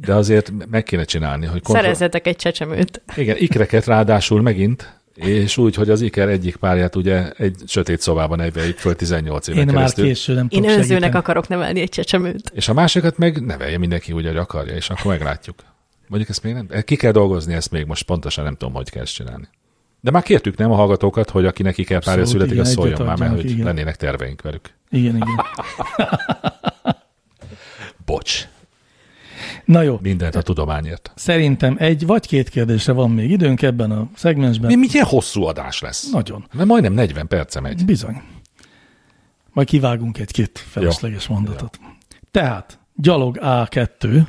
[SPEAKER 3] de azért meg kéne csinálni, hogy kontroll-
[SPEAKER 5] Szerezzetek egy csecsemőt.
[SPEAKER 3] Igen, ikreket ráadásul megint, és úgy, hogy az iker egyik párját ugye egy sötét szobában neveljük föl 18 éven
[SPEAKER 2] Én már
[SPEAKER 3] keresztül,
[SPEAKER 2] késő nem
[SPEAKER 5] Én
[SPEAKER 2] tudok
[SPEAKER 5] önzőnek
[SPEAKER 2] segíteni.
[SPEAKER 5] akarok nevelni egy csecsemőt.
[SPEAKER 3] és a másikat meg nevelje mindenki úgy, ahogy akarja, és akkor meglátjuk. Mondjuk ezt még nem, eh, ki kell dolgozni ezt még, most pontosan nem tudom, hogy kell ezt csinálni. De már kértük nem a hallgatókat, hogy akinek iker párja
[SPEAKER 2] Abszolút,
[SPEAKER 3] születik,
[SPEAKER 2] igen,
[SPEAKER 3] az szóljon
[SPEAKER 2] egyet
[SPEAKER 3] már, mert
[SPEAKER 2] adjanak,
[SPEAKER 3] hogy
[SPEAKER 2] igen.
[SPEAKER 3] lennének terveink velük.
[SPEAKER 2] Igen, igen.
[SPEAKER 3] Bocs,
[SPEAKER 2] Na jó,
[SPEAKER 3] mindent a tudományért.
[SPEAKER 2] szerintem egy vagy két kérdésre van még időnk ebben a szegmensben.
[SPEAKER 3] Mi, milyen hosszú adás lesz?
[SPEAKER 2] Nagyon.
[SPEAKER 3] Mert majdnem 40 perce megy.
[SPEAKER 2] Bizony. Majd kivágunk egy-két felesleges mondatot. Tehát, gyalog A2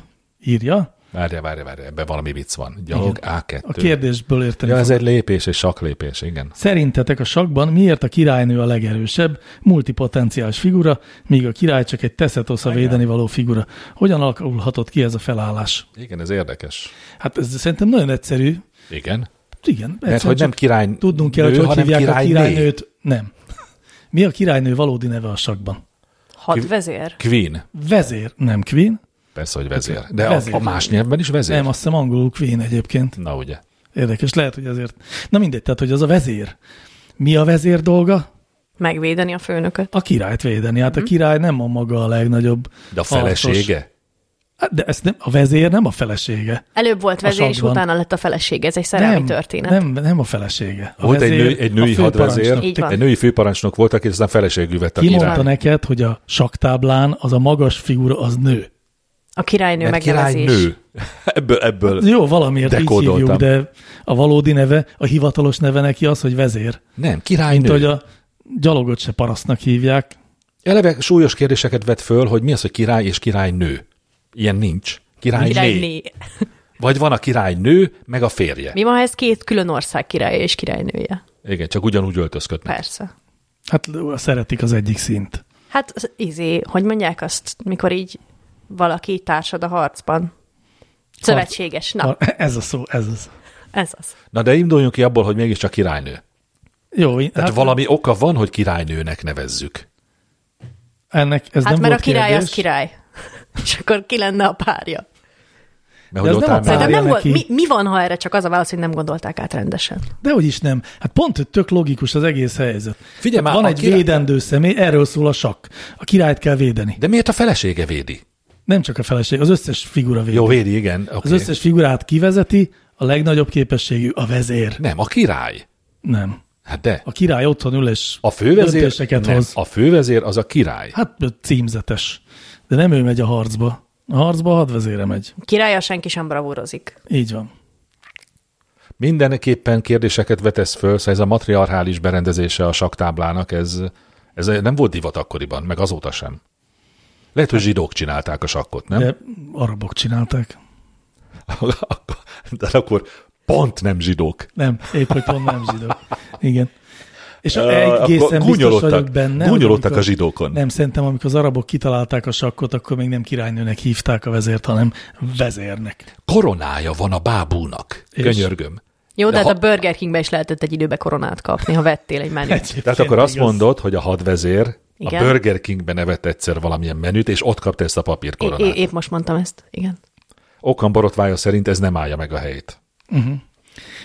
[SPEAKER 2] írja,
[SPEAKER 3] Várja, várja, várja, ebben valami vicc van. Gyalog A2.
[SPEAKER 2] a kérdésből érteni.
[SPEAKER 3] Ja,
[SPEAKER 2] Ja,
[SPEAKER 3] ez egy lépés, és saklépés, igen.
[SPEAKER 2] Szerintetek a sakban miért a királynő a legerősebb, multipotenciális figura, míg a király csak egy teszetosza védeni való figura? Hogyan alakulhatott ki ez a felállás?
[SPEAKER 3] Igen, ez érdekes.
[SPEAKER 2] Hát ez szerintem nagyon egyszerű.
[SPEAKER 3] Igen.
[SPEAKER 2] Igen,
[SPEAKER 3] Mert
[SPEAKER 2] egyszerűen
[SPEAKER 3] hogy nem
[SPEAKER 2] csak
[SPEAKER 3] király
[SPEAKER 2] Tudnunk kell,
[SPEAKER 3] nő,
[SPEAKER 2] hogy hogy
[SPEAKER 3] hanem
[SPEAKER 2] hívják a
[SPEAKER 3] királyné.
[SPEAKER 2] királynőt. Nem. Mi a királynő valódi neve a sakban?
[SPEAKER 5] Hadvezér?
[SPEAKER 3] Queen.
[SPEAKER 2] Vezér, nem queen.
[SPEAKER 3] Persze, hogy vezér. De
[SPEAKER 2] Hát, Vezér.
[SPEAKER 3] A, a más nyelvben is vezér.
[SPEAKER 2] Nem, azt hiszem angolul queen egyébként.
[SPEAKER 3] Na ugye.
[SPEAKER 2] Érdekes, lehet, hogy azért. Na mindegy, tehát, hogy az a vezér. Mi a vezér dolga?
[SPEAKER 5] Megvédeni a főnököt?
[SPEAKER 2] A királyt védeni. Hát a
[SPEAKER 5] Mhm.
[SPEAKER 2] király nem a maga a legnagyobb.
[SPEAKER 3] De a
[SPEAKER 2] harcos.
[SPEAKER 3] felesége?
[SPEAKER 2] Hát, De ezt nem, a vezér nem a felesége.
[SPEAKER 5] Előbb volt vezér, és
[SPEAKER 2] sakban.
[SPEAKER 5] utána lett a feleség. Ez egy szerelmi
[SPEAKER 2] nem,
[SPEAKER 5] történet.
[SPEAKER 2] Nem, nem a felesége. A
[SPEAKER 3] Volt egy,
[SPEAKER 2] vezér
[SPEAKER 3] nő, egy női
[SPEAKER 2] a
[SPEAKER 3] hadvezér,
[SPEAKER 2] főparancsnok.
[SPEAKER 5] Így van.
[SPEAKER 3] egy női főparancsnok volt, aki aztán feleségű vett a
[SPEAKER 2] Ki
[SPEAKER 3] király.
[SPEAKER 2] mondta neked, hogy a saktáblán az a magas figura az nő?
[SPEAKER 5] A királynő
[SPEAKER 3] Mert
[SPEAKER 5] megnevezés.
[SPEAKER 3] király nő. <laughs> Ebből, ebből.
[SPEAKER 2] Jó, valamiért így
[SPEAKER 3] Dekódoltam.
[SPEAKER 2] hívjuk, de a valódi neve, a hivatalos neve neki az, hogy vezér.
[SPEAKER 3] Nem,
[SPEAKER 2] Mint
[SPEAKER 3] királynő.
[SPEAKER 2] hogy a gyalogot se parasztnak hívják.
[SPEAKER 3] Eleve súlyos kérdéseket vett föl, hogy mi az, hogy király és királynő. Ilyen nincs. Királyné.
[SPEAKER 5] Királyné.
[SPEAKER 3] Vagy van a királynő, meg a férje.
[SPEAKER 5] Mi van, ha ez két külön ország királya és királynője?
[SPEAKER 3] Igen, csak ugyanúgy öltözködnek.
[SPEAKER 5] Persze.
[SPEAKER 2] Hát l- szeretik az egyik szint.
[SPEAKER 5] Hát, az izé, hogy mondják azt, mikor így valaki társad a harcban? Szövetséges. Na,
[SPEAKER 2] A- Ez a szó, ez az.
[SPEAKER 5] ez az.
[SPEAKER 3] Na de induljunk ki abból, hogy mégiscsak királynő.
[SPEAKER 2] Jó, én-
[SPEAKER 3] Tehát
[SPEAKER 2] hát
[SPEAKER 3] hát, valami oka van, hogy királynőnek nevezzük.
[SPEAKER 2] ennek ez
[SPEAKER 5] Hát
[SPEAKER 2] nem
[SPEAKER 5] mert a
[SPEAKER 2] volt
[SPEAKER 5] király
[SPEAKER 2] kérdés.
[SPEAKER 5] az király. <laughs> És akkor ki lenne a párja?
[SPEAKER 3] Mert hogy
[SPEAKER 2] De az
[SPEAKER 3] ott
[SPEAKER 2] nem
[SPEAKER 3] áll
[SPEAKER 2] a
[SPEAKER 3] mellé-
[SPEAKER 2] Párja
[SPEAKER 5] Szerintem nem volt, mi,
[SPEAKER 2] neki.
[SPEAKER 5] mi van, ha erre csak az a válasz, hogy nem gondolták át rendesen?
[SPEAKER 2] Dehogy is nem. Hát pont, hogy tök logikus az egész helyzet.
[SPEAKER 3] Figyelj már,
[SPEAKER 2] van
[SPEAKER 3] a
[SPEAKER 2] egy
[SPEAKER 3] király-
[SPEAKER 2] védendő személy, erről szól a sakk. A királyt kell védeni.
[SPEAKER 3] De miért a felesége védi?
[SPEAKER 2] Nem csak a feleség, az összes figura védi.
[SPEAKER 3] Jó, védi, igen. Okay.
[SPEAKER 2] Az összes figurát kivezeti, a legnagyobb képességű a vezér.
[SPEAKER 3] Nem, a király.
[SPEAKER 2] Nem.
[SPEAKER 3] Hát de.
[SPEAKER 2] A király otthon ül és
[SPEAKER 3] A fővezér,
[SPEAKER 2] döntéseket
[SPEAKER 3] nem,
[SPEAKER 2] hoz.
[SPEAKER 3] a fővezér az a király.
[SPEAKER 2] Hát címzetes. De nem ő megy a harcba. A harcba a hadvezére megy.
[SPEAKER 5] Királya senki sem bravúrozik.
[SPEAKER 2] Így van.
[SPEAKER 3] Mindenképpen kérdéseket vetesz föl, szóval ez a matriarchális berendezése a saktáblának, ez, ez nem volt divat akkoriban, meg azóta sem. Lehet, hogy zsidók csinálták a sakkot, nem?
[SPEAKER 2] De arabok csinálták.
[SPEAKER 3] De akkor pont nem zsidók.
[SPEAKER 2] Nem, épp hogy pont nem zsidó. Igen. És
[SPEAKER 3] Ö,
[SPEAKER 2] egészen
[SPEAKER 3] akkor
[SPEAKER 2] biztos
[SPEAKER 3] gúnyolódtak.
[SPEAKER 2] vagyok benne. hogy
[SPEAKER 3] Gúnyolódtak
[SPEAKER 2] amikor-
[SPEAKER 3] a zsidókon.
[SPEAKER 2] Nem, szerintem amikor az arabok kitalálták a sakkot, akkor még nem királynőnek hívták a vezért, hanem vezérnek.
[SPEAKER 3] Koronája van a bábúnak.
[SPEAKER 2] És?
[SPEAKER 3] Könyörgöm.
[SPEAKER 5] Jó, de,
[SPEAKER 3] De
[SPEAKER 5] hát
[SPEAKER 3] ha-
[SPEAKER 5] a Burger Kingben is lehetett egy időbe koronát kapni, ha vettél egy menüt.
[SPEAKER 2] Egyébként
[SPEAKER 3] Tehát akkor azt
[SPEAKER 2] igaz.
[SPEAKER 3] mondod, hogy a hadvezér
[SPEAKER 5] Igen.
[SPEAKER 3] a Burger Kingbe nevett egyszer valamilyen menüt, és ott kapta ezt a
[SPEAKER 5] É, é,
[SPEAKER 3] papírkoronát.
[SPEAKER 5] épp most mondtam ezt, igen.
[SPEAKER 3] okam borotvája szerint ez nem állja meg a helyét.
[SPEAKER 2] Mhm.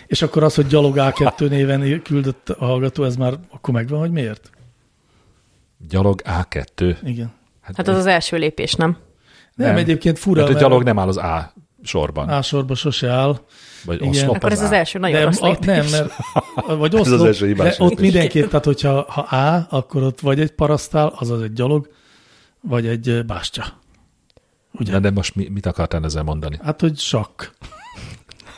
[SPEAKER 2] És akkor az, hogy gyalog A2 néven küldött a hallgató, ez már akkor megvan, hogy miért?
[SPEAKER 3] Gyalog A2.
[SPEAKER 2] Igen.
[SPEAKER 5] Hát az az első lépés, nem?
[SPEAKER 2] Hát Nem,
[SPEAKER 3] Nem.
[SPEAKER 2] nem. egyébként fura,
[SPEAKER 3] Mert a
[SPEAKER 2] mert
[SPEAKER 3] gyalog nem áll az A sorban.
[SPEAKER 2] A sorba sose áll.
[SPEAKER 3] vagy
[SPEAKER 2] igen.
[SPEAKER 3] oszlop
[SPEAKER 5] Akkor ez az
[SPEAKER 3] áll.
[SPEAKER 5] első nagyon
[SPEAKER 2] Nem,
[SPEAKER 5] rossz
[SPEAKER 2] a,
[SPEAKER 5] lépés.
[SPEAKER 2] nem, mert, vagy
[SPEAKER 3] Ez
[SPEAKER 2] oszlop,
[SPEAKER 3] az első hibás
[SPEAKER 2] de ott
[SPEAKER 3] lépés.
[SPEAKER 2] mindenképp, tehát hogyha ha A, akkor ott vagy egy parasztál, azaz egy gyalog, vagy egy ö, bástya.
[SPEAKER 3] Na, de most mi, mit akartál ezzel mondani?
[SPEAKER 2] Hát, hogy sakk.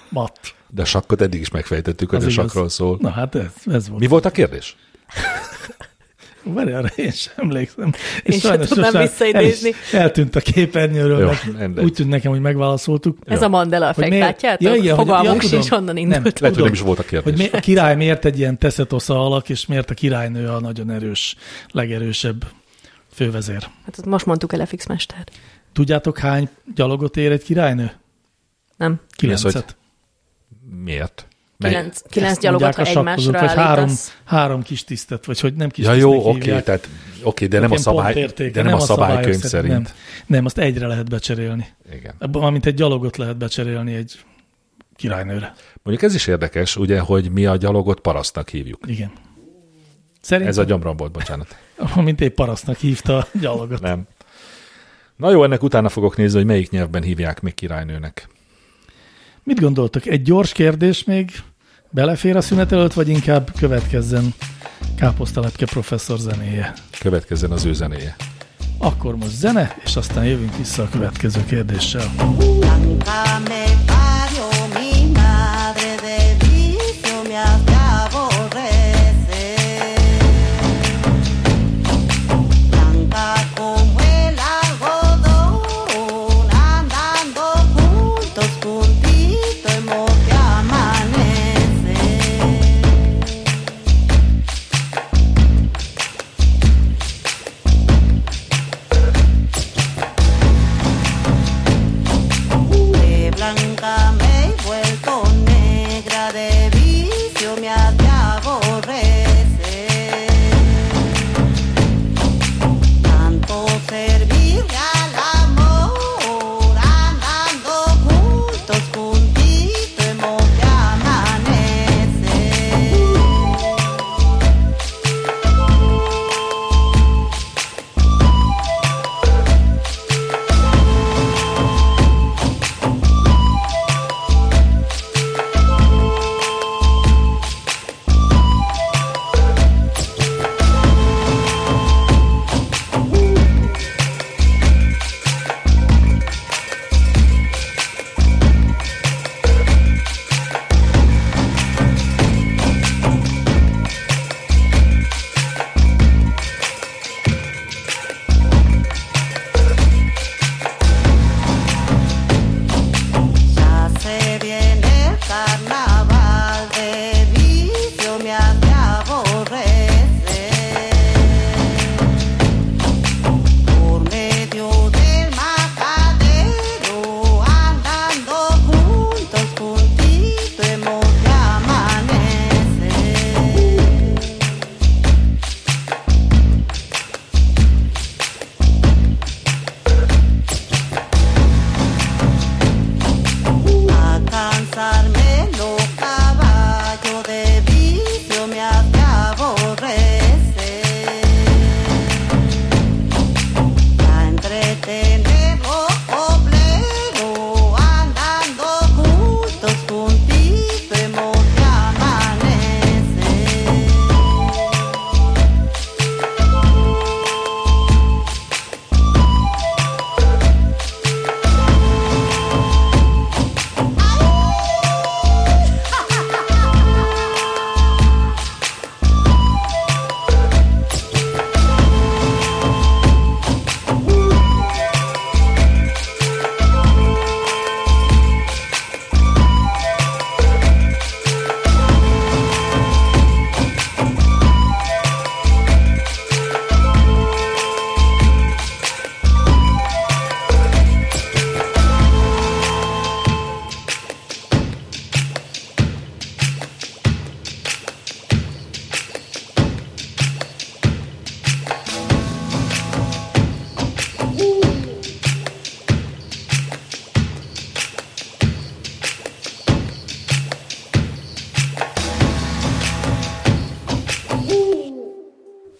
[SPEAKER 2] Mat.
[SPEAKER 3] De a sakkot eddig is megfejtettük, hogy
[SPEAKER 2] Az
[SPEAKER 3] a
[SPEAKER 2] igaz.
[SPEAKER 3] sakról szól.
[SPEAKER 2] Na hát ez, ez volt.
[SPEAKER 3] Mi volt a kérdés?
[SPEAKER 2] Várj, erre én sem emlékszem.
[SPEAKER 5] Én sem
[SPEAKER 2] sajnos
[SPEAKER 5] tudnám
[SPEAKER 2] sosem
[SPEAKER 5] visszaidézni.
[SPEAKER 2] el is- eltűnt a képernyőről,
[SPEAKER 3] Jó,
[SPEAKER 2] meg
[SPEAKER 3] mindegy.
[SPEAKER 2] úgy tűnt nekem, hogy megválaszoltuk.
[SPEAKER 5] Ez a Mandela effekt, látjátok? Fogalmunk sincs, honnan indult.
[SPEAKER 2] Nem,
[SPEAKER 3] Lehet, hogy nem is volt a kérdés.
[SPEAKER 2] Hogy mi, a király miért egy ilyen teszetosza alak, és miért a királynő a nagyon erős, legerősebb fővezér.
[SPEAKER 5] Hát ott most mondtuk el a fix mester.
[SPEAKER 2] Tudjátok, hány gyalogot ér egy királynő?
[SPEAKER 5] Nem?
[SPEAKER 3] Mi az, hogy
[SPEAKER 2] Kilencet.
[SPEAKER 3] Miért? Mely-
[SPEAKER 5] Kilenc, kilenc
[SPEAKER 2] Ezt
[SPEAKER 5] gyalogot,
[SPEAKER 2] mondják
[SPEAKER 5] ha
[SPEAKER 2] a sakkozók,
[SPEAKER 5] egymásra
[SPEAKER 2] vagy három,
[SPEAKER 5] állítasz.
[SPEAKER 2] három kis tisztet, vagy hogy nem kis
[SPEAKER 3] Ja
[SPEAKER 2] tisztnek
[SPEAKER 3] jó, oké,
[SPEAKER 2] hívják.
[SPEAKER 3] tehát oké, de nem a
[SPEAKER 2] Ilyen
[SPEAKER 3] szabály,
[SPEAKER 2] pontértéke,
[SPEAKER 3] de nem a szabálykönyv
[SPEAKER 2] szabályok
[SPEAKER 3] szerint.
[SPEAKER 2] Nem, nem, azt egyre lehet becserélni.
[SPEAKER 3] Igen.
[SPEAKER 2] Abban, amint egy gyalogot lehet becserélni egy királynőre.
[SPEAKER 3] Mondjuk ez is érdekes, ugye, hogy mi a gyalogot parasztnak hívjuk.
[SPEAKER 2] Igen. Szerintem,
[SPEAKER 3] Ez a gyomrom volt, bocsánat.
[SPEAKER 2] amint épp parasztnak hívta a gyalogot.
[SPEAKER 3] Nem. Na jó, ennek utána fogok nézni, hogy melyik nyelvben hívják még királynőnek.
[SPEAKER 2] Mit gondoltok? Egy gyors kérdés még belefér a szünet előtt, vagy inkább következzen Káposztalepke professzor zenéje?
[SPEAKER 3] Következzen az ő zenéje.
[SPEAKER 2] Akkor most zene, és aztán jövünk vissza a következő kérdéssel.
[SPEAKER 1] Blanca me parió mi madre de vicio me hace aborrecer. Blanca como el algodón, andando juntos, juntito hemos de amanecer. De blanca me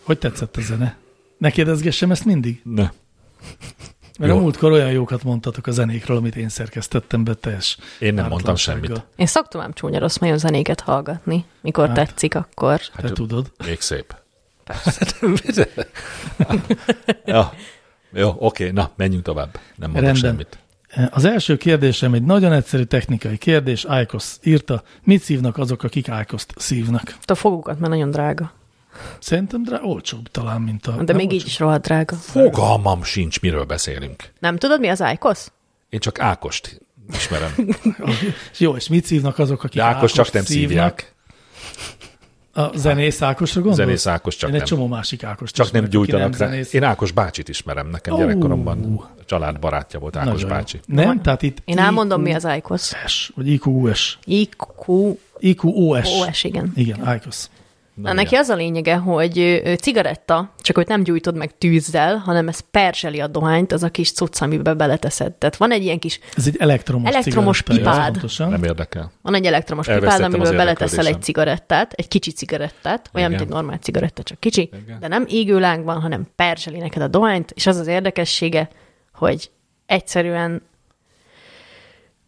[SPEAKER 2] Hogy tetszett a zene? Ne kérdezgessem ezt mindig?
[SPEAKER 3] Ne.
[SPEAKER 2] Mert
[SPEAKER 3] Jó.
[SPEAKER 2] a múltkor olyan jókat mondtatok a zenékről, amit én szerkesztettem be teljes.
[SPEAKER 3] Én nem mondtam
[SPEAKER 2] ártatlansággal.
[SPEAKER 3] semmit.
[SPEAKER 5] Én szoktam ám csúnya rossz majom zenéket hallgatni. Mikor
[SPEAKER 2] Hát.
[SPEAKER 5] hát. tetszik, akkor.
[SPEAKER 2] Te tudod.
[SPEAKER 3] Még szép. ja. Jó, oké, na, menjünk tovább. Nem mondok
[SPEAKER 2] Rendben. Eh,
[SPEAKER 3] semmit.
[SPEAKER 2] Az első kérdésem egy nagyon egyszerű technikai kérdés. Ájkosz írta, mit szívnak azok, akik Ájkoszt szívnak?
[SPEAKER 5] A fogukat, mert nagyon drága.
[SPEAKER 2] Szerintem drá olcsóbb talán, mint a...
[SPEAKER 5] De
[SPEAKER 2] Hát nem
[SPEAKER 5] még így
[SPEAKER 2] olcsóbb.
[SPEAKER 5] is rohadt drága.
[SPEAKER 3] Fogalmam sincs, miről beszélünk.
[SPEAKER 5] Nem tudod, mi az ájkosz?
[SPEAKER 3] Én csak Ákost ismerem.
[SPEAKER 2] És Jó, és mit szívnak azok, akik
[SPEAKER 3] De Ákos
[SPEAKER 2] Ákost
[SPEAKER 3] csak nem
[SPEAKER 2] szívnak?
[SPEAKER 3] szívják.
[SPEAKER 2] A zenész Ákosra gondolsz?
[SPEAKER 3] Zenész Ákos csak
[SPEAKER 2] Én egy
[SPEAKER 3] nem.
[SPEAKER 2] csomó másik Ákos.
[SPEAKER 3] Csak nem gyújtanak rá. Én Ákos bácsit ismerem, nekem
[SPEAKER 2] Ó.
[SPEAKER 3] gyerekkoromban a család barátja volt Ákos bácsi.
[SPEAKER 2] Nem? Tehát itt
[SPEAKER 5] Én elmondom, mi az ájkosz.
[SPEAKER 2] IQS, vagy IQUS.
[SPEAKER 5] IQ,
[SPEAKER 2] IQOS.
[SPEAKER 5] OS, igen.
[SPEAKER 2] Igen, IQOS.
[SPEAKER 5] Na, neki az a lényege, hogy ö, ö, cigaretta, csak hogy nem gyújtod meg tűzzel, hanem ez perzseli a dohányt, az a kis cucc, amiben beleteszed. Tehát van egy ilyen kis,
[SPEAKER 2] Ez egy elektromos
[SPEAKER 5] Elektromos
[SPEAKER 2] cigaretta,
[SPEAKER 5] pipád.
[SPEAKER 2] ez pontosan.
[SPEAKER 3] Nem érdekel.
[SPEAKER 5] van egy elektromos pipád,
[SPEAKER 3] Elvesztettem az
[SPEAKER 5] amiben beleteszel egy
[SPEAKER 3] érdeklődésem.
[SPEAKER 5] cigarettát, egy kicsi cigarettát, olyan,
[SPEAKER 3] Igen.
[SPEAKER 5] mint egy normál cigaretta, csak kicsi,
[SPEAKER 3] Igen.
[SPEAKER 5] de nem égőláng van, hanem perzseli neked a dohányt, és az az érdekessége, hogy egyszerűen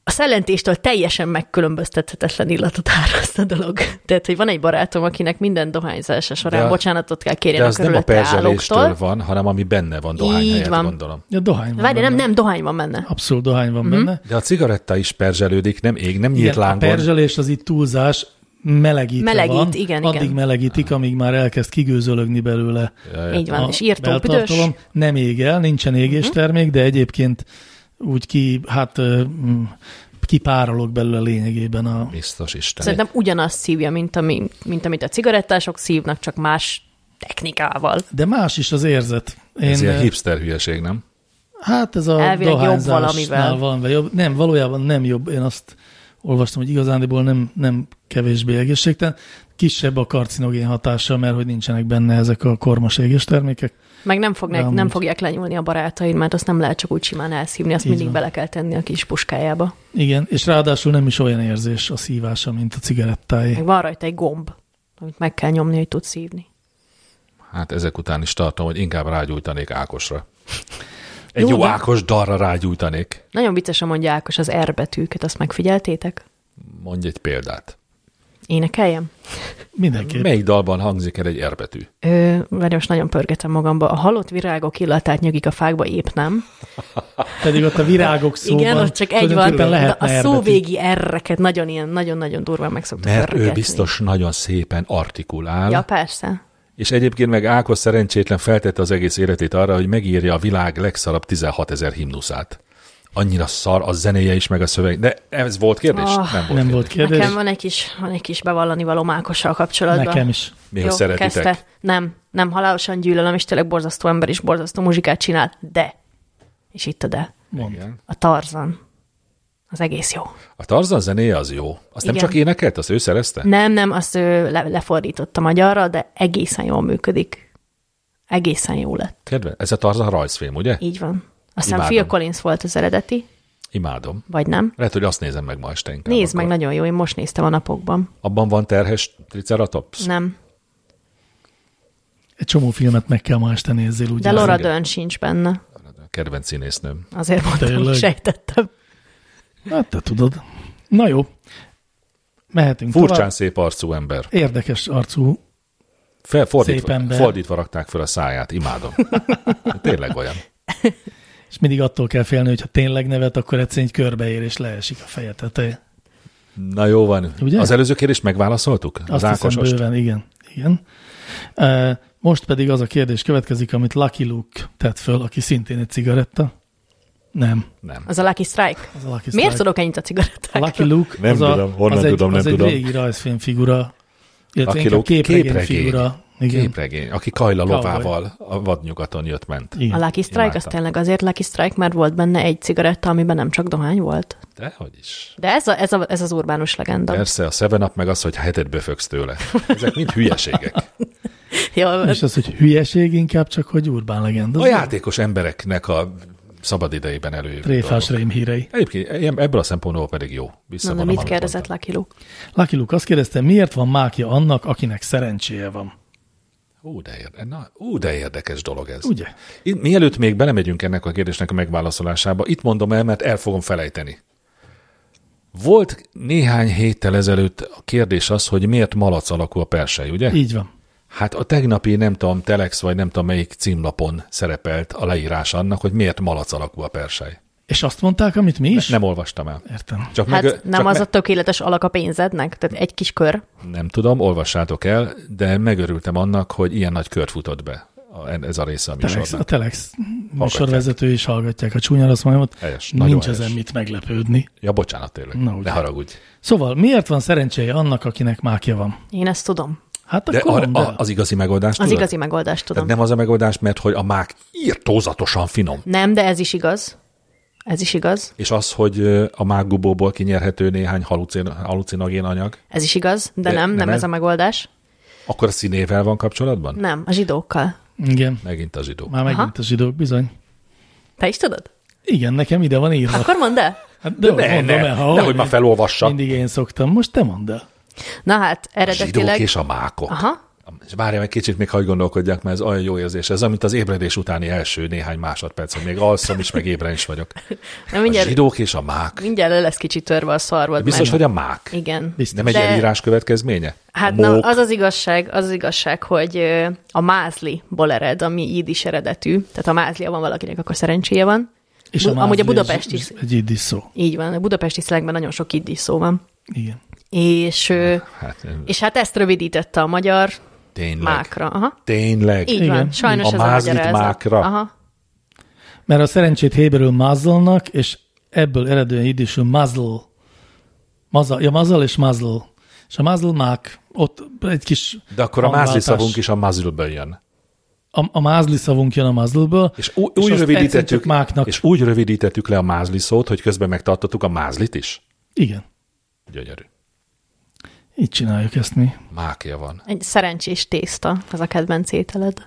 [SPEAKER 5] a szellentéstől teljesen megkülönböztethetetlen illatot áraszt a dolog. <laughs> Tehát, hogy van egy barátom, akinek minden dohányzása során
[SPEAKER 3] De-
[SPEAKER 5] de, bocsánatot kell
[SPEAKER 3] De
[SPEAKER 5] kérjen a
[SPEAKER 3] az nem a
[SPEAKER 5] körülötte állóktól.
[SPEAKER 3] perzseléstől van, hanem ami benne van dohány
[SPEAKER 5] Így
[SPEAKER 3] helyett,
[SPEAKER 5] van.
[SPEAKER 3] gondolom.
[SPEAKER 2] Ja, dohány van
[SPEAKER 5] Várj,
[SPEAKER 2] benne.
[SPEAKER 5] nem, nem, Mhm. dohány van benne.
[SPEAKER 2] Abszolút dohány van benne.
[SPEAKER 3] De a cigaretta is perzselődik, nem ég, nem nyílt
[SPEAKER 2] Igen, a
[SPEAKER 3] lángon.
[SPEAKER 2] perzselés az itt túlzás, melegítve
[SPEAKER 5] Melegít,
[SPEAKER 2] van.
[SPEAKER 5] igen,
[SPEAKER 2] Addig
[SPEAKER 5] igen.
[SPEAKER 2] melegítik, amíg már elkezd kigőzölögni belőle
[SPEAKER 5] Így van,
[SPEAKER 2] a
[SPEAKER 5] és írtó büdös. Mhm.
[SPEAKER 2] beltartalom. Nem ég el, nincsen égéstermék, de egyébként úgy ki, hát ö, mm, kipárolog belőle lényegében a...
[SPEAKER 3] Biztos Isten.
[SPEAKER 5] Szerintem Szóval ugyanazt szívja, mint, ami, mint amit a cigarettások szívnak, csak más technikával.
[SPEAKER 2] De más is az érzet. Én,
[SPEAKER 3] Ez ilyen
[SPEAKER 2] ö,
[SPEAKER 3] hipster hülyeség, nem?
[SPEAKER 2] Hát ez a
[SPEAKER 5] Elvileg jobb
[SPEAKER 2] dohányzásnál
[SPEAKER 5] valamivel.
[SPEAKER 2] valamivel jobb. Nem, valójában nem jobb. Én azt olvastam, hogy igazándiból nem, nem kevésbé egészségtelen. Kisebb a karcinogén hatása, mert hogy nincsenek benne ezek a kormos égés termékek.
[SPEAKER 5] Meg nem, fognak,
[SPEAKER 2] De
[SPEAKER 5] nem,
[SPEAKER 2] amúgy.
[SPEAKER 5] fogják lenyúlni a barátaid, mert azt nem lehet csak úgy simán elszívni, azt
[SPEAKER 2] Így
[SPEAKER 5] mindig
[SPEAKER 2] van.
[SPEAKER 5] bele kell tenni a kis puskájába.
[SPEAKER 2] Igen, és ráadásul nem is olyan érzés a szívása, mint a cigarettáé.
[SPEAKER 5] Meg van rajta egy gomb, amit meg kell nyomni, hogy tudsz szívni.
[SPEAKER 3] Hát ezek után is tartom, hogy inkább rágyújtanék Ákosra. Egy
[SPEAKER 2] Jó,
[SPEAKER 3] jó,
[SPEAKER 2] de-
[SPEAKER 3] Ákos dalra rágyújtanék.
[SPEAKER 5] Nagyon viccesen mondja Ákos az R betűket, azt megfigyeltétek?
[SPEAKER 3] Mondj egy példát.
[SPEAKER 5] Énekeljem?
[SPEAKER 2] Mindenképp.
[SPEAKER 3] Melyik dalban hangzik el egy erbetű?
[SPEAKER 5] Ö, várj, most nagyon pörgetem magamba. A halott virágok illatát nyögik a fákba, épp nem.
[SPEAKER 2] Pedig ott a virágok szóban
[SPEAKER 5] Igen, ott csak egy van.
[SPEAKER 2] tulajdonképpen
[SPEAKER 5] de
[SPEAKER 2] lehetne
[SPEAKER 5] A szó
[SPEAKER 2] erbetű.
[SPEAKER 5] végi erreket nagyon ilyen, nagyon-nagyon durván meg szoktuk
[SPEAKER 3] Mert ő
[SPEAKER 5] pörgetni.
[SPEAKER 3] biztos nagyon szépen artikulál,
[SPEAKER 5] Ja,
[SPEAKER 3] ja.
[SPEAKER 5] persze.
[SPEAKER 3] és egyébként meg Ákos szerencsétlen feltette az egész életét arra, hogy megírja a világ legszarabb 16 ezer himnuszát. Annyira szar a zenéje is, meg a szöveg. De ez volt kérdés?
[SPEAKER 5] Ah.
[SPEAKER 3] nem volt
[SPEAKER 2] Nem
[SPEAKER 3] kérdés.
[SPEAKER 2] volt kérdés.
[SPEAKER 5] Nekem van egy kis, van egy kis bevallani való Mákossal kapcsolatban.
[SPEAKER 2] Nekem is.
[SPEAKER 3] Még hogy szeretitek.
[SPEAKER 5] kezdte. Nem, nem, halálosan gyűlölöm, és tényleg borzasztó ember is borzasztó muzsikát csinál, de, és itt a de,
[SPEAKER 2] Mond.
[SPEAKER 3] Igen.
[SPEAKER 5] a Tarzan. Az egész jó.
[SPEAKER 3] A Tarzan zenéje az jó. Azt Igen. nem
[SPEAKER 5] Igen. Mm.
[SPEAKER 3] csak énekelt, azt ő szerezte?
[SPEAKER 5] Nem, nem, azt ő le, lefordította magyarra, de egészen jól működik. Egészen jó lett.
[SPEAKER 3] Kedve, ez a Tarzan rajzfilm, ugye?
[SPEAKER 5] Így van. Aztán
[SPEAKER 3] Imádom.
[SPEAKER 5] Phil Collins volt az eredeti,
[SPEAKER 3] Imádom.
[SPEAKER 5] vagy nem.
[SPEAKER 3] Lehet, hogy azt nézem meg ma este inkább.
[SPEAKER 5] Nézd
[SPEAKER 3] akkor.
[SPEAKER 5] meg, nagyon jó, én most néztem a napokban.
[SPEAKER 3] Abban van terhes triceratops?
[SPEAKER 5] Nem.
[SPEAKER 2] Egy csomó filmet meg kell ma este nézzél, ugye?
[SPEAKER 5] De Laura
[SPEAKER 3] igen.
[SPEAKER 5] Dern sincs benne.
[SPEAKER 3] Kedvenc színésznőm.
[SPEAKER 5] Azért mondtam,
[SPEAKER 2] Tényleg?
[SPEAKER 5] hogy sejtettem.
[SPEAKER 2] Hát te tudod. Na jó. Mehetünk
[SPEAKER 3] Furcsán
[SPEAKER 2] tovább.
[SPEAKER 3] szép arcú ember.
[SPEAKER 2] Érdekes arcú
[SPEAKER 3] Fel, fordítva,
[SPEAKER 2] Szép ember.
[SPEAKER 3] fordítva rakták fel a száját,
[SPEAKER 5] <laughs>
[SPEAKER 3] imádom. Tényleg olyan.
[SPEAKER 2] És mindig attól kell félni, hogy ha tényleg nevet, akkor egyszerűen egy körbeér és leesik a feje eh, teteje.
[SPEAKER 3] Na jó van.
[SPEAKER 2] Ugye?
[SPEAKER 3] Ugye? Az előző kérdést megválaszoltuk?
[SPEAKER 2] Azt
[SPEAKER 3] az
[SPEAKER 2] hiszem
[SPEAKER 3] Ákosost?
[SPEAKER 2] bőven, igen. igen. E, Most pedig az a kérdés következik, amit Lucky Luke tett föl, aki szintén egy cigaretta. Nem.
[SPEAKER 3] Nem.
[SPEAKER 5] Az a Lucky Strike.
[SPEAKER 2] Az a Lucky
[SPEAKER 5] Miért
[SPEAKER 2] Strike.
[SPEAKER 5] tudok ennyit a
[SPEAKER 2] A
[SPEAKER 5] cigarettákról?
[SPEAKER 2] Lucky Luke
[SPEAKER 3] Nem
[SPEAKER 2] az a,
[SPEAKER 3] tudom, honnan
[SPEAKER 2] az egy,
[SPEAKER 3] tudom, nem
[SPEAKER 2] az
[SPEAKER 3] tudom.
[SPEAKER 2] egy régi rajzfilm figura, illetve
[SPEAKER 3] Lucky
[SPEAKER 2] inkább
[SPEAKER 3] Luke
[SPEAKER 2] képregény,
[SPEAKER 3] képregény.
[SPEAKER 2] figura. Igen.
[SPEAKER 3] Képregény, aki Kajla
[SPEAKER 2] Cowboy.
[SPEAKER 3] lovával a vadnyugaton jött-ment.
[SPEAKER 5] A
[SPEAKER 2] igen.
[SPEAKER 5] Lucky Strike az
[SPEAKER 3] Imádtam.
[SPEAKER 5] tényleg azért Lucky Strike, mert volt benne egy cigaretta, amiben nem csak dohány volt.
[SPEAKER 3] Dehogy is.
[SPEAKER 5] De ez, a, ez, a, ez az urbánus legenda. <laughs>
[SPEAKER 3] Persze, a Seven Up meg az, hogy hetet böfögsz tőle. Ezek mind
[SPEAKER 2] <laughs>
[SPEAKER 3] hülyeségek.
[SPEAKER 5] Ja,
[SPEAKER 2] És az, hogy hülyeség inkább csak, hogy urbán legenda.
[SPEAKER 3] A
[SPEAKER 2] Az
[SPEAKER 3] játékos embereknek a szabad idejében elő.
[SPEAKER 2] Tréfás rém hírei.
[SPEAKER 3] Egyébként ilyen- ebből a szempontból pedig jó.
[SPEAKER 5] na, de
[SPEAKER 3] Visszavonom,
[SPEAKER 5] mit
[SPEAKER 3] amit
[SPEAKER 5] kérdezett
[SPEAKER 3] mondtam.
[SPEAKER 5] Lucky Luke?
[SPEAKER 2] Lucky Luke azt kérdezte, miért van mákja annak, akinek szerencséje van?
[SPEAKER 3] Ú, de, érde, na, ú, de érdekes dolog ez.
[SPEAKER 2] Ugye?
[SPEAKER 3] Itt, mielőtt még belemegyünk ennek a kérdésnek a megválaszolásába, itt mondom el, mert el fogom felejteni. Volt néhány héttel ezelőtt a kérdés az, hogy miért malac alakú a persely, ugye?
[SPEAKER 2] Így van.
[SPEAKER 3] Hát a tegnapi, nem tudom, Telex vagy nem tudom melyik címlapon szerepelt a leírás annak, hogy miért malac alakú a persely.
[SPEAKER 2] És azt mondták, amit mi is?
[SPEAKER 3] Nem olvastam el.
[SPEAKER 2] Értem.
[SPEAKER 3] Csak
[SPEAKER 5] Hát
[SPEAKER 3] meg,
[SPEAKER 5] nem
[SPEAKER 3] csak
[SPEAKER 5] az
[SPEAKER 3] me-
[SPEAKER 5] a tökéletes alak a pénzednek? Tehát egy kis kör.
[SPEAKER 3] Nem tudom, olvassátok el, de megörültem annak, hogy ilyen nagy kört futott be a- ez a része a
[SPEAKER 2] Telex, a
[SPEAKER 3] műsornak.
[SPEAKER 2] Telex műsorvezető is hallgatják a csúnya rossz majmot.
[SPEAKER 3] Helyes, nagyon
[SPEAKER 2] Nincs
[SPEAKER 3] helyes.
[SPEAKER 2] ezen mit meglepődni.
[SPEAKER 3] Ja, bocsánat, tényleg.
[SPEAKER 2] Na,
[SPEAKER 3] Na,
[SPEAKER 2] ugye.
[SPEAKER 3] ne haragudj.
[SPEAKER 2] Szóval miért van szerencséje annak, akinek mákja van?
[SPEAKER 5] Én ezt tudom.
[SPEAKER 2] Hát
[SPEAKER 3] De
[SPEAKER 2] akkor
[SPEAKER 3] a,
[SPEAKER 2] mondd
[SPEAKER 3] a,
[SPEAKER 2] el.
[SPEAKER 3] az igazi megoldás,
[SPEAKER 5] Az
[SPEAKER 3] tudod?
[SPEAKER 5] igazi megoldást tudom.
[SPEAKER 3] Tehát
[SPEAKER 5] Nem.
[SPEAKER 3] nem az a megoldás, mert hogy a mák írtózatosan finom.
[SPEAKER 5] nem, de ez is igaz. Ez is igaz.
[SPEAKER 3] És az, hogy ö, a mákgubóból kinyerhető néhány halucin, halucinogén anyag,
[SPEAKER 5] Ez is igaz, de,
[SPEAKER 3] De
[SPEAKER 5] nem, nem,
[SPEAKER 3] nem
[SPEAKER 5] nem ez
[SPEAKER 3] ez?
[SPEAKER 5] a megoldás.
[SPEAKER 3] akkor a színével van kapcsolatban?
[SPEAKER 5] Nem, a zsidókkal.
[SPEAKER 2] Igen,
[SPEAKER 3] Megint a zsidó.
[SPEAKER 2] már megint
[SPEAKER 5] Aha.
[SPEAKER 2] a zsidók, bizony.
[SPEAKER 5] Te is tudod?
[SPEAKER 2] Igen, nekem ide van írva.
[SPEAKER 5] Akkor mondd el.
[SPEAKER 2] Hát de,
[SPEAKER 3] Ne,
[SPEAKER 2] mondom
[SPEAKER 3] ne,
[SPEAKER 2] el, ha
[SPEAKER 3] ne, hogy már felolvassa.
[SPEAKER 2] Mindig én szoktam, most te mondd el.
[SPEAKER 5] Na hát,
[SPEAKER 3] A zsidók
[SPEAKER 5] eredetileg...
[SPEAKER 3] és a mákok.
[SPEAKER 5] Aha.
[SPEAKER 3] És várjál meg kicsit, még hagy gondolkodjak, mert ez olyan jó érzés. Ez, amit az ébredés utáni első néhány másodperc, hogy még alszom is, meg ébren is vagyok.
[SPEAKER 5] Na,
[SPEAKER 3] A
[SPEAKER 5] mindjárt,
[SPEAKER 3] zsidók és a mák.
[SPEAKER 5] mindjárt le lesz kicsit törve a szarvad.
[SPEAKER 3] Biztos,
[SPEAKER 5] mert-
[SPEAKER 3] hogy a mák.
[SPEAKER 5] Igen.
[SPEAKER 2] Biztos.
[SPEAKER 3] Nem egy
[SPEAKER 5] De-
[SPEAKER 3] elírás következménye?
[SPEAKER 5] Hát
[SPEAKER 3] a
[SPEAKER 5] na,
[SPEAKER 3] mók.
[SPEAKER 5] az az igazság, az az igazság, hogy ö, a mázliból ered, ami ídis eredetű, tehát ha mázlia van valakinek, akkor szerencséje van. Bu- amúgy a
[SPEAKER 2] mázli az-
[SPEAKER 5] Budapest is.
[SPEAKER 2] Egy iddis szó.
[SPEAKER 5] Így van, a budapesti szlengben nagyon sok ídis szó van.
[SPEAKER 2] Igen.
[SPEAKER 5] És, ö,
[SPEAKER 3] Hát,
[SPEAKER 5] és hát ezt rövidítette a magyar
[SPEAKER 3] tényleg.
[SPEAKER 5] mákra. Aha.
[SPEAKER 3] Tényleg.
[SPEAKER 5] Így
[SPEAKER 2] Igen.
[SPEAKER 5] van, sajnos
[SPEAKER 3] A
[SPEAKER 5] ez a
[SPEAKER 3] mázlit
[SPEAKER 5] magyarázat.
[SPEAKER 3] mákra.
[SPEAKER 5] Aha.
[SPEAKER 2] Mert a szerencsét héberül mazzalnak, és ebből eredően idisül muzzle. Maza, ja, muzzle és muzzle. És a muzzle mák, ott egy kis
[SPEAKER 3] De akkor a
[SPEAKER 2] hangváltás.
[SPEAKER 3] mázli szavunk is a mazilből jön.
[SPEAKER 2] A, a mázli szavunk jön a muzzleből,
[SPEAKER 3] És, ú-
[SPEAKER 2] azt
[SPEAKER 3] úgy
[SPEAKER 2] egyszerűen csak
[SPEAKER 3] rövidítettük,
[SPEAKER 2] máknak.
[SPEAKER 3] és úgy rövidítettük le a mázli szót, hogy közben megtartottuk a mázlit is.
[SPEAKER 2] Igen,
[SPEAKER 3] Gyönyörű.
[SPEAKER 2] így csináljuk ezt mi.
[SPEAKER 3] Mákja van.
[SPEAKER 5] Egy szerencsés tészta, az a kedvenc ételed.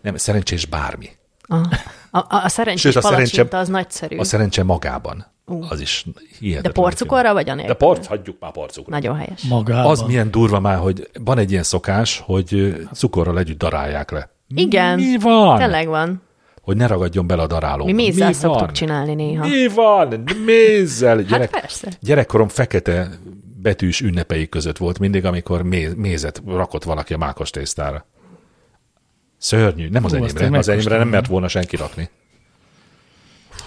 [SPEAKER 3] Nem, szerencsés bármi.
[SPEAKER 5] Aha. A, a, a szerencsés
[SPEAKER 3] Sőt, a szerencse-
[SPEAKER 5] palacsinta az nagyszerű.
[SPEAKER 3] A szerencse magában.
[SPEAKER 5] Ú.
[SPEAKER 3] Az is hihetetlen.
[SPEAKER 5] De porcukorra vagy anélkül?
[SPEAKER 3] De porc, hagyjuk már porcukorra.
[SPEAKER 5] Nagyon helyes.
[SPEAKER 2] Magában.
[SPEAKER 3] Az milyen durva már, hogy van egy ilyen szokás, hogy ö, cukorral együtt darálják le.
[SPEAKER 5] Igen.
[SPEAKER 3] Mi van?
[SPEAKER 5] Tényleg van.
[SPEAKER 3] Hogy ne ragadjon bele a daráló.
[SPEAKER 5] Mi mézzel szoktuk csinálni néha. Hát
[SPEAKER 3] Mi van? Mézzel. Gyerek,
[SPEAKER 5] persze.
[SPEAKER 3] Gyerekkorom fekete betűs ünnepei között volt mindig, amikor méz, mézet rakott valaki a mákos tésztára. Szörnyű. Nem az
[SPEAKER 2] Hú, azt én
[SPEAKER 3] enyémre. Az enyémre nem
[SPEAKER 2] megkóstolom.
[SPEAKER 3] mert volna senki rakni.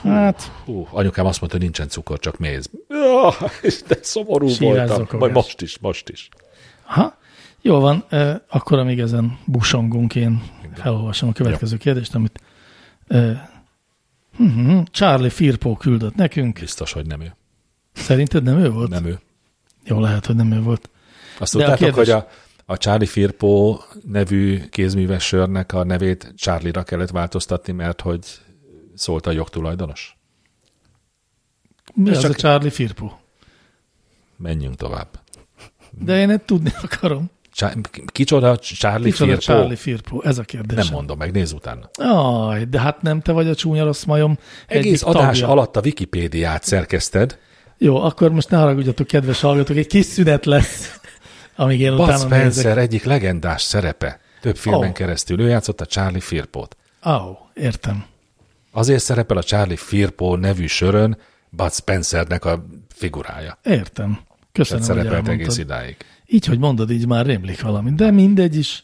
[SPEAKER 2] Hát,
[SPEAKER 3] Hú, anyukám azt mondta, hogy nincsen cukor, csak méz. Ja, de szomorú
[SPEAKER 2] Sírás
[SPEAKER 3] voltam.
[SPEAKER 2] zokogás.
[SPEAKER 3] Majd most is, most is.
[SPEAKER 2] ha, jó van, ö, akkor amíg ezen busongunk, én felolvasom a következő kérdést, amit ö, mhm, Charlie Firpo küldött nekünk.
[SPEAKER 3] Biztos, hogy nem ő.
[SPEAKER 2] Szerinted nem ő volt?
[SPEAKER 3] Nem ő.
[SPEAKER 2] Jó, lehet, hogy nem ő volt.
[SPEAKER 3] Azt
[SPEAKER 2] De a
[SPEAKER 3] tudtátok,
[SPEAKER 2] kérdés-
[SPEAKER 3] hogy a, a Charlie Firpo nevű kézműves sörnek a nevét Charlie-ra kellett változtatni, mert hogy szólt a jogtulajdonos?
[SPEAKER 2] Mi
[SPEAKER 3] Ez
[SPEAKER 2] az
[SPEAKER 3] csak-
[SPEAKER 2] a Charlie Firpo?
[SPEAKER 3] Menjünk tovább.
[SPEAKER 2] De én ezt tudni akarom.
[SPEAKER 3] Csá- kicsoda Charlie
[SPEAKER 2] Kicsoda
[SPEAKER 3] Firpo?
[SPEAKER 2] Charlie Firpo? Ez a kérdés.
[SPEAKER 3] Nem mondom meg, nézz utána.
[SPEAKER 2] Aj, de hát nem te vagy a csúnya rossz majom.
[SPEAKER 3] Egész
[SPEAKER 2] egyik
[SPEAKER 3] adás
[SPEAKER 2] tagja.
[SPEAKER 3] alatt a Wikipédiát szerkeszted.
[SPEAKER 2] Jó, akkor most ne haragudjatok, kedves hallgatók, egy kis szünet lesz, amíg én
[SPEAKER 3] Bud
[SPEAKER 2] utána nézek. Oh.
[SPEAKER 3] Spencer egyik legendás szerepe. Több filmen
[SPEAKER 2] Ó.
[SPEAKER 3] keresztül ő játszotta Charlie Firpot.
[SPEAKER 2] Au, értem.
[SPEAKER 3] Azért szerepel a Charlie Firpo nevű sörön Bud Spencernek a figurája.
[SPEAKER 2] Értem.
[SPEAKER 3] Tehát
[SPEAKER 2] Köszönöm, hogy
[SPEAKER 3] szerepelt egész
[SPEAKER 2] elmondtad.
[SPEAKER 3] idáig.
[SPEAKER 2] Így, hogy mondod, így már rémlik valami. De mindegy is.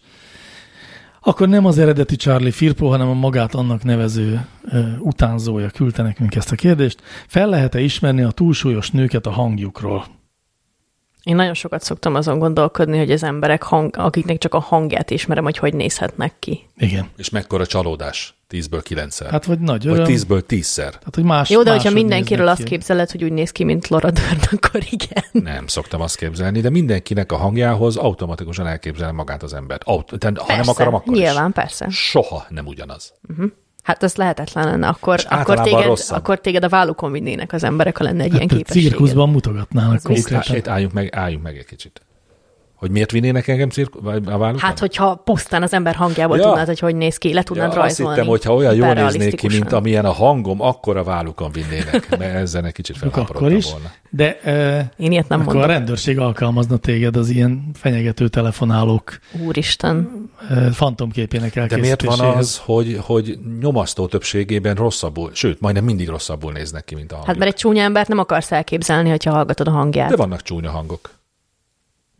[SPEAKER 2] Akkor nem az eredeti Charlie Firpo, hanem a magát annak nevező ö, utánzója küldte nekünk ezt a kérdést. Fel lehet-e ismerni a túlsúlyos nőket a hangjukról?
[SPEAKER 5] Én nagyon sokat szoktam azon gondolkodni, hogy az emberek, hang, akiknek csak a hangját ismerem, hogy hogy nézhetnek ki.
[SPEAKER 2] Igen.
[SPEAKER 3] És mekkora csalódás? Tízből kilencszer.
[SPEAKER 2] Hát vagy nagy öröm.
[SPEAKER 3] Vagy tízből tízszer.
[SPEAKER 2] Tehát, hogy más,
[SPEAKER 5] Jó, de hogyha
[SPEAKER 2] máshogy
[SPEAKER 5] mindenkiről
[SPEAKER 2] néznek
[SPEAKER 5] azt
[SPEAKER 2] ki.
[SPEAKER 5] képzeled, hogy úgy néz ki, mint Laura Dern, <laughs> akkor igen.
[SPEAKER 3] Nem szoktam azt képzelni, de mindenkinek a hangjához automatikusan elképzel magát az embert. Aut- de ha nem
[SPEAKER 5] Persze,
[SPEAKER 3] akarom, akkor
[SPEAKER 5] Nyilván,
[SPEAKER 3] is.
[SPEAKER 5] persze.
[SPEAKER 3] Soha nem ugyanaz.
[SPEAKER 5] Hát ez lehetetlen lenne. Akkor,
[SPEAKER 3] És
[SPEAKER 5] akkor,
[SPEAKER 3] általában
[SPEAKER 5] téged,
[SPEAKER 3] rosszabb.
[SPEAKER 5] akkor téged a vállukon vinnének az emberek, ha lenne egy ilyen
[SPEAKER 2] Hát,
[SPEAKER 5] képességed.
[SPEAKER 2] cirkuszban mutogatnának
[SPEAKER 5] biztos.
[SPEAKER 3] Itt,
[SPEAKER 2] konkrétan.
[SPEAKER 3] itt álljunk meg, álljunk meg egy kicsit. Hogy miért vinnének engem cirku- vagy a vállukon?
[SPEAKER 5] Hát, hogyha pusztán az ember hangjából
[SPEAKER 3] Ja.
[SPEAKER 5] ja. tudnád, hogy hogy néz ki, le tudnád
[SPEAKER 3] ja, azt
[SPEAKER 5] rajzolni.
[SPEAKER 3] hittem, hogyha olyan jól néznék ki,
[SPEAKER 5] hiperrealisztikusan.
[SPEAKER 3] mint amilyen a hangom, akkor a vállukon vinnének, mert ezzel egy
[SPEAKER 5] <laughs>
[SPEAKER 3] kicsit
[SPEAKER 2] Akkor
[SPEAKER 3] felháborodtam
[SPEAKER 2] is.
[SPEAKER 3] volna.
[SPEAKER 2] De e,
[SPEAKER 5] Én ilyet nem
[SPEAKER 2] akkor
[SPEAKER 5] mondok.
[SPEAKER 2] a rendőrség alkalmazna téged az ilyen fenyegető telefonálók
[SPEAKER 5] Úristen.
[SPEAKER 2] e, fantomképének
[SPEAKER 3] De miért
[SPEAKER 2] elkészítéséhez.
[SPEAKER 3] van az, hogy, hogy nyomasztó többségében rosszabbul, sőt, majdnem mindig rosszabbul néznek ki, mint a hangjuk?
[SPEAKER 5] Hát mert egy csúnya embert nem akarsz elképzelni, hogyha hallgatod a hangját.
[SPEAKER 3] De
[SPEAKER 5] De,
[SPEAKER 3] vannak csúnya hangok.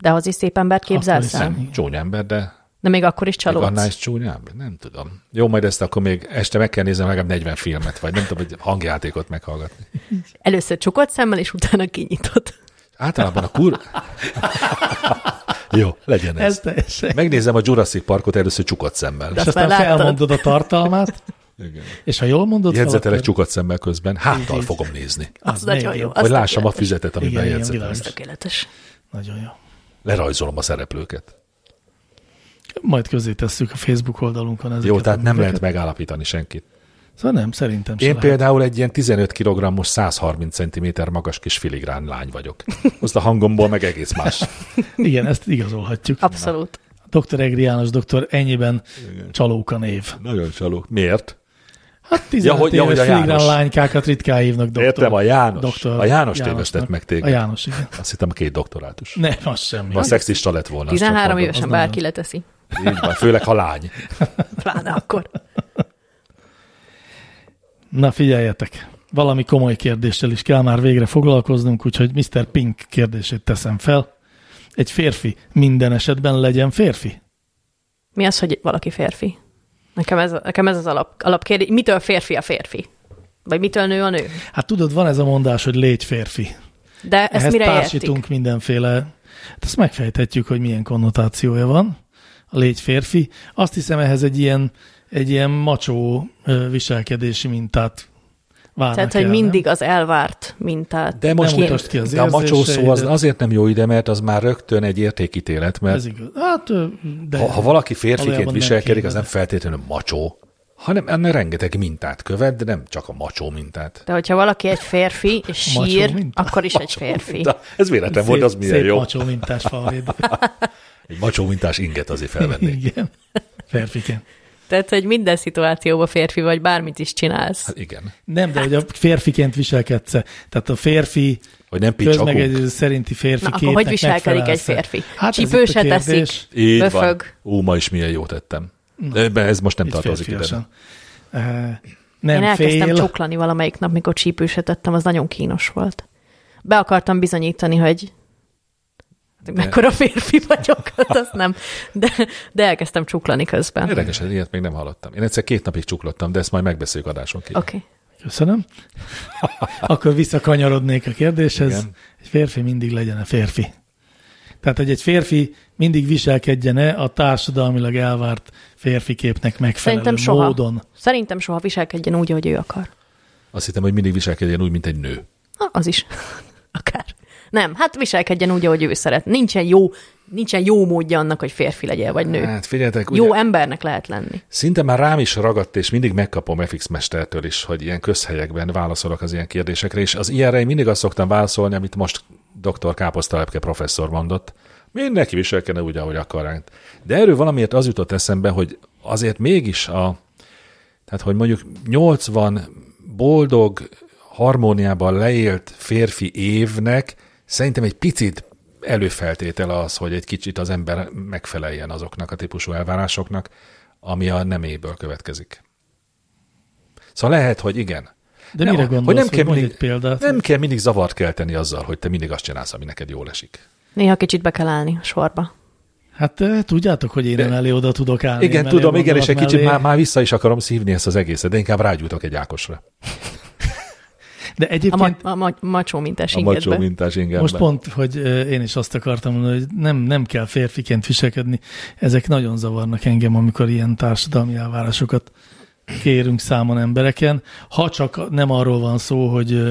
[SPEAKER 5] de az is szép embert képzelsz
[SPEAKER 2] Akkor is
[SPEAKER 5] el.
[SPEAKER 2] nem.
[SPEAKER 3] Csúnya ember, de
[SPEAKER 5] De még akkor is
[SPEAKER 3] Még annál
[SPEAKER 5] csalódsz.
[SPEAKER 3] is csúnyább? Nem tudom. Jó, majd ezt akkor még este meg kell néznem legalább 40 filmet, vagy nem tudom, hogy hangjátékot meghallgatni.
[SPEAKER 5] Először csukott szemmel, és utána kinyitod.
[SPEAKER 3] Általában a kur... Jó, legyen ez.
[SPEAKER 2] Ez teljesen.
[SPEAKER 3] Megnézem a Jurassic Parkot először csukott szemmel.
[SPEAKER 2] És
[SPEAKER 5] Azt
[SPEAKER 2] aztán
[SPEAKER 5] már láttad.
[SPEAKER 2] felmondod a tartalmát,
[SPEAKER 3] Igen.
[SPEAKER 2] és ha jól mondod, fel,
[SPEAKER 3] Jegyzetelek
[SPEAKER 2] akkor-
[SPEAKER 3] csukott szemmel közben, háttal fogom nézni.
[SPEAKER 5] Az,
[SPEAKER 2] még
[SPEAKER 5] nagyon jó.
[SPEAKER 2] jobb.
[SPEAKER 5] Az
[SPEAKER 3] Hogy lássam a
[SPEAKER 5] tökéletes.
[SPEAKER 3] füzetet, amiben
[SPEAKER 2] Igen, igen,
[SPEAKER 3] jegyzetelek.
[SPEAKER 2] világos.
[SPEAKER 5] Tökéletes.
[SPEAKER 2] Nagyon jó.
[SPEAKER 3] Lerajzolom a szereplőket.
[SPEAKER 2] Majd közé tesszük a Facebook oldalunkon ezeket.
[SPEAKER 3] Jó, tehát
[SPEAKER 2] a
[SPEAKER 3] nem lehet
[SPEAKER 2] műveket.
[SPEAKER 3] megállapítani senkit.
[SPEAKER 2] Szóval nem, szerintem sem
[SPEAKER 3] Én
[SPEAKER 2] lehet.
[SPEAKER 3] például egy ilyen 15 kg-os, 130 cm magas kis filigrán lány vagyok. Most a hangomból meg egész más.
[SPEAKER 2] Igen, ezt igazolhatjuk.
[SPEAKER 5] Abszolút.
[SPEAKER 2] Dr. Egri János doktor ennyiben csalóka név.
[SPEAKER 3] Nagyon csalók. Miért?
[SPEAKER 2] Hát 15
[SPEAKER 3] hogy-
[SPEAKER 2] ja, hogy,
[SPEAKER 3] ja,
[SPEAKER 2] éves
[SPEAKER 3] hogy a
[SPEAKER 2] filigrán
[SPEAKER 3] János.
[SPEAKER 2] lánykákat ritkán hívnak doktor.
[SPEAKER 3] Értem, a János.
[SPEAKER 2] Doktor
[SPEAKER 3] A János
[SPEAKER 2] Jánosnak.
[SPEAKER 3] tévesztett meg téged.
[SPEAKER 2] A János, igen.
[SPEAKER 3] Azt hittem a két doktorátus.
[SPEAKER 2] Nem, az semmi.
[SPEAKER 3] Ma szexista lett volna. azt csak
[SPEAKER 5] 13
[SPEAKER 3] mondom.
[SPEAKER 5] évesen bárki leteszi.
[SPEAKER 3] Így van, főleg ha lány.
[SPEAKER 5] Pláne akkor.
[SPEAKER 2] Na figyeljetek, valami komoly kérdéssel is kell már végre foglalkoznunk, úgyhogy Mr. Pink kérdését teszem fel. Egy férfi minden esetben legyen férfi?
[SPEAKER 5] Mi az, hogy valaki férfi? Nekem ez, nekem ez az alap, alapkérdés. Mitől férfi a férfi? Vagy mitől nő a nő?
[SPEAKER 2] Hát tudod, van ez a mondás, hogy légy férfi.
[SPEAKER 5] De ezt
[SPEAKER 2] Ehhez
[SPEAKER 5] mire
[SPEAKER 2] társítunk
[SPEAKER 5] értik?
[SPEAKER 2] értik? mindenféle, hát ezt megfejthetjük, hogy milyen konnotációja van a légy férfi. Azt hiszem ehhez egy ilyen, egy ilyen macsó ö, viselkedési mintát várnak
[SPEAKER 5] Tehát, hogy
[SPEAKER 2] el,
[SPEAKER 5] mindig az elvárt mintát.
[SPEAKER 3] De most
[SPEAKER 2] Nem mutasd ki az
[SPEAKER 3] de a macsó szó az
[SPEAKER 2] érzéseidet.
[SPEAKER 3] azért nem jó ide, mert az már rögtön egy értékítélet,
[SPEAKER 2] Nem? Ez
[SPEAKER 3] mert
[SPEAKER 2] igaz. Hát, ö, de
[SPEAKER 3] ha, ha valaki férfiként
[SPEAKER 2] valójában nem
[SPEAKER 3] viselkedik,
[SPEAKER 2] kéne.
[SPEAKER 3] az nem feltétlenül macsó, hanem ennél rengeteg mintát követ, de nem csak a macsó mintát.
[SPEAKER 5] De hogyha valaki egy férfi, és
[SPEAKER 2] Macsó
[SPEAKER 5] sír,
[SPEAKER 2] minta.
[SPEAKER 5] akkor is egy férfi.
[SPEAKER 3] De ez véletlen volt, az milyen
[SPEAKER 2] szép
[SPEAKER 3] jó.
[SPEAKER 2] macsó mintás falvéd.
[SPEAKER 3] Egy macsó mintás inget azért felvennék.
[SPEAKER 2] <laughs> Igen. Férfiként.
[SPEAKER 5] Tehát, hogy minden szituációban férfi vagy, bármit is csinálsz.
[SPEAKER 3] Hát igen.
[SPEAKER 2] Nem, de hogy a férfiként viselkedsz Tehát a férfi
[SPEAKER 3] Hogy nem picsakunk.
[SPEAKER 2] közmegegyező szerinti férfi
[SPEAKER 5] Na, akkor hogy viselkedik egy férfi?
[SPEAKER 2] Hát
[SPEAKER 5] Csípőse
[SPEAKER 2] Csípőse
[SPEAKER 5] teszik,
[SPEAKER 3] Így van.
[SPEAKER 5] böfög.
[SPEAKER 3] Ú, ma is milyen jót tettem. De ez most nem
[SPEAKER 2] Itt
[SPEAKER 3] tartozik ide.
[SPEAKER 2] férfiasan. Eh,
[SPEAKER 5] Én
[SPEAKER 2] Nem
[SPEAKER 5] elkezdtem
[SPEAKER 2] fél.
[SPEAKER 5] csuklani valamelyik nap, mikor csípőset tettem, az nagyon kínos volt. Be akartam bizonyítani, hogy hogy mekkora férfi vagyok, hát azt nem. De, de elkezdtem csuklani közben. Oké.
[SPEAKER 3] Érdekesen, ilyet még nem hallottam. Én egyszer két napig csuklottam, de ezt majd megbeszéljük adáson kívül.
[SPEAKER 5] Okay.
[SPEAKER 2] Köszönöm. <laughs> Akkor visszakanyarodnék a kérdéshez.
[SPEAKER 3] Igen.
[SPEAKER 2] Igen. Egy férfi mindig legyen a férfi. Tehát, hogy egy férfi mindig viselkedjen-e a társadalmilag elvárt férfiképnek megfelelő
[SPEAKER 5] Szerintem soha.
[SPEAKER 2] módon.
[SPEAKER 5] Szerintem soha viselkedjen úgy, ahogy ő akar.
[SPEAKER 3] Azt hittem, hogy mindig viselkedjen úgy, mint egy nő.
[SPEAKER 5] Na, az is. Akár. Nem, hát viselkedjen úgy, ahogy ő szeret. Nincsen jó, nincsen jó módja annak, hogy férfi legyél, vagy nő.
[SPEAKER 3] Hát figyeljetek, ugye,
[SPEAKER 5] Jó embernek lehet lenni.
[SPEAKER 3] szinte már rám is ragadt, és mindig megkapom FX Mestertől is, hogy ilyen közhelyekben válaszolok az ilyen kérdésekre, és az ilyenre én mindig azt szoktam válaszolni, amit most dr. Káposztalepke professzor mondott. Mindenki viselkedne úgy, ahogy akar. De erről valamiért az jutott eszembe, hogy azért mégis a Tehát, hogy mondjuk 80 boldog, harmóniában leélt férfi évnek szerintem egy picit előfeltétel az, hogy egy kicsit az ember megfeleljen azoknak a típusú elvárásoknak, ami a neméből következik. Szóval lehet, hogy igen.
[SPEAKER 2] De mire gondolsz, hogy nem kell mondj
[SPEAKER 3] mindig,
[SPEAKER 2] egy példát?
[SPEAKER 3] nem kell mindig zavart kelteni azzal, hogy te mindig azt csinálsz, ami neked jól esik.
[SPEAKER 5] Néha kicsit be kell állni a sorba.
[SPEAKER 2] Hát eh, tudjátok, hogy én emelé oda tudok állni.
[SPEAKER 3] Igen,
[SPEAKER 2] emelé a
[SPEAKER 3] tudom, igen, és
[SPEAKER 2] gondolat
[SPEAKER 3] egy kicsit
[SPEAKER 2] mellé.
[SPEAKER 3] már, már vissza is akarom szívni ezt az egészet, de inkább rágyújtok egy Ákosra.
[SPEAKER 2] De
[SPEAKER 5] A,
[SPEAKER 2] egyébként
[SPEAKER 5] ma- a ma- macsó mintás
[SPEAKER 3] A macsó
[SPEAKER 5] ingedbe.
[SPEAKER 3] mintás ingerben.
[SPEAKER 2] Most pont, hogy ö, én is azt akartam mondani, hogy nem, nem kell férfiként viselkedni. Ezek nagyon zavarnak engem, amikor ilyen társadalmi elvárásokat kérünk számon embereken. Ha csak nem arról van szó, hogy ö,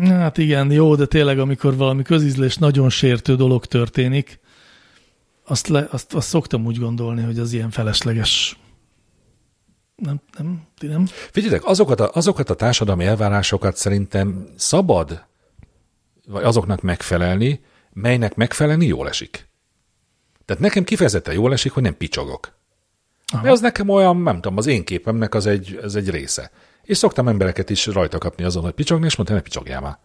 [SPEAKER 2] hát igen, jó, de tényleg amikor valami közizlés nagyon sértő dolog történik, azt, le, azt, azt szoktam úgy gondolni, hogy az ilyen felesleges. Nem, nem, ti nem?
[SPEAKER 3] Figyeljetek, azokat a, azokat a társadalmi elvárásokat szerintem szabad, vagy azoknak megfelelni, melynek megfelelni jól esik. Tehát nekem kifejezetten jól esik, hogy nem picsogok. Aha. Mert az nekem olyan, nem tudom, az én képemnek az egy, az egy része. És szoktam embereket is rajta kapni azon, hogy picsogni, és mondtam, ne picsogjál már.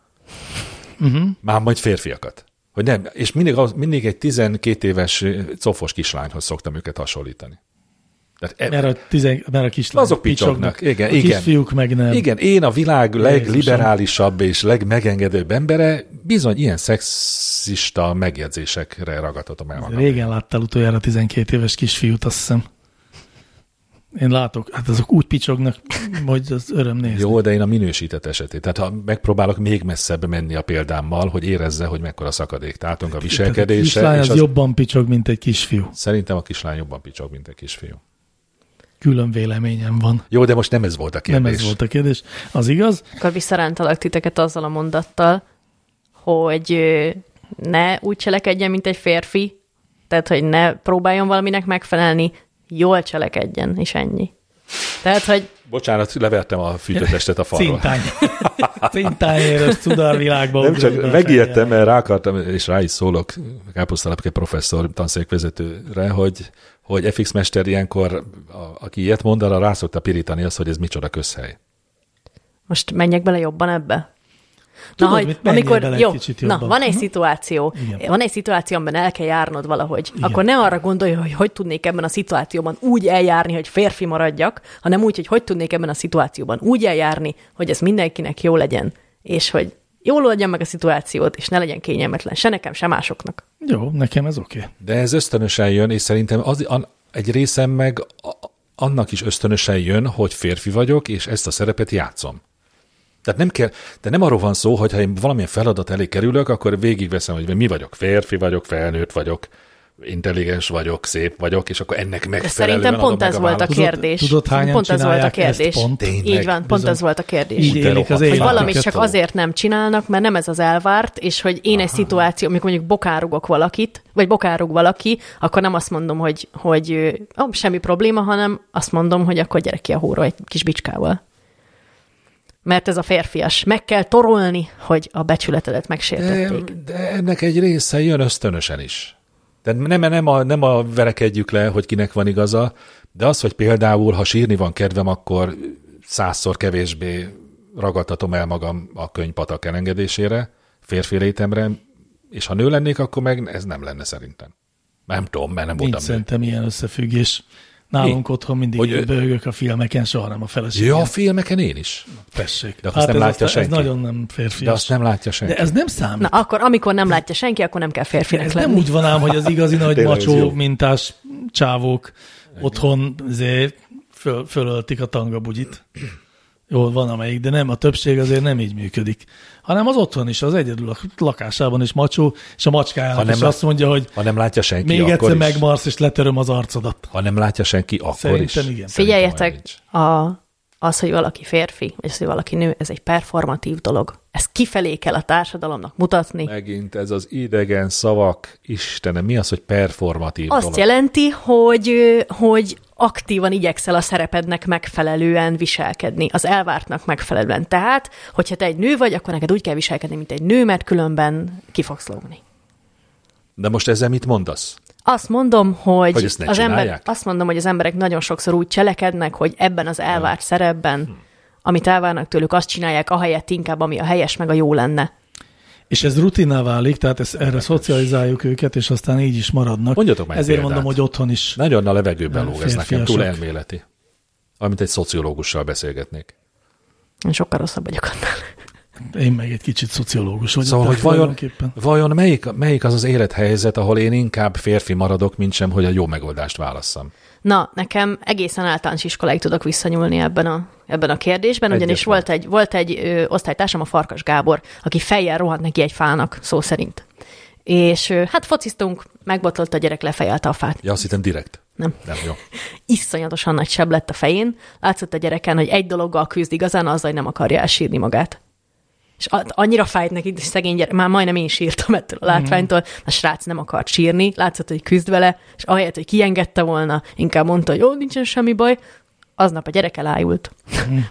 [SPEAKER 3] Uh-huh. Már majd férfiakat. Hogy nem, és mindig, az- mindig egy 12 éves eh, cofos kislányhoz szoktam őket hasonlítani. Tehát e-
[SPEAKER 2] Mert a, tizen, mert a kislány,
[SPEAKER 3] Azok picsognak. Igen,
[SPEAKER 2] a
[SPEAKER 3] igen.
[SPEAKER 2] kisfiúk meg nem.
[SPEAKER 3] Igen, én a világ
[SPEAKER 2] Jézusom.
[SPEAKER 3] legliberálisabb és legmegengedőbb embere bizony ilyen szexista megjegyzésekre ragadhatom el magam.
[SPEAKER 2] Régen láttál utoljára 12 éves kisfiút, azt hiszem. Én látok, hát azok úgy picsognak, hogy az öröm nézni.
[SPEAKER 3] Jó, de én a minősített esetét. Tehát ha megpróbálok még messzebb menni a példámmal, hogy érezze, hogy mekkora szakadék tátunk a
[SPEAKER 2] Tehát a
[SPEAKER 3] viselkedése.
[SPEAKER 2] kislány
[SPEAKER 3] És
[SPEAKER 2] az,
[SPEAKER 3] az
[SPEAKER 2] az jobban picsog, mint egy kisfiú.
[SPEAKER 3] Szerintem a kislány jobban picsog, mint egy kisfiú.
[SPEAKER 2] Külön véleményem van.
[SPEAKER 3] Jó, de most nem ez volt a kérdés.
[SPEAKER 2] Kérdés. Nem ez volt a kérdés. Az igaz?
[SPEAKER 5] Akkor visszarántalak titeket azzal a mondattal, hogy ö, ne úgy cselekedjen, mint egy férfi, tehát, hogy ne próbáljon valaminek megfelelni, jól cselekedjen, és ennyi. Tehát, hogy
[SPEAKER 3] Bocsánat, levertem a fűtőtestet a falról.
[SPEAKER 2] Cintány. <laughs> Cintány éres cudarvilágba.
[SPEAKER 3] Nem
[SPEAKER 2] ugrott be
[SPEAKER 3] csak
[SPEAKER 2] a
[SPEAKER 3] megijedtem, mert rá akartam, és rá is szólok Káposztalepke professzor tanszékvezetőre, hogy, hogy FX mester ilyenkor, a, aki ilyet mond, arra rá szokta pirítani azt, hogy ez micsoda közhely.
[SPEAKER 5] most menjek bele jobban ebbe?
[SPEAKER 2] Tudod mit, menjél bele egy
[SPEAKER 5] jó,
[SPEAKER 2] kicsit
[SPEAKER 5] na,
[SPEAKER 2] jobban. Mhm.
[SPEAKER 5] van egy szituáció,
[SPEAKER 2] Igen.
[SPEAKER 5] Igen. van egy szituáció, amiben el kell járnod valahogy, Igen. akkor ne arra gondolj, hogy hogy tudnék ebben a szituációban úgy eljárni, hogy férfi maradjak, hanem úgy, hogy hogy tudnék ebben a szituációban úgy eljárni, hogy ez mindenkinek jó legyen, és hogy jól oldjam meg a szituációt, és ne legyen kényelmetlen se nekem, se másoknak.
[SPEAKER 2] Jó, nekem ez oké. Okay.
[SPEAKER 3] De ez ösztönösen jön, és szerintem az, an, egy részem meg a- annak is ösztönösen jön, hogy férfi vagyok, és ezt a szerepet játszom. Tehát nem kell, de nem arról van szó, hogy ha én valamilyen feladat elé kerülök, akkor végigveszem, hogy mi vagyok, férfi vagyok, felnőtt vagyok, intelligens vagyok, szép vagyok, és akkor ennek
[SPEAKER 5] De
[SPEAKER 3] megfelelően
[SPEAKER 5] szerintem
[SPEAKER 3] adom
[SPEAKER 5] pont
[SPEAKER 3] meg
[SPEAKER 5] ez
[SPEAKER 3] a
[SPEAKER 5] volt a
[SPEAKER 3] választ.
[SPEAKER 2] Tudod-
[SPEAKER 5] kérdés.
[SPEAKER 2] tudod, hányan
[SPEAKER 5] pont ez volt a
[SPEAKER 2] csinálják ezt
[SPEAKER 5] kérdés.
[SPEAKER 2] pont?
[SPEAKER 3] Tényleg,
[SPEAKER 5] Így van, pont
[SPEAKER 2] bizony.
[SPEAKER 5] ez volt a kérdés.
[SPEAKER 2] Így
[SPEAKER 3] Úgy
[SPEAKER 2] élik az
[SPEAKER 3] elrohadt.
[SPEAKER 5] Hogy
[SPEAKER 2] élet.
[SPEAKER 5] valamit
[SPEAKER 3] Látjuk,
[SPEAKER 5] csak azért nem csinálnak, mert nem ez az elvárt, és hogy én egy szituáció, amikor mondjuk bokárugok valakit, vagy bokárug valaki, akkor nem azt mondom, hogy, hogy ö, ó, semmi probléma, hanem azt mondom, hogy akkor gyere ki a hóra egy kis bicskával. Mert ez a férfias. Meg kell torolni, hogy a becsületedet
[SPEAKER 3] De,
[SPEAKER 5] megsértették.
[SPEAKER 3] de ennek egy része jön ösztönösen is. Tehát nem, nem, a, nem a verekedjük le, hogy kinek van igaza, de az, hogy például, ha sírni van kedvem, akkor százszor kevésbé ragadtatom el magam a könyvpatak elengedésére, férfi létemre, és ha nő lennék, akkor meg ez nem lenne szerintem. Nem tudom, mert nem
[SPEAKER 2] Nincs
[SPEAKER 3] voltam nő.
[SPEAKER 2] szerintem ilyen összefüggés. Nálunk otthon mindig
[SPEAKER 3] Hogy ő-
[SPEAKER 2] hogy bőgök a filmeken, soha nem a feleségem.
[SPEAKER 3] Ja, a filmeken én is.
[SPEAKER 2] tessék.
[SPEAKER 3] De azt nem
[SPEAKER 2] Hát ez,
[SPEAKER 3] látja
[SPEAKER 2] aztán-
[SPEAKER 3] senki.
[SPEAKER 2] ez nagyon nem férfi.
[SPEAKER 3] De azt nem látja senki.
[SPEAKER 2] De ez nem számít.
[SPEAKER 5] Na, akkor, amikor nem látja senki, akkor nem kell férfinek
[SPEAKER 2] Ez
[SPEAKER 5] lenni.
[SPEAKER 2] nem úgy van ám, hogy az
[SPEAKER 3] <laughs>
[SPEAKER 2] igazi nagy
[SPEAKER 3] Tényleg, ez jó.
[SPEAKER 2] macsó mintás csávók otthon azért föl, fölöltik a tangabugyit. Jó, van amelyik, de nem, a többség azért nem így működik. Hanem az otthon is, az egyedül a lakásában is macsó, és a
[SPEAKER 3] Ha
[SPEAKER 2] macskájának
[SPEAKER 3] nem
[SPEAKER 2] is
[SPEAKER 3] lát-
[SPEAKER 2] azt mondja, hogy
[SPEAKER 3] Ha nem látja senki,
[SPEAKER 2] még
[SPEAKER 3] akkor
[SPEAKER 2] egyszer
[SPEAKER 3] is.
[SPEAKER 2] megmarsz, és letöröm az arcodat.
[SPEAKER 3] Ha nem látja senki, akkor is.
[SPEAKER 2] Szerintem igen.
[SPEAKER 3] Szerintem olyan
[SPEAKER 5] Figyeljetek,
[SPEAKER 3] nincs.
[SPEAKER 5] a, az, hogy valaki férfi, vagy az, hogy valaki nő, ez egy performatív dolog. Ezt kifelé kell a társadalomnak mutatni.
[SPEAKER 3] Megint ez az idegen szavak, Istenem, mi az, hogy performatív
[SPEAKER 5] Azt
[SPEAKER 3] dolog?
[SPEAKER 5] jelenti, hogy, ö, hogy aktívan igyekszel a szerepednek megfelelően viselkedni, az elvártnak megfelelően. Tehát, hogyha te egy nő vagy, akkor neked úgy kell viselkedni, mint egy nő, mert különben ki fogsz lógni.
[SPEAKER 3] De most ezzel mit mondasz?
[SPEAKER 5] Azt mondom, hogy,
[SPEAKER 3] Hogy ezt ne
[SPEAKER 5] az ember,
[SPEAKER 3] csinálják?
[SPEAKER 5] azt mondom, hogy az emberek nagyon sokszor úgy cselekednek, hogy ebben az elvárt
[SPEAKER 3] Hm.
[SPEAKER 5] szerepben, amit elvárnak tőlük, azt csinálják, ahelyett inkább, ami a helyes, meg a jó lenne.
[SPEAKER 2] És ez rutinná válik, tehát ez, erre szocializáljuk őket, és aztán így is maradnak.
[SPEAKER 3] Mondjatok már egy
[SPEAKER 2] Ezért
[SPEAKER 3] példát.
[SPEAKER 2] mondom, hogy otthon is.
[SPEAKER 3] Nagyon a levegőben lóg ez nekem,
[SPEAKER 2] Férfiasak.
[SPEAKER 3] túl elméleti. Amit egy szociológussal beszélgetnék.
[SPEAKER 5] Én sokkal rosszabb vagyok annál.
[SPEAKER 2] Én meg egy kicsit szociológus vagyok.
[SPEAKER 3] Szóval,
[SPEAKER 2] tehát
[SPEAKER 3] hogy vajon,
[SPEAKER 2] tulajdonképpen.
[SPEAKER 3] vajon melyik, melyik az az élethelyzet, ahol én inkább férfi maradok, mint sem, hogy a jó megoldást válasszam.
[SPEAKER 5] Na, nekem egészen általános iskoláig tudok visszanyúlni ebben a, ebben a kérdésben,
[SPEAKER 3] Egyet
[SPEAKER 5] ugyanis
[SPEAKER 3] van.
[SPEAKER 5] volt egy, volt egy ö, osztálytársam, a Farkas Gábor, aki fejjel rohant neki egy fának, szó szerint. És ö, hát fociztunk, megbotlolt a gyerek, lefejelte a fát.
[SPEAKER 3] Ja, azt hittem direkt.
[SPEAKER 5] Nem.
[SPEAKER 3] Nem, jó.
[SPEAKER 5] Iszonyatosan nagy seb lett a fején. Látszott a gyereken, hogy egy dologgal küzd igazán, azzal, hogy nem akarja elsírni magát. És a- annyira fájt neki, de szegény gyerek, már majdnem én sírtam ettől a látványtól, a srác nem akart sírni, látszott, hogy küzd vele, és ahelyett, hogy kiengedte volna, inkább mondta, hogy ó, nincsen semmi baj, <laughs> aznap a gyerek elájult.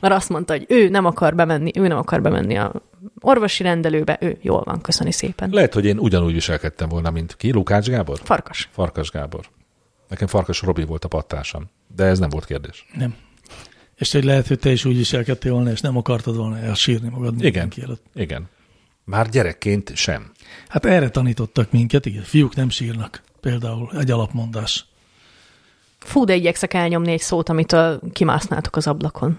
[SPEAKER 5] Mert azt mondta, hogy ő nem akar bemenni, ő nem akar bemenni a, orvosi rendelőbe, ő jól van, köszöni szépen. Le-
[SPEAKER 3] Lehet, hogy én ugyanúgy viselkedtem volna, mint ki? Lukács Gábor?
[SPEAKER 5] Farkas.
[SPEAKER 3] Farkas Gábor. Nekem Farkas Robi volt a pattársam, de ez nem volt kérdés.
[SPEAKER 2] Nem. És hogy lehet, hogy te is úgy viselkedtél volna, és nem akartad volna elsírni magad
[SPEAKER 3] Igen.
[SPEAKER 2] mindenki előtt.
[SPEAKER 3] Igen. Már gyerekként sem.
[SPEAKER 2] Hát erre tanítottak minket, igen. Fiúk nem sírnak. Például egy alapmondás.
[SPEAKER 5] Fú, de igyekszek elnyomni egy szót, amitől kimásználtok az ablakon.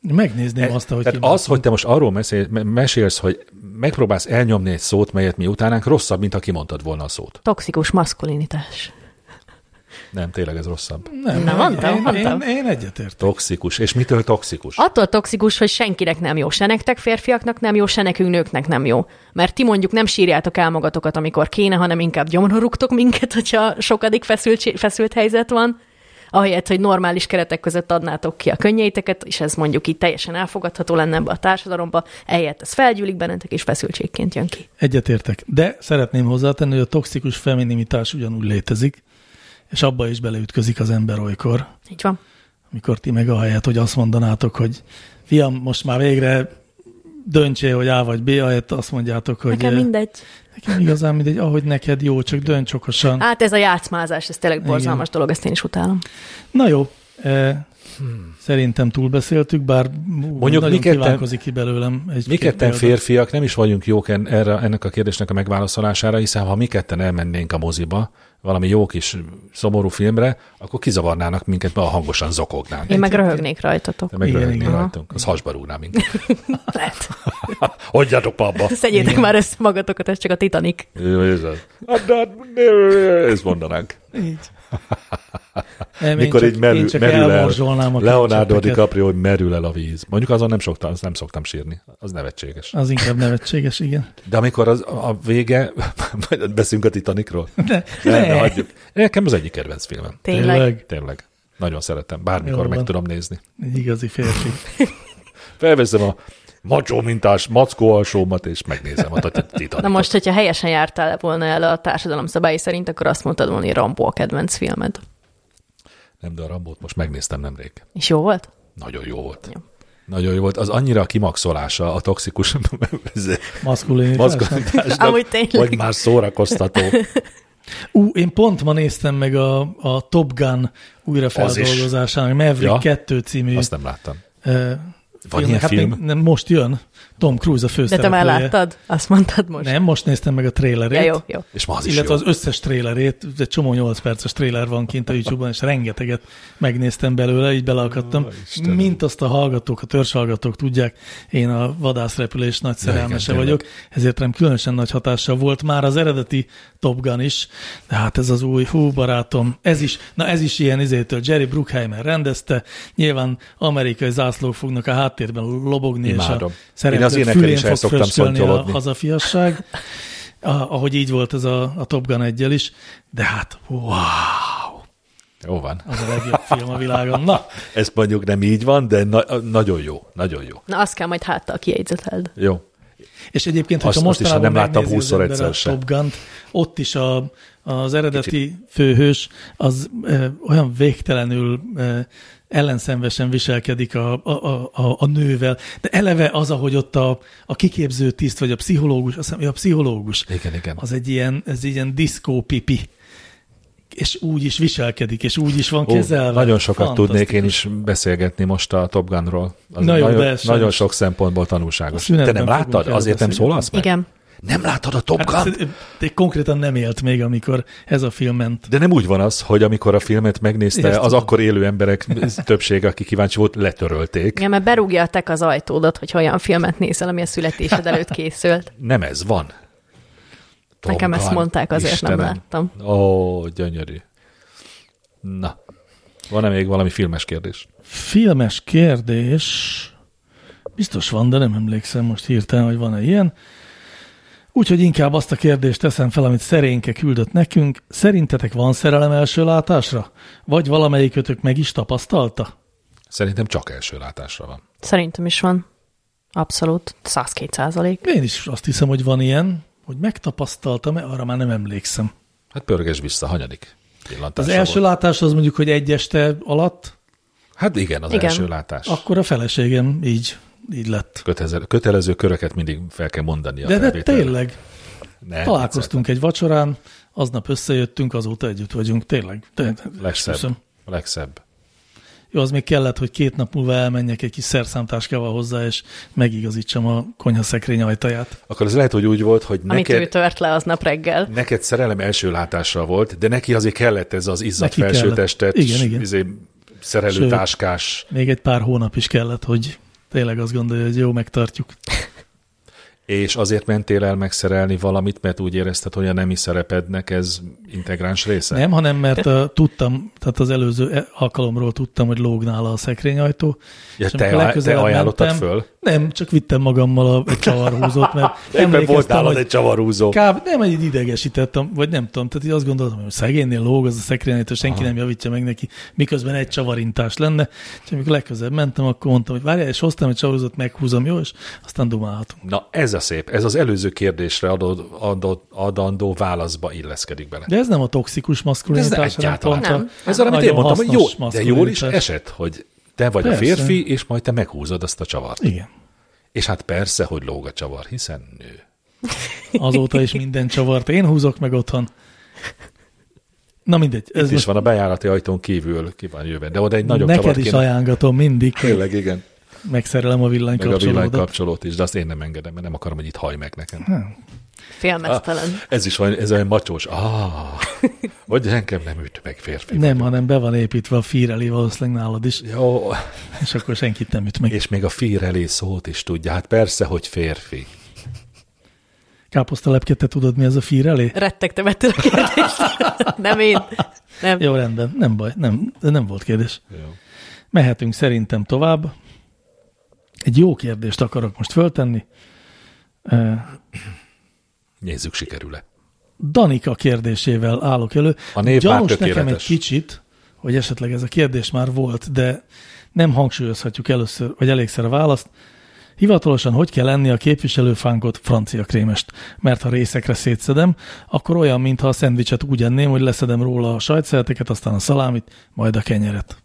[SPEAKER 2] Megnézném
[SPEAKER 3] E-
[SPEAKER 2] azt, hogy
[SPEAKER 3] Tehát az, hogy te most arról mesél, me- mesélsz, hogy megpróbálsz elnyomni egy szót, melyet mi utánánk, rosszabb, mint ha kimondtad volna a szót.
[SPEAKER 5] Toxikus maszkulinitás.
[SPEAKER 3] Nem, tényleg ez rosszabb.
[SPEAKER 2] nem,
[SPEAKER 5] Na, mondtam,
[SPEAKER 2] én,
[SPEAKER 5] mondtam.
[SPEAKER 2] Én, én egyetért.
[SPEAKER 3] Toxikus. És mitől toxikus?
[SPEAKER 5] Attól toxikus, hogy senkinek nem jó, se nektek férfiaknak nem jó, se nekünk nőknek nem jó. Mert ti mondjuk nem sírjátok el magatokat, amikor kéne, hanem inkább gyomra rúgtok minket, hogyha sokadik feszült, feszült helyzet van, ahelyett, hogy normális keretek között adnátok ki a könnyeiteket, és ez mondjuk így teljesen elfogadható lenne ebbe a társadalomba, ehelyett ez felgyűlik bennetek, és feszültségként jön ki.
[SPEAKER 2] Egyetértek. De szeretném hozzátenni, hogy a toxikus feminimitás ugyanúgy létezik, és abba is beleütközik az ember olykor,
[SPEAKER 5] Így van.
[SPEAKER 2] amikor ti meg ahelyett, hogy azt mondanátok, hogy fiam, most már végre döntsél, hogy A vagy B, ahelyett azt mondjátok, hogy
[SPEAKER 5] Nekem
[SPEAKER 2] eh,
[SPEAKER 5] mindegy.
[SPEAKER 2] nekem igazán mindegy, ahogy neked jó, csak dönts okosan.
[SPEAKER 5] Hát ez a játszmázás, ez tényleg
[SPEAKER 2] Igen.
[SPEAKER 5] borzalmas dolog, ezt én is utálom.
[SPEAKER 2] Na jó, eh,
[SPEAKER 3] Hmm.
[SPEAKER 2] szerintem túlbeszéltük, bár Mondjuk nagyon
[SPEAKER 3] mi ketten-
[SPEAKER 2] kívánkozik ki belőlem. Egy
[SPEAKER 3] Mi
[SPEAKER 2] két
[SPEAKER 3] ketten
[SPEAKER 2] példa.
[SPEAKER 3] férfiak nem is vagyunk jók en- erre, ennek a kérdésnek a megválaszolására, hiszen ha mi ketten elmennénk a moziba, valami jó kis szomorú filmre, akkor kizavarnának minket, mert hangosan zokognánk.
[SPEAKER 5] Én meg röhögnék rajtatok.
[SPEAKER 3] De meg
[SPEAKER 2] Igen,
[SPEAKER 3] röhögnél
[SPEAKER 2] igen.
[SPEAKER 3] rajtunk. Az hasba rúgná minket.
[SPEAKER 5] Lehet.
[SPEAKER 3] Hagyjatok abba!
[SPEAKER 5] Szedjétek már össze magatokat, ez csak a Titanic.
[SPEAKER 3] Ez az. Add át, Ezt hát, mondanánk.
[SPEAKER 2] Nem, Eh, én
[SPEAKER 3] Mikor
[SPEAKER 2] csak-
[SPEAKER 3] így merül,
[SPEAKER 2] én csak
[SPEAKER 3] merül el,
[SPEAKER 2] elmorzsolnám a
[SPEAKER 3] Leonardo
[SPEAKER 2] kincseteket.
[SPEAKER 3] DiCaprio, hogy merül el a víz. Mondjuk azon nem, sokta, azt nem szoktam sírni. Az nevetséges.
[SPEAKER 2] Az inkább nevetséges, igen.
[SPEAKER 3] De amikor az, a vége, <laughs> majd beszélünk a Titanicról.
[SPEAKER 2] De,
[SPEAKER 3] Ne, ne hagyjuk. Nekem az egyik kedvenc filmem.
[SPEAKER 5] Tényleg.
[SPEAKER 3] Tényleg. Nagyon szeretem. Bármikor
[SPEAKER 2] Jól
[SPEAKER 3] meg
[SPEAKER 2] van.
[SPEAKER 3] tudom nézni.
[SPEAKER 2] Egy igazi férfi.
[SPEAKER 3] Felveszem a macsó mintás mackó alsómat, és megnézem a tit- Titanicot.
[SPEAKER 5] Na most, hogyha helyesen jártál volna el a társadalom szabályi szerint, akkor azt mondtad volna, hogy Rambó a kedvenc filmed.
[SPEAKER 3] Nem, de a Rambót most megnéztem nemrég.
[SPEAKER 5] És jó volt?
[SPEAKER 3] Nagyon jó volt.
[SPEAKER 5] Jó.
[SPEAKER 3] Nagyon jó volt. Az annyira a kimaxolása a toxikus <laughs>
[SPEAKER 2] Maszkulinitás.
[SPEAKER 3] mozgatásnak,
[SPEAKER 5] Amúgy tényleg.
[SPEAKER 3] hogy már szórakoztató.
[SPEAKER 2] Ú, én pont ma néztem meg a, a Top Gun újrafeldolgozásának, Maverick
[SPEAKER 3] Ja.
[SPEAKER 2] ja. 2 című
[SPEAKER 3] Azt nem láttam.
[SPEAKER 2] eh,
[SPEAKER 3] Van
[SPEAKER 2] filmnek.
[SPEAKER 3] ilyen
[SPEAKER 2] hát
[SPEAKER 3] film?
[SPEAKER 2] még Nem, most jön. Tom Cruise a
[SPEAKER 5] De te
[SPEAKER 2] főszereplője.
[SPEAKER 5] már láttad? Azt mondtad most.
[SPEAKER 2] Nem, most néztem meg a trailerét.
[SPEAKER 5] Ja, jó, jó.
[SPEAKER 3] És ma az is
[SPEAKER 2] illetve
[SPEAKER 3] jó.
[SPEAKER 2] az összes trélerét, egy csomó 8 perces tréler van kint a YouTube-on, és rengeteget megnéztem belőle, így beleakadtam.
[SPEAKER 3] Istenem.
[SPEAKER 2] Mint azt a hallgatók, a törzshallgatók tudják, én a vadászrepülés nagy szerelmese
[SPEAKER 3] igen, tényleg.
[SPEAKER 2] vagyok, ezért nem különösen nagy hatással volt már az eredeti Top Gun is, de hát ez az új, hú barátom, ez is, na ez is ilyen izétől, Jerry Bruckheimer rendezte, nyilván amerikai zászlók fognak a háttérben lobogni,
[SPEAKER 3] Imádom.
[SPEAKER 2] és a szereplők
[SPEAKER 3] Én az énekkel
[SPEAKER 2] fülén
[SPEAKER 3] is el
[SPEAKER 2] fog
[SPEAKER 3] szoktam
[SPEAKER 2] fröcskölni a
[SPEAKER 3] szontyolodni.
[SPEAKER 2] hazafiasság. A, ahogy így volt ez a, a Top Gun egyel is, de hát wow,
[SPEAKER 3] Jó van.
[SPEAKER 2] az a legjobb film a világon. Na,
[SPEAKER 3] Ez mondjuk nem így van, de na- nagyon jó. Nagyon jó.
[SPEAKER 5] Na, azt kell majd háttal kijegyzeteled.
[SPEAKER 3] Jó.
[SPEAKER 2] és egyébként, hogyha
[SPEAKER 3] Azt- azt is, ha
[SPEAKER 2] mostanában
[SPEAKER 3] nem láttam
[SPEAKER 2] megnézi az
[SPEAKER 3] 20-szor
[SPEAKER 2] ember
[SPEAKER 3] egyszer
[SPEAKER 2] a
[SPEAKER 3] se.
[SPEAKER 2] Top Gun-t, ott is a, az eredeti főhős az e, olyan végtelenül e, ellenszenvesen viselkedik a, a, a, a, a nővel, de eleve az, ahogy ott a, a kiképző tiszt, vagy a pszichológus, azt hiszem, ő a pszichológus,
[SPEAKER 3] Igen, igen.
[SPEAKER 2] az egy ilyen, ez egy ilyen diszkópipi. És úgy is viselkedik, és úgy is van
[SPEAKER 3] Ó,
[SPEAKER 2] kezelve.
[SPEAKER 3] nagyon sokat tudnék én
[SPEAKER 2] Fantasztikus.
[SPEAKER 3] is beszélgetni most a Top Gunról. Az
[SPEAKER 2] Na jó,
[SPEAKER 3] nagyon,
[SPEAKER 2] de ez sem-
[SPEAKER 3] nagyon sok szempontból tanulságos. Te
[SPEAKER 2] szünetben
[SPEAKER 3] nem
[SPEAKER 2] fogunk
[SPEAKER 3] láttad?
[SPEAKER 2] erről
[SPEAKER 3] Azért nem
[SPEAKER 2] beszélgetni.
[SPEAKER 3] szólalsz meg?
[SPEAKER 5] Igen.
[SPEAKER 3] Nem láttad a Top
[SPEAKER 2] Hát,
[SPEAKER 3] Gun-t?
[SPEAKER 2] ez- de konkrétan nem élt még, amikor ez a film ment.
[SPEAKER 3] De nem úgy van az, hogy amikor a filmet megnézte,
[SPEAKER 2] Ezt
[SPEAKER 3] az
[SPEAKER 2] tudom.
[SPEAKER 3] akkor élő emberek többsége, aki kíváncsi volt, letörölték.
[SPEAKER 5] Igen, mert berúgja a tek az ajtódat, hogy olyan filmet nézel, ami a születésed előtt készült.
[SPEAKER 3] Nem ez van. Tom
[SPEAKER 5] Nekem ezt
[SPEAKER 3] Gunn,
[SPEAKER 5] mondták, azért nem láttam.
[SPEAKER 3] Ó, gyönyörű. Na, van-e még valami filmes kérdés?
[SPEAKER 2] Filmes kérdés. Biztos van, de nem emlékszem most hirtelen, hogy van-e ilyen. Úgyhogy inkább azt a kérdést teszem fel, amit szerénke küldött nekünk. Szerintetek van szerelem első látásra? Vagy valamelyikötök meg is tapasztalta?
[SPEAKER 3] Szerintem csak első látásra van.
[SPEAKER 5] Szerintem is van. Abszolút. 102 százalék.
[SPEAKER 2] Én is azt hiszem, hogy van ilyen, hogy megtapasztaltam-e, arra már nem emlékszem.
[SPEAKER 3] Hát pörges vissza, hanyadik
[SPEAKER 2] Az
[SPEAKER 3] pillantása
[SPEAKER 2] első
[SPEAKER 3] volt?
[SPEAKER 2] látás az mondjuk, hogy egy este alatt,
[SPEAKER 3] Hát igen, az
[SPEAKER 5] Igen.
[SPEAKER 3] első látás.
[SPEAKER 2] akkor a feleségem így így lett.
[SPEAKER 3] Kötelező, kötelező köröket mindig fel kell mondani a
[SPEAKER 2] De, de
[SPEAKER 3] felvételre.
[SPEAKER 2] tényleg,
[SPEAKER 3] Nem,
[SPEAKER 2] találkoztunk egy vacsorán, aznap összejöttünk, azóta együtt vagyunk, tényleg. Te-
[SPEAKER 3] vicceltem. Legszebb.
[SPEAKER 2] Köszönöm.
[SPEAKER 3] A legszebb.
[SPEAKER 2] Jó, az még kellett, hogy két nap múlva elmenjek egy kis szerszámtáskával hozzá, és megigazítsam a konyhaszekrény ajtaját.
[SPEAKER 3] Akkor ez lehet, hogy úgy volt, hogy
[SPEAKER 5] Amit ő
[SPEAKER 3] neked,
[SPEAKER 5] tört le aznap reggel.
[SPEAKER 3] neked szerelem első látásra volt, de neki azért kellett ez az izzadt
[SPEAKER 2] Neki
[SPEAKER 3] felsőtestet,
[SPEAKER 2] kellett. Igen, igen.
[SPEAKER 3] Izé, szerelő
[SPEAKER 2] Sőt.
[SPEAKER 3] táskás.
[SPEAKER 2] Még egy pár hónap is kellett, hogy tényleg azt gondolja, hogy jó, megtartjuk.
[SPEAKER 3] És azért mentél el megszerelni valamit, mert úgy érezted, hogy a nemi szerepednek ez integráns része?
[SPEAKER 2] Nem, hanem mert uh, tudtam, tehát az előző e- alkalomról tudtam, hogy lóg nála a szekrényajtó.
[SPEAKER 3] Ja,
[SPEAKER 2] és
[SPEAKER 3] te,
[SPEAKER 2] amikor
[SPEAKER 3] te
[SPEAKER 2] legközelebb
[SPEAKER 3] ajánlottad
[SPEAKER 2] mentem-
[SPEAKER 3] föl?
[SPEAKER 2] Nem, csak vittem magammal a egy csavarhúzót, mert
[SPEAKER 3] <laughs> Éppen volt
[SPEAKER 2] emlékeztem,
[SPEAKER 3] nálad
[SPEAKER 2] hogy
[SPEAKER 3] egy csavarhúzó.
[SPEAKER 2] Kább, nem egy idegesítettem, vagy nem tudom, tehát így azt gondoltam, hogy szegénynél lóg az a szekrényét, és senki Aha. nem javítja meg neki, miközben egy csavarintás lenne. És amikor legközelebb mentem, akkor mondtam, hogy várjál, és hoztam egy csavarózót, meghúzom, jó, és aztán dumálhatunk.
[SPEAKER 3] Na ez a szép, ez az előző kérdésre adod, adod, adandó válaszba illeszkedik bele.
[SPEAKER 2] De ez nem a toxikus
[SPEAKER 3] ez
[SPEAKER 2] maszkulinitás, hanem
[SPEAKER 3] egyáltalán.
[SPEAKER 2] pont a
[SPEAKER 5] Nem.
[SPEAKER 3] Ez arra, amit én
[SPEAKER 2] nagyon
[SPEAKER 3] mondtam, hogy
[SPEAKER 2] hasznos
[SPEAKER 3] jó, de jól is
[SPEAKER 2] maszkulinitás.
[SPEAKER 3] esett, hogy te vagy
[SPEAKER 2] Persze.
[SPEAKER 3] a férfi, és majd te meghúzod azt a csavart.
[SPEAKER 2] Igen.
[SPEAKER 3] És hát persze, hogy lóg a csavar, hiszen nő.
[SPEAKER 2] Azóta is minden csavart én húzok meg otthon. Na mindegy,
[SPEAKER 3] Ez Itt
[SPEAKER 2] ez
[SPEAKER 3] is
[SPEAKER 2] most
[SPEAKER 3] van a bejárati ajtón kívül, ki van jövő, de oda egy nagyobb
[SPEAKER 2] neked
[SPEAKER 3] csavar
[SPEAKER 2] is
[SPEAKER 3] kéne.
[SPEAKER 2] ajánlgatom mindig, hogy
[SPEAKER 3] Tényleg, igen.
[SPEAKER 2] megszerelem a
[SPEAKER 3] Meg a
[SPEAKER 2] villanykapcsolódat.
[SPEAKER 3] villanykapcsolót is, de azt én nem engedem, mert nem akarom, hogy itt haj meg nekem. Ah,
[SPEAKER 5] Félmeztelen.
[SPEAKER 3] Ez is olyan, ez olyan macsós. Ah, hogy engem nem üt meg férfi.
[SPEAKER 2] Nem, hanem be van építve a fíreli valószínűleg nálad is,
[SPEAKER 3] Jó,
[SPEAKER 2] és akkor senkit nem üt meg.
[SPEAKER 3] és még a fír elé szót is tudja. Hát persze, hogy férfi.
[SPEAKER 2] Káposztalepke, te tudod, mi ez a fírelé?
[SPEAKER 5] Rettegtem ettől a kérdéstől. Nem én. Nem.
[SPEAKER 2] Jó, rendben, nem baj, nem, nem volt kérdés.
[SPEAKER 3] Jó.
[SPEAKER 2] Mehetünk szerintem tovább. Egy jó kérdést akarok most föltenni. Ö,
[SPEAKER 3] Nézzük, sikerül-e.
[SPEAKER 2] Danika kérdésével állok elő.
[SPEAKER 3] A név már
[SPEAKER 2] Gyanús nekem egy
[SPEAKER 3] tökéletes.
[SPEAKER 2] kicsit, hogy esetleg ez a kérdés már volt, de nem hangsúlyozhatjuk először, vagy elégszer a választ. Hivatalosan hogy kell enni a képviselőfánkot, francia krémest? Mert ha részekre szétszedem, akkor olyan, mintha a szendvicset úgy enném, hogy leszedem róla a sajtszereteket, aztán a szalámit, majd a kenyeret.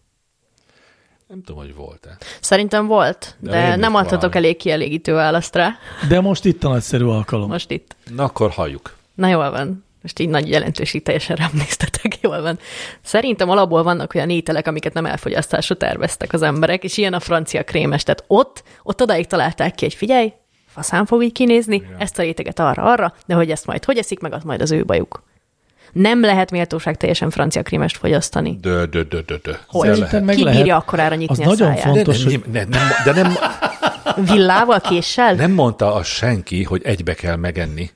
[SPEAKER 3] Nem tudom, hogy volt-e.
[SPEAKER 5] Szerintem volt,
[SPEAKER 3] De
[SPEAKER 5] de, de
[SPEAKER 3] rémlik
[SPEAKER 5] nem adhatok
[SPEAKER 3] valami.
[SPEAKER 5] elég kielégítő választ rá.
[SPEAKER 2] De most itt a nagyszerű alkalom. Most.
[SPEAKER 5] Most itt.
[SPEAKER 3] Na akkor halljuk.
[SPEAKER 5] Na jól van. Most így nagy jelentőség teljesen rám néztetek, jól van. Szerintem alapból vannak olyan ételek, amiket nem elfogyasztásra terveztek az emberek, és ilyen a francia krémes. Tehát ott, ott odáig találták ki, hogy figyelj, faszán fog így kinézni, Igen. ezt a réteget arra-arra, de hogy ezt majd hogy eszik, meg az majd az ő bajuk. Nem lehet méltóság teljesen francia krémest fogyasztani.
[SPEAKER 3] Dö, dö, dö, dö, dö.
[SPEAKER 5] Hogy?
[SPEAKER 3] De
[SPEAKER 2] Szerintem
[SPEAKER 3] lehet.
[SPEAKER 2] meg
[SPEAKER 5] Ki
[SPEAKER 2] lehet.
[SPEAKER 5] bírja akkorára
[SPEAKER 2] Az
[SPEAKER 5] nyitni a
[SPEAKER 2] nagyon
[SPEAKER 5] száját?
[SPEAKER 3] De
[SPEAKER 2] fontos, hogy
[SPEAKER 3] nem, nem, nem, de nem,
[SPEAKER 5] Villával, késsel?
[SPEAKER 3] nem mondta a senki, hogy egybe kell megenni.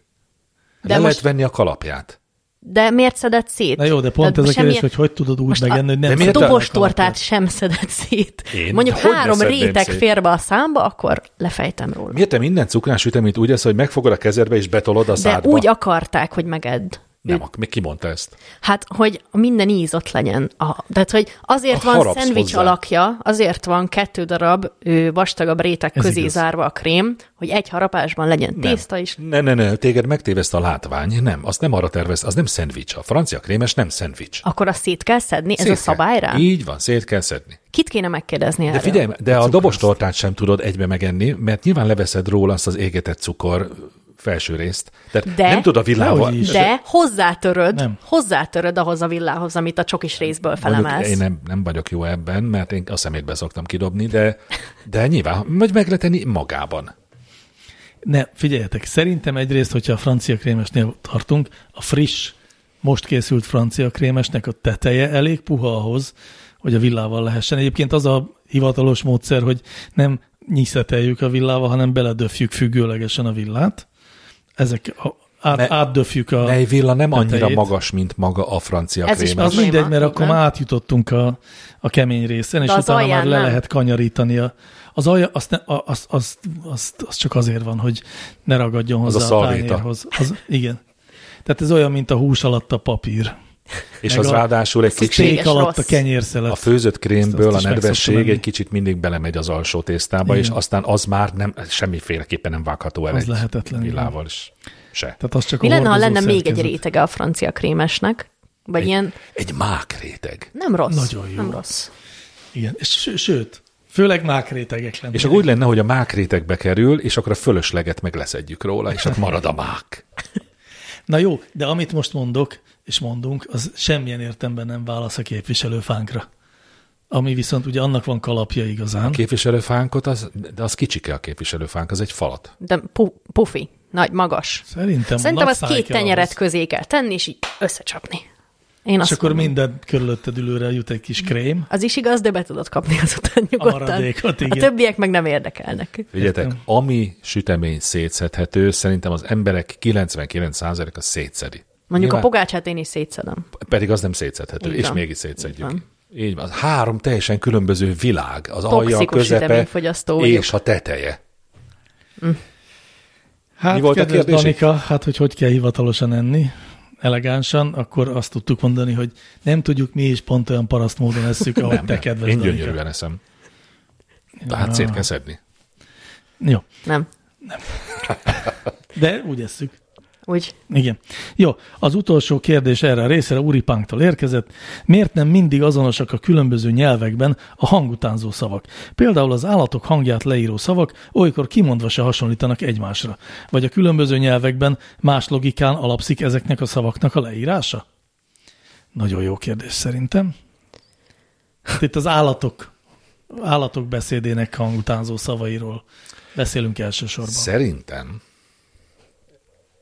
[SPEAKER 3] De Le
[SPEAKER 5] most-
[SPEAKER 3] lehet venni a kalapját.
[SPEAKER 5] De miért szedett szét?
[SPEAKER 2] Na jó, de pont ez
[SPEAKER 5] Tehát
[SPEAKER 2] a kérdés,
[SPEAKER 5] semmilyen-
[SPEAKER 2] hogy hogy tudod úgy
[SPEAKER 5] Most a-
[SPEAKER 2] megenni, hogy nem
[SPEAKER 3] de
[SPEAKER 5] A
[SPEAKER 3] miért
[SPEAKER 2] szeded
[SPEAKER 5] dobos
[SPEAKER 2] meg a kalapot?
[SPEAKER 5] tortát sem szedett szét.
[SPEAKER 3] Én?
[SPEAKER 5] Mondjuk
[SPEAKER 3] Hogy ne
[SPEAKER 5] három
[SPEAKER 3] szedném
[SPEAKER 5] réteg
[SPEAKER 3] szét?
[SPEAKER 5] férbe a számba, akkor lefejtem róla.
[SPEAKER 3] Miért te minden cukrás üteményt úgy esz, hogy megfogod a kezedbe és betolod a
[SPEAKER 5] De
[SPEAKER 3] szádba?
[SPEAKER 5] úgy akarták, hogy megedd.
[SPEAKER 3] Nem, ak- még ki mondta ezt?
[SPEAKER 5] Hát, hogy minden íz ott legyen. A, tehát, hogy azért
[SPEAKER 3] A
[SPEAKER 5] van
[SPEAKER 3] harapsz
[SPEAKER 5] szendvics
[SPEAKER 3] hozzá.
[SPEAKER 5] alakja, azért van kettő darab ö, vastagabb réteg
[SPEAKER 2] Ez
[SPEAKER 5] közé
[SPEAKER 2] igaz.
[SPEAKER 5] zárva a krém, hogy egy harapásban legyen tészta is.
[SPEAKER 3] Ne, ne, ne, téged megtéveszt a látvány. Nem, azt nem arra tervez, az nem szendvics. A francia krémes nem szendvics.
[SPEAKER 5] Akkor azt szét kell szedni? Ez
[SPEAKER 3] Szét
[SPEAKER 5] a
[SPEAKER 3] kell-
[SPEAKER 5] szabály rá?
[SPEAKER 3] Így van, szét kell szedni.
[SPEAKER 5] Kit kéne megkérdezni
[SPEAKER 3] De
[SPEAKER 5] erről?
[SPEAKER 3] figyelj, de a dobos tortát sem tudod egybe megenni, mert nyilván leveszed róla azt az égetett cukor felső részt. Tehát
[SPEAKER 5] De-
[SPEAKER 3] nem tud a villával.
[SPEAKER 2] Dehogy is.
[SPEAKER 5] De hozzátöröd,
[SPEAKER 2] Nem.
[SPEAKER 5] nem. hozzátöröd ahhoz a villához, amit a csokis részből
[SPEAKER 3] Mondjuk
[SPEAKER 5] felemelsz.
[SPEAKER 3] én nem, nem vagyok jó ebben, mert én a szemétbe szoktam kidobni, de, de nyilván, vagy megleteni magában.
[SPEAKER 2] Ne, figyeljetek, szerintem egyrészt, hogyha a francia krémesnél tartunk, a friss, most készült francia krémesnek a teteje elég puha ahhoz, hogy a villával lehessen. Egyébként az a hivatalos módszer, hogy nem nyiszeteljük a villával, hanem beledöfjük függőlegesen a villát. Ezek a, át,
[SPEAKER 3] Ne-
[SPEAKER 2] átdöfjük a...
[SPEAKER 3] Mely villa nem annyira
[SPEAKER 2] tetejét.
[SPEAKER 3] magas, mint maga a francia
[SPEAKER 5] Ez is
[SPEAKER 3] krémes.
[SPEAKER 2] az
[SPEAKER 5] probléma,
[SPEAKER 2] mindegy, mert akkor
[SPEAKER 5] nem?
[SPEAKER 2] már átjutottunk a, a kemény részen, és
[SPEAKER 5] az
[SPEAKER 2] utána már
[SPEAKER 5] alján
[SPEAKER 2] le
[SPEAKER 5] nem.
[SPEAKER 2] lehet kanyarítani. A, az alja, azt, ne, a- azt, azt, azt, azt csak azért van, hogy ne ragadjon
[SPEAKER 3] Az a
[SPEAKER 2] hozzá az a, a
[SPEAKER 3] szalvéta.
[SPEAKER 2] tányérhoz. Az, igen. Tehát ez olyan, mint a hús alatt a papír.
[SPEAKER 3] És
[SPEAKER 2] meg
[SPEAKER 3] az
[SPEAKER 2] a-
[SPEAKER 3] ráadásul egy
[SPEAKER 2] A
[SPEAKER 5] is
[SPEAKER 3] kicsit,
[SPEAKER 5] Egységes
[SPEAKER 2] steak alatt a
[SPEAKER 5] rossz.
[SPEAKER 2] kenyérszelet.
[SPEAKER 3] a főzött krémből
[SPEAKER 2] Azt-
[SPEAKER 3] a
[SPEAKER 2] azt is meg szoktam
[SPEAKER 3] nedvesség
[SPEAKER 2] enni.
[SPEAKER 3] egy kicsit mindig belemegy az alsó tésztába,
[SPEAKER 2] Igen.
[SPEAKER 3] és aztán az már nem, semmiféleképpen nem vágható el
[SPEAKER 2] Az
[SPEAKER 3] egy
[SPEAKER 2] lehetetlen, igen.
[SPEAKER 3] villával is. Se.
[SPEAKER 2] Tehát az csak
[SPEAKER 5] Mi
[SPEAKER 2] a
[SPEAKER 5] lenne, ha
[SPEAKER 2] hordozó
[SPEAKER 5] lenne még egy
[SPEAKER 2] szerkezet.
[SPEAKER 5] rétege a francia krémesnek? Vagy
[SPEAKER 3] Egy,
[SPEAKER 5] ilyen
[SPEAKER 3] egy mák réteg.
[SPEAKER 5] nem rossz.
[SPEAKER 2] Nagyon jó.
[SPEAKER 5] Nem rossz.
[SPEAKER 2] Igen, és ső- sőt, Főleg mákrétegek lennének.
[SPEAKER 3] És akkor úgy lenne, hogy a mák rétegbe kerül, és akkor a fölösleget meg leszedjük róla, és ott marad a mák.
[SPEAKER 2] Na jó, de amit most mondok, és mondunk, az semmilyen értemben nem válasz a képviselőfánkra. Ami viszont ugye annak van kalapja igazán.
[SPEAKER 3] Képviselőfánkot, az, de az kicsike a képviselőfánk, az egy falat.
[SPEAKER 5] De pu- pufi, nagy, magas.
[SPEAKER 2] Szerintem, a
[SPEAKER 5] Szerintem
[SPEAKER 2] nagy
[SPEAKER 5] az
[SPEAKER 2] száj
[SPEAKER 5] két
[SPEAKER 2] kell
[SPEAKER 5] tenyeret
[SPEAKER 2] ahhoz.
[SPEAKER 5] közé kell tenni, és így összecsapni. Én
[SPEAKER 2] És
[SPEAKER 5] azt
[SPEAKER 2] akkor
[SPEAKER 5] mondom.
[SPEAKER 2] minden körülötted ülőre jut egy kis krém.
[SPEAKER 5] Az is igaz, de be tudod kapni azután nyugodtan.
[SPEAKER 2] maradékot,
[SPEAKER 5] a
[SPEAKER 2] igen.
[SPEAKER 5] többiek meg nem érdekelnek.
[SPEAKER 3] Figyeljetek,
[SPEAKER 2] Értem.
[SPEAKER 3] ami sütemény szétszedhető, szerintem az emberek 99%-a szétszedi.
[SPEAKER 5] Mondjuk
[SPEAKER 3] Nyilván-
[SPEAKER 5] a pogácsát én is szétszedem.
[SPEAKER 3] Pedig az nem szétszedhető,
[SPEAKER 5] Így
[SPEAKER 3] és
[SPEAKER 5] van.
[SPEAKER 3] mégis
[SPEAKER 5] Így
[SPEAKER 3] szétszedjük. Így
[SPEAKER 5] van.
[SPEAKER 3] van. Az három teljesen különböző világ, az
[SPEAKER 5] Toxikus
[SPEAKER 3] alja, a közepe
[SPEAKER 5] süteményfogyasztó vagyok.
[SPEAKER 3] és a teteje.
[SPEAKER 2] Hát,
[SPEAKER 3] Mi volt a
[SPEAKER 2] kedves
[SPEAKER 3] kérdés?
[SPEAKER 2] Danika, hát hogy hogy kell hivatalosan enni, elegánsan, akkor azt tudtuk mondani, hogy nem tudjuk mi is pont olyan paraszt módon esszük, ahogy te kedves
[SPEAKER 3] Én
[SPEAKER 2] Danika.
[SPEAKER 3] gyönyörűen eszem. Tehát szét kell szedni.
[SPEAKER 2] Jó,
[SPEAKER 5] Nem.
[SPEAKER 2] de úgy esszük.
[SPEAKER 5] Úgy.
[SPEAKER 2] Igen. Jó, az utolsó kérdés erre a részre Uri Pánktól érkezett. Miért nem mindig azonosak a különböző nyelvekben a hangutánzó szavak? Például az állatok hangját leíró szavak olykor kimondva se hasonlítanak egymásra. Vagy a különböző nyelvekben más logikán alapszik ezeknek a szavaknak a leírása? Nagyon jó kérdés szerintem. Hát Itt az állatok, állatok beszédének hangutánzó szavairól beszélünk elsősorban.
[SPEAKER 3] Szerintem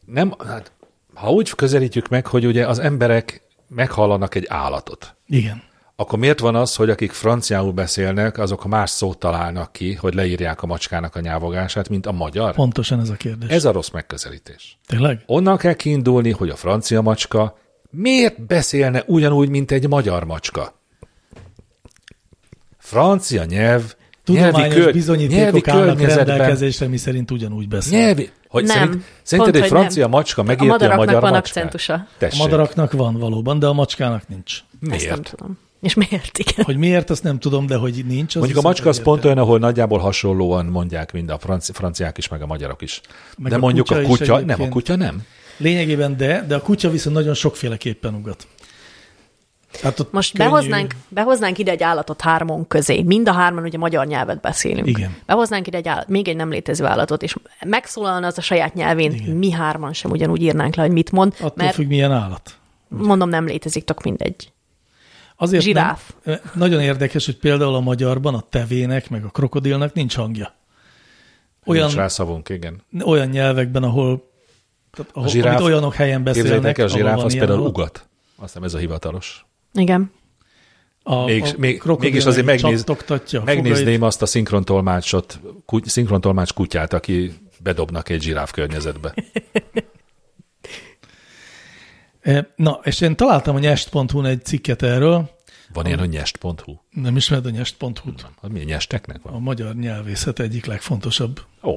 [SPEAKER 3] nem, hát, ha úgy közelítjük meg, hogy ugye az emberek meghallanak egy állatot,
[SPEAKER 2] Igen.
[SPEAKER 3] akkor miért van az, hogy akik franciául beszélnek, azok más szót találnak ki, hogy leírják a macskának a nyávogását, mint a magyar?
[SPEAKER 2] Pontosan ez a kérdés. Ez...
[SPEAKER 3] Ez a rossz megközelítés.
[SPEAKER 2] Tényleg?
[SPEAKER 3] Onnan kell kiindulni, hogy a francia macska miért beszélne ugyanúgy, mint egy magyar macska? Francia nyelv, nyelvi,
[SPEAKER 2] tudományos
[SPEAKER 3] kör, nyelvi
[SPEAKER 2] bizonyítékok állnak
[SPEAKER 3] környezetben
[SPEAKER 2] rendelkezésre, mi szerint ugyanúgy beszél.
[SPEAKER 3] Nyelvi. Hogy
[SPEAKER 5] Nem.
[SPEAKER 3] Szerint, szerinted
[SPEAKER 5] Pont,
[SPEAKER 3] egy
[SPEAKER 5] hogy
[SPEAKER 3] francia
[SPEAKER 5] nem.
[SPEAKER 3] macska
[SPEAKER 5] A
[SPEAKER 3] megérti a, magyar
[SPEAKER 5] madaraknak van
[SPEAKER 3] macskát?
[SPEAKER 5] akcentusa.
[SPEAKER 2] A
[SPEAKER 3] Tessék.
[SPEAKER 2] madaraknak van valóban, de a macskának nincs.
[SPEAKER 5] Ezt nem
[SPEAKER 3] Miért?
[SPEAKER 5] tudom. És miért? Igen.
[SPEAKER 2] Hogy miért, azt nem tudom, de hogy nincs.
[SPEAKER 3] Mondjuk
[SPEAKER 2] Az
[SPEAKER 3] a
[SPEAKER 2] viszont
[SPEAKER 3] macska az
[SPEAKER 2] egyértelmű.
[SPEAKER 3] pont olyan, ahol nagyjából hasonlóan mondják mind a franci, franciák is, meg a magyarok is.
[SPEAKER 2] Meg
[SPEAKER 3] De
[SPEAKER 2] a
[SPEAKER 3] mondjuk
[SPEAKER 2] kutya
[SPEAKER 3] a
[SPEAKER 2] is
[SPEAKER 3] kutya, nem, a
[SPEAKER 2] egyébként.
[SPEAKER 3] kutya nem.
[SPEAKER 2] Lényegében de, de a kutya viszont nagyon sokféleképpen ugat. Tehát ott
[SPEAKER 5] Most
[SPEAKER 2] könnyű-
[SPEAKER 5] behoznánk, behoznánk ide egy állatot hármon közé. Mind a hárman ugye magyar nyelvet beszélünk.
[SPEAKER 2] Igen.
[SPEAKER 5] Behoznánk ide egy állat, még egy nem létező állatot, és megszólalna az a saját nyelvén, Igen. mi hárman sem ugyanúgy írnánk le, hogy mit mond,
[SPEAKER 2] Attól
[SPEAKER 5] mert
[SPEAKER 2] függ, milyen állat.
[SPEAKER 5] mondom, nem létezik, tök mindegy.
[SPEAKER 2] Azért
[SPEAKER 5] Zsiráf.
[SPEAKER 2] Nem, nagyon érdekes, hogy például a magyarban a tevének, meg a krokodilnak nincs hangja. Olyan,
[SPEAKER 3] Nincs rá szavunk, igen.
[SPEAKER 2] olyan nyelvekben, ahol, tehát, ahol
[SPEAKER 3] zsiráf-
[SPEAKER 2] amit olyanok helyen beszélnek.
[SPEAKER 3] Képzeljétek el, a
[SPEAKER 2] ahol
[SPEAKER 3] zsiráf
[SPEAKER 2] van
[SPEAKER 3] az
[SPEAKER 2] ilyen
[SPEAKER 3] például
[SPEAKER 2] állat.
[SPEAKER 3] ugat. Azt hiszem ez a hivatalos.
[SPEAKER 5] Igen.
[SPEAKER 2] A,
[SPEAKER 3] Még,
[SPEAKER 2] a
[SPEAKER 3] még,
[SPEAKER 2] krokodil
[SPEAKER 3] mégis azért
[SPEAKER 2] meg
[SPEAKER 3] megnéz,
[SPEAKER 2] csattogtatja a fogait.
[SPEAKER 3] megnézném azt a szinkrontolmácsot, kuty, szinkrontolmács kutyát, aki bedobnak egy zsiráf környezetbe.
[SPEAKER 2] E, Na, és én találtam a nyest.hu-n egy cikket erről,
[SPEAKER 3] Van ilyen, hogy nyest.hu.
[SPEAKER 2] nem ismered a nyest.hu-t,
[SPEAKER 3] Hát milyen nyesteknek
[SPEAKER 2] a
[SPEAKER 3] van?
[SPEAKER 2] magyar nyelvészet egyik legfontosabb
[SPEAKER 3] Ó,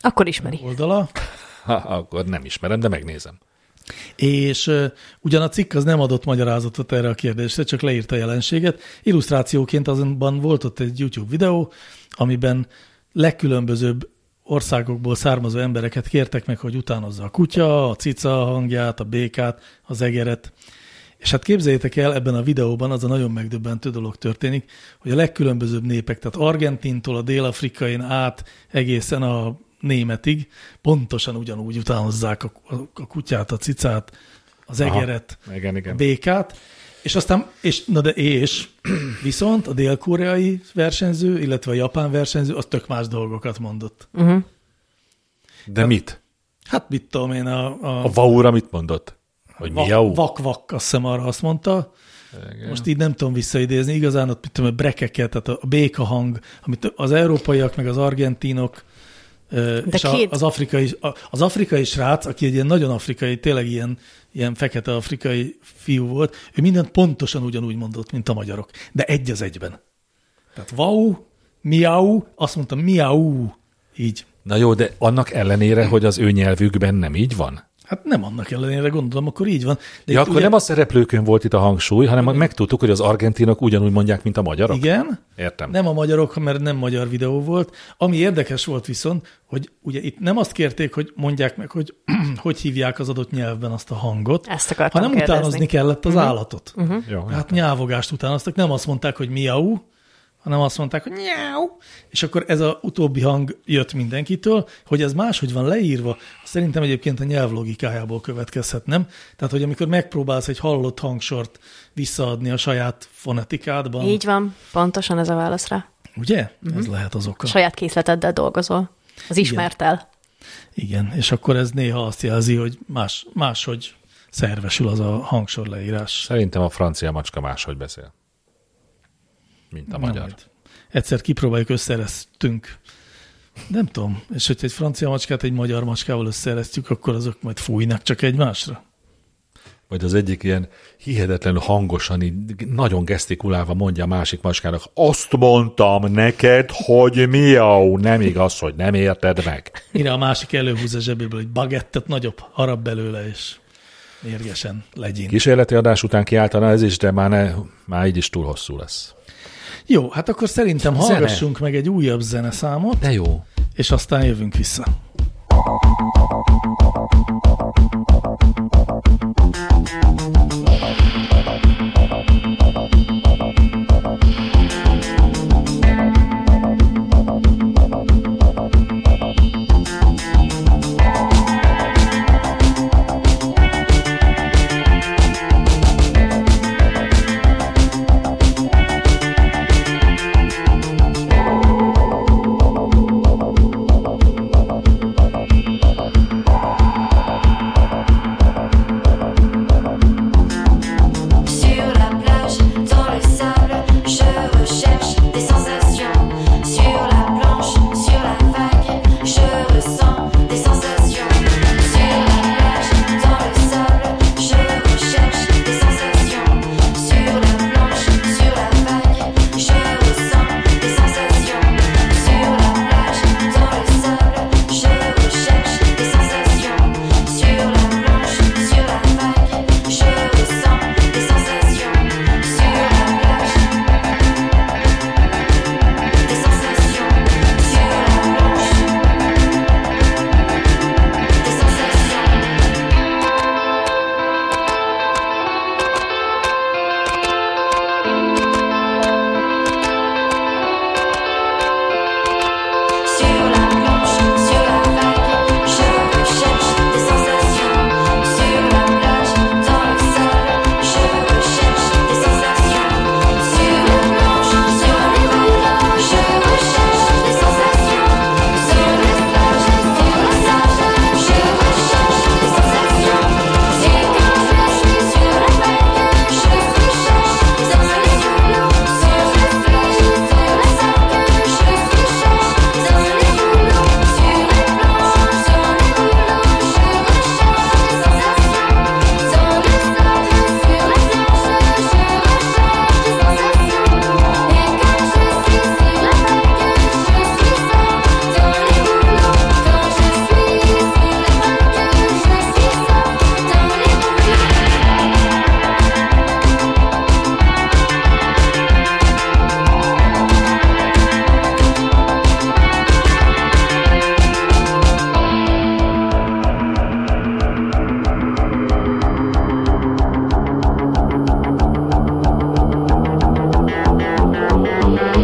[SPEAKER 5] Akkor ismeri.
[SPEAKER 2] oldala,
[SPEAKER 3] ha, akkor nem ismerem, de megnézem.
[SPEAKER 2] és e, ugyan a cikk az nem adott magyarázatot erre a kérdésre, csak leírta a jelenséget. Illusztrációként azonban volt ott egy YouTube videó, amiben legkülönbözőbb országokból származó embereket kértek meg, hogy utánozza a kutya, a cica hangját, a békát, az egeret, És hát képzeljétek el, ebben a videóban az a nagyon megdöbbentő dolog történik, hogy a legkülönbözőbb népek, tehát Argentintól a dél-afrikain át egészen a németig, pontosan ugyanúgy utánozzák a, a, a kutyát, a cicát, az
[SPEAKER 3] Aha.
[SPEAKER 2] egeret,
[SPEAKER 3] Igen, igen.
[SPEAKER 2] a békát, és aztán, és, na de és, viszont a dél-koreai versenyző, illetve a japán versenyző, az tök más dolgokat mondott.
[SPEAKER 3] Mm. De mit?
[SPEAKER 2] Hát mit tudom én, a, a,
[SPEAKER 3] A vaúra mit mondott? Hogy mi
[SPEAKER 2] Vak-
[SPEAKER 3] a
[SPEAKER 2] Vak-vak, azt hiszem arra azt mondta. Igen. Most így nem tudom visszaidézni. Igazán ott, mit tudom, a brekeket, tehát a- a béka hang, amit az európaiak, meg az argentinok, ö, és
[SPEAKER 5] két-
[SPEAKER 2] a, az, afrikai, a- az afrikai srác, aki egy ilyen nagyon afrikai, tényleg ilyen, ilyen fekete afrikai fiú volt, ő mindent pontosan ugyanúgy mondott, mint a magyarok, de egy az egyben. Tehát vau, miau, azt mondta miau, így.
[SPEAKER 3] Na jó, de annak ellenére, hogy az ő nyelvükben nem így van?
[SPEAKER 2] Hát nem annak ellenére gondolom, akkor így van. De
[SPEAKER 3] ja,
[SPEAKER 2] itt
[SPEAKER 3] akkor nem a szereplőkön volt itt a hangsúly, hanem megtudtuk, hogy az argentinok ugyanúgy mondják, mint a magyarok.
[SPEAKER 2] Igen.
[SPEAKER 3] Értem.
[SPEAKER 2] Nem a magyarok, mert nem magyar videó volt. Ami érdekes volt viszont, hogy ugye itt nem azt kérték, hogy mondják meg, hogy <clears throat> hogy hívják az adott nyelvben azt a hangot,
[SPEAKER 5] Ezt akartam
[SPEAKER 2] hanem
[SPEAKER 5] kérdezni. Mhm.
[SPEAKER 2] utánozni kellett az állatot.
[SPEAKER 3] Jó,
[SPEAKER 2] Hát nyávogást utánoztak, nem azt mondták, hogy miau, hanem azt mondták, hogy nyáu, és akkor ez a utóbbi hang jött mindenkitől, hogy ez máshogy van leírva, szerintem egyébként a nyelv logikájából következhet, nem? Tehát, hogy amikor megpróbálsz egy hallott hangsort visszaadni a saját fonetikádban,
[SPEAKER 5] Így van, pontosan ez a válaszra.
[SPEAKER 2] ugye? Mm-hmm. Ez lehet az oka.
[SPEAKER 5] Saját készleteddel dolgozol. Az ismertel.
[SPEAKER 2] Igen, és akkor ez néha azt jelzi, hogy más, máshogy szervesül az a hangsor leírás.
[SPEAKER 3] Szerintem a francia macska máshogy beszél, mint a magyar.
[SPEAKER 2] Majd. Egyszer kipróbáljuk, összeresztünk. Nem tudom, és hogyha egy francia macskát egy magyar macskával összeresztjük, akkor azok majd fújnak csak egymásra.
[SPEAKER 3] Vagy az egyik ilyen hihetetlenül hangosan, így nagyon gesztikulálva mondja a másik macskának, azt mondtam neked, hogy miau, nem igaz, hogy nem érted meg.
[SPEAKER 2] Mire a másik előhúz a zsebéből egy bagettet, nagyobb harap belőle, és mérgesen legyen.
[SPEAKER 3] Kísérleti adás után kiáltana ez is, de már, ne, már így is túl hosszú lesz.
[SPEAKER 2] Jó, hát akkor szerintem
[SPEAKER 3] Zene.
[SPEAKER 2] hallgassunk meg egy újabb zeneszámot,
[SPEAKER 3] De jó.
[SPEAKER 2] és aztán jövünk vissza.
[SPEAKER 6] Sur la plage, dans le sable, je recherche des sensations. Sur la planche, sur la vague, je ressens des sensations. Sur la plage, dans le sable, je recherche des sensations. Sur la planche, sur la vague, je ressens des sensations. Sur la plage, dans le sable, je recherche des sensations. Sur la planche, sur la vague, je ressens des sensations. Sur la plage, des sensations. Sur la planche, des sensations. Sur la planche, sur la vague, je recherche des sensations. Sur la plage, dans le sable, je recherche des sensations. Sur la planche, sur la vague, je recherche des sensations. Sur la plage, sur le sable, je recherche des sensations. Sur la plage, sur la vague, je recherche des sensations. Sur la plage, sur le sable, je recherche dans les rouleaux, sur les planches, sur les rouleaux, je recherche des sensations. Dans le sable, sur les planches, je recherche des sensations. Et quand je suis sur la vague, je suis seule. Dans les rouleaux, quand je suis sur la vague, je suis seule. Dans les rouleaux.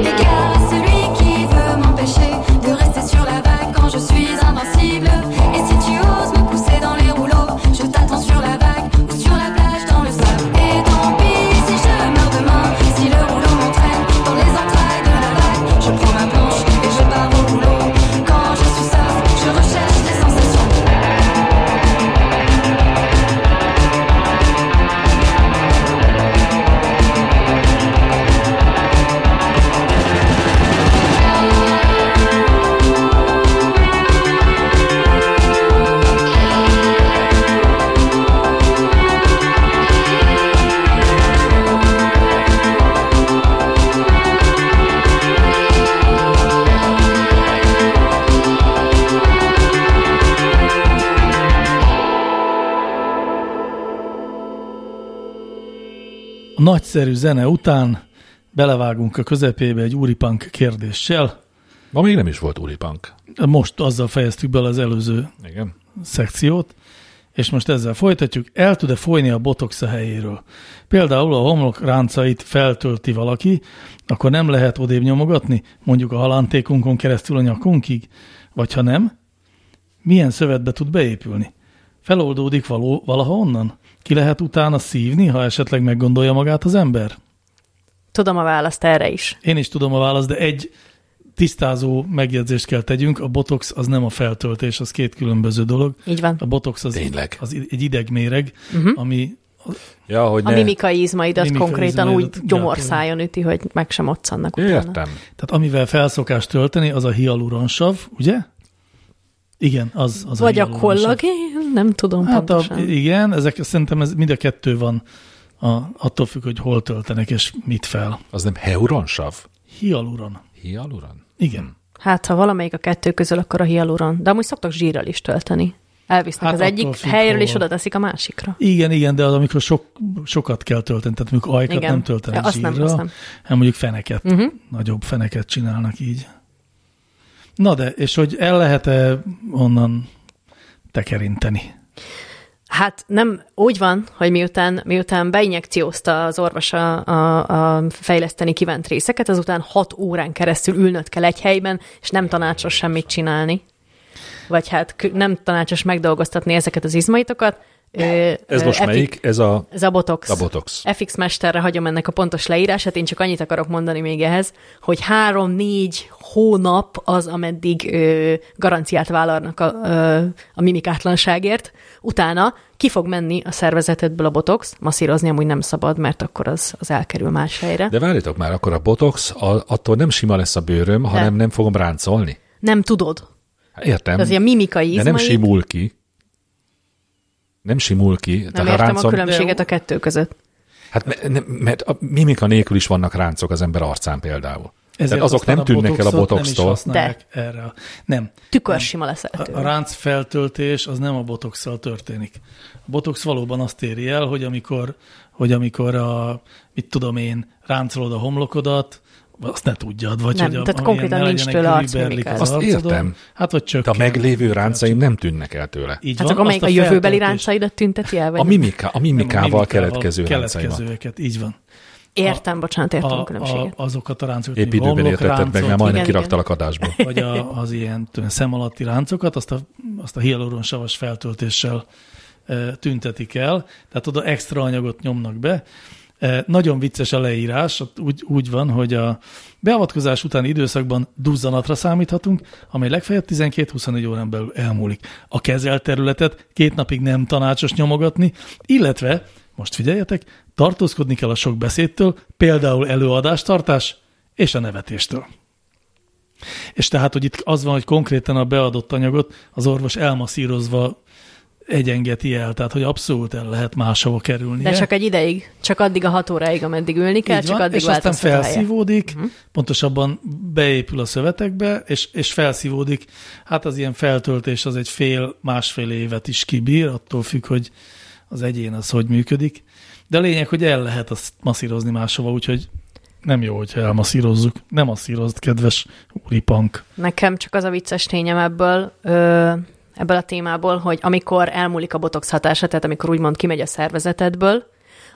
[SPEAKER 6] Égard à celui qui veut m'empêcher de rester sur la vague quand je suis invincible. Et si tu oses me pousser dans les rouleaux, je t'attends sur la vague ou sur la plage dans le sable. Et tant pis si je meurs demain, si le rouleau m'entraîne dans les entrailles de la vague. Je prends ma planche et je pars au boulot. Quand je suis seul, je recherche des sensations.
[SPEAKER 2] A nagyszerű zene után belevágunk a közepébe egy úripánk kérdéssel.
[SPEAKER 3] Ma még nem is volt úripunk.
[SPEAKER 2] Most azzal fejeztük be az előző
[SPEAKER 3] Igen.
[SPEAKER 2] szekciót, és most ezzel folytatjuk, el tud-e folyni a botox a helyéről? Például a homlokráncait feltölti valaki, akkor nem lehet odébb nyomogatni, mondjuk a halántékunkon keresztül a nyakunkig? Vagy ha nem, milyen szövetbe tud beépülni? Feloldódik való, valaha onnan? Ki lehet utána szívni, ha esetleg meggondolja magát az ember?
[SPEAKER 5] Tudom a választ erre is.
[SPEAKER 2] Én is tudom a választ, de egy tisztázó megjegyzést kell tegyünk. A botox az nem a feltöltés, az két különböző dolog.
[SPEAKER 5] Így van.
[SPEAKER 2] A botox az,
[SPEAKER 3] Tényleg.
[SPEAKER 2] az i- egy idegméreg,
[SPEAKER 5] Mhm.
[SPEAKER 2] uh-huh. ami
[SPEAKER 3] Ja, hogy
[SPEAKER 5] A
[SPEAKER 3] ne...
[SPEAKER 5] mimikai izmaidat
[SPEAKER 2] Mimikai
[SPEAKER 5] konkrétan
[SPEAKER 2] izmaidat
[SPEAKER 5] úgy gyomorszájon üti, hogy meg sem otszannak utána.
[SPEAKER 3] Értem.
[SPEAKER 2] Tehát amivel felszokás tölteni, az a hialuronsav, ugye? Igen, az, az
[SPEAKER 5] Vagy
[SPEAKER 2] a
[SPEAKER 5] a
[SPEAKER 2] hialuronsav.
[SPEAKER 5] kollagén, nem tudom hát
[SPEAKER 2] Hát a,
[SPEAKER 5] pontosan. A...
[SPEAKER 2] igen, ezek, szerintem ez mind a kettő van, a, attól függ, hogy hol töltenek és mit fel.
[SPEAKER 3] Az nem heuronsav?
[SPEAKER 2] Hialuron.
[SPEAKER 3] Hialuron?
[SPEAKER 2] Igen.
[SPEAKER 5] Hát, ha valamelyik a kettő közül, akkor a hialuron. De amúgy szoktak zsírral is tölteni.
[SPEAKER 2] Hát
[SPEAKER 5] Elvisznek hát az
[SPEAKER 2] attól
[SPEAKER 5] egyik
[SPEAKER 2] függ,
[SPEAKER 5] helyről,
[SPEAKER 2] hol
[SPEAKER 5] és
[SPEAKER 2] van.
[SPEAKER 5] oda teszik a másikra.
[SPEAKER 2] Igen, igen, de az, amikor sok, sokat kell tölteni, tehát mondjuk ajkat
[SPEAKER 5] Igen.
[SPEAKER 2] nem töltenek
[SPEAKER 5] Ja, azt nem,
[SPEAKER 2] zsírra,
[SPEAKER 5] azt nem. Mhm.
[SPEAKER 2] hanem mondjuk feneket, uh-huh. nagyobb feneket csinálnak így. Na de, és hogy el lehet-e onnan tekerinteni?
[SPEAKER 5] Hát nem úgy van, hogy miután, miután beinjekciózta az orvos a, a, a fejleszteni kívánt részeket, azután hat órán keresztül ülnöd kell egy helyben, és nem tanácsos semmit csinálni. Vagy hát kü- nem tanácsos megdolgoztatni ezeket az izmaitokat. Ö,
[SPEAKER 3] Ez
[SPEAKER 5] ö,
[SPEAKER 3] most
[SPEAKER 5] epi-
[SPEAKER 3] melyik? Ez a...
[SPEAKER 5] Ez a botox.
[SPEAKER 3] A botox.
[SPEAKER 5] FX mesterre hagyom ennek a pontos leírását, én csak annyit akarok mondani még ehhez, hogy három-négy hónap az, ameddig ö, garanciát vállalnak a, ö, a mimikátlanságért, utána ki fog menni a szervezetedből a botox, masszírozni amúgy nem szabad, mert akkor az, az elkerül más helyre. De...
[SPEAKER 3] De várjatok már, akkor a botox, a, attól nem sima lesz a bőröm, hanem nem fogom ráncolni.
[SPEAKER 5] Nem tudod.
[SPEAKER 3] Hát Értem.
[SPEAKER 5] Az ilyen mimikai
[SPEAKER 3] de
[SPEAKER 5] izmai.
[SPEAKER 3] nem simul ki. Nem simul ki.
[SPEAKER 5] nem
[SPEAKER 3] tehát ha
[SPEAKER 5] értem
[SPEAKER 3] ráncom,
[SPEAKER 5] a különbséget a kettő között.
[SPEAKER 3] Hát me- nem- mert a mimika nélkül is vannak ráncok az ember arcán például.
[SPEAKER 2] Ezért
[SPEAKER 3] Tehát azok
[SPEAKER 2] aztán
[SPEAKER 3] nem tűnnek el a
[SPEAKER 2] botoxot Nem
[SPEAKER 3] botoxtól.
[SPEAKER 2] is használják erre. a- Nem.
[SPEAKER 5] Tükörsima leszel
[SPEAKER 2] A, a
[SPEAKER 5] tőle.
[SPEAKER 2] ránc feltöltés az nem a botoxsal történik. A botox valóban azt éri el, hogy amikor, hogy amikor a, mit tudom én, ráncolod a homlokodat, azt ne tudjad, vagy
[SPEAKER 5] Nem,
[SPEAKER 2] hogy a,
[SPEAKER 5] tehát
[SPEAKER 2] amilyen
[SPEAKER 5] konkrétan
[SPEAKER 2] ne
[SPEAKER 5] nincs
[SPEAKER 2] legyenek
[SPEAKER 5] tőle arc
[SPEAKER 2] körülberlik
[SPEAKER 5] mimika.
[SPEAKER 2] az
[SPEAKER 3] Azt
[SPEAKER 2] arcodon,
[SPEAKER 3] értem.
[SPEAKER 2] Hát, vagy
[SPEAKER 3] De a
[SPEAKER 2] csökken.
[SPEAKER 3] meglévő ráncaim nem tűnnek el tőle.
[SPEAKER 2] Így
[SPEAKER 5] Hát akkor
[SPEAKER 2] azt
[SPEAKER 5] melyik a jövőbeli
[SPEAKER 2] feltöltést-
[SPEAKER 5] ráncaidat tünteti el? Vagy
[SPEAKER 3] A
[SPEAKER 5] nem?
[SPEAKER 3] mimika, a
[SPEAKER 2] nem, a
[SPEAKER 3] mimikával keletkező ráncaimat.
[SPEAKER 2] keletkezőeket, így van.
[SPEAKER 5] Értem, bocsánat, értem a, a
[SPEAKER 2] A, a,
[SPEAKER 5] különbséget.
[SPEAKER 2] azokat a ráncokat,
[SPEAKER 3] Épp
[SPEAKER 2] mint
[SPEAKER 3] időben értetted
[SPEAKER 2] homlokráncot,
[SPEAKER 3] meg, mert majdnem
[SPEAKER 5] Igen, igen.
[SPEAKER 3] kiraktalak adásból.
[SPEAKER 2] vagy a, az ilyen tudom, szem alatti ráncokat, azt a, azt a hialuronsavas feltöltéssel e, tüntetik el, tehát oda extra anyagot nyomnak be. E, nagyon vicces a leírás, ott úgy, úgy van, hogy a beavatkozás utáni időszakban duzzanatra számíthatunk, amely legfeljebb 12-24 órán belül elmúlik. A kezelt területet két napig nem tanácsos nyomogatni, illetve, most figyeljetek, tartózkodni kell a sok beszédtől, például előadástartás és a nevetéstől. És tehát, hogy itt az van, hogy konkrétan a beadott anyagot az orvos elmasszírozva egyengeti el, tehát hogy abszolút el lehet máshova kerülni.
[SPEAKER 5] De csak egy ideig, csak addig a hat óráig, ameddig ülni kell,
[SPEAKER 2] Így
[SPEAKER 5] csak
[SPEAKER 2] van,
[SPEAKER 5] addig
[SPEAKER 2] és aztán
[SPEAKER 5] változtat a helye. Mhm.
[SPEAKER 2] felszívódik, uh-huh. pontosabban beépül a szövetekbe, és, és felszívódik. Hát az ilyen feltöltés az egy fél-másfél évet is kibír, attól függ, hogy az egyén az hogy működik. De a lényeg, hogy el lehet azt masszírozni máshova, úgyhogy nem jó, hogyha elmasszírozzuk. Nem masszírozd, kedves úripank.
[SPEAKER 5] Nekem csak az a vicces tényem ebből, ö, ebből a témából, hogy amikor elmúlik a botox hatása, tehát amikor úgymond kimegy a szervezetedből,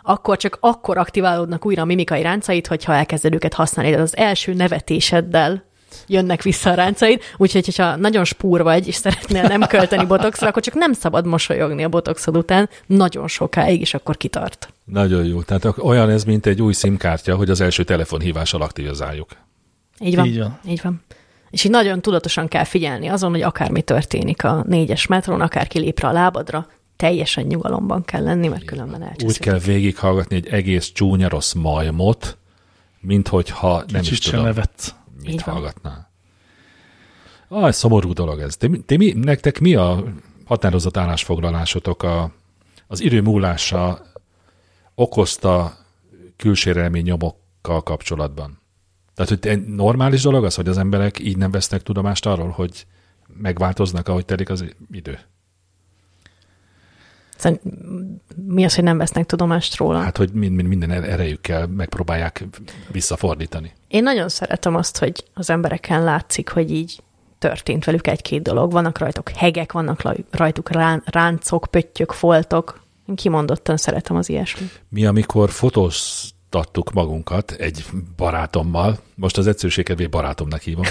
[SPEAKER 5] akkor csak akkor aktiválódnak újra a mimikai ráncaid, hogyha elkezded őket használni. Tehát az első nevetéseddel jönnek vissza a ráncaid, úgyhogy hogyha nagyon spúr vagy, és szeretnél nem költeni botoxra, akkor csak nem szabad mosolyogni a botoxod után nagyon sokáig, és akkor kitart.
[SPEAKER 3] Nagyon jó. Tehát ak- olyan ez, mint egy új SIM-kártya, hogy az első telefonhívással aktivizáljuk.
[SPEAKER 5] Így van.
[SPEAKER 2] Így van.
[SPEAKER 5] Így van. És így nagyon tudatosan kell figyelni azon, hogy akármi történik a négyes metrón, akár kilép rá a lábadra, teljesen nyugalomban kell lenni, mert különben
[SPEAKER 3] Úgy
[SPEAKER 5] elcseszik.
[SPEAKER 3] kell végighallgatni egy egész csúnya rossz majmot, mint hogyha nem
[SPEAKER 2] Kicsit
[SPEAKER 3] is
[SPEAKER 2] sem
[SPEAKER 3] tudom,
[SPEAKER 2] nevetsz.
[SPEAKER 3] mit
[SPEAKER 5] Így van.
[SPEAKER 3] hallgatnál. Ah, ez szomorú dolog ez. Te, te mi, nektek mi a határozott állásfoglalásotok a, az idő múlása okozta külsérelmi nyomokkal kapcsolatban? Tehát, hogy egy normális dolog az, hogy az emberek így nem vesznek tudomást arról, hogy megváltoznak, ahogy telik az idő?
[SPEAKER 5] Szerint- Mi az, hogy nem vesznek tudomást róla? Hát.
[SPEAKER 3] Hát, hogy mind, mind, minden erejükkel megpróbálják visszafordítani.
[SPEAKER 5] Én nagyon szeretem azt, hogy az embereken látszik, hogy így történt velük egy-két dolog. Vannak rajtuk hegek, vannak laj- rajtuk rán- ráncok, pöttyök, foltok. Én kimondottan szeretem az ilyesmit.
[SPEAKER 3] Mi, amikor fotóztattuk magunkat egy barátommal, most az egyszerűség kedvéért barátomnak
[SPEAKER 5] <laughs>
[SPEAKER 3] hívom,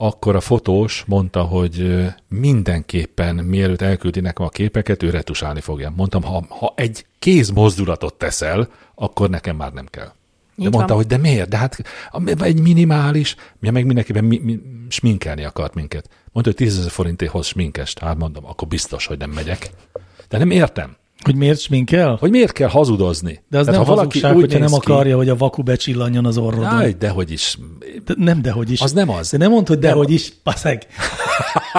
[SPEAKER 3] akkor a fotós mondta, hogy ö, mindenképpen mielőtt elküldi nekem a képeket, ő retusálni fogja. Mondtam, ha, ha egy kézmozdulatot teszel, akkor nekem már nem kell. De
[SPEAKER 5] Így
[SPEAKER 3] mondta,
[SPEAKER 5] van.
[SPEAKER 3] hogy de miért? De hát am- egy minimális, ja, meg mindenképpen mi, mi, sminkelni akart minket. Mondta, hogy 10 ezer forintért hoz sminkest. Hát mondom, akkor biztos, hogy nem megyek. De nem értem.
[SPEAKER 2] Hogy miért sminkel?
[SPEAKER 3] Hogy miért kell hazudozni?
[SPEAKER 2] De az
[SPEAKER 3] Tehát,
[SPEAKER 2] nem
[SPEAKER 3] ha valaki
[SPEAKER 2] hazugság,
[SPEAKER 3] úgy
[SPEAKER 2] hogyha nem
[SPEAKER 3] néz ki-
[SPEAKER 2] akarja, hogy a vaku becsillanjon az orrodon.
[SPEAKER 3] Jaj, dehogy is.
[SPEAKER 2] De nem dehogy is.
[SPEAKER 3] Az nem az.
[SPEAKER 2] De nem mondd, hogy
[SPEAKER 3] Nem
[SPEAKER 2] dehogy
[SPEAKER 3] az.
[SPEAKER 2] is, paszeg.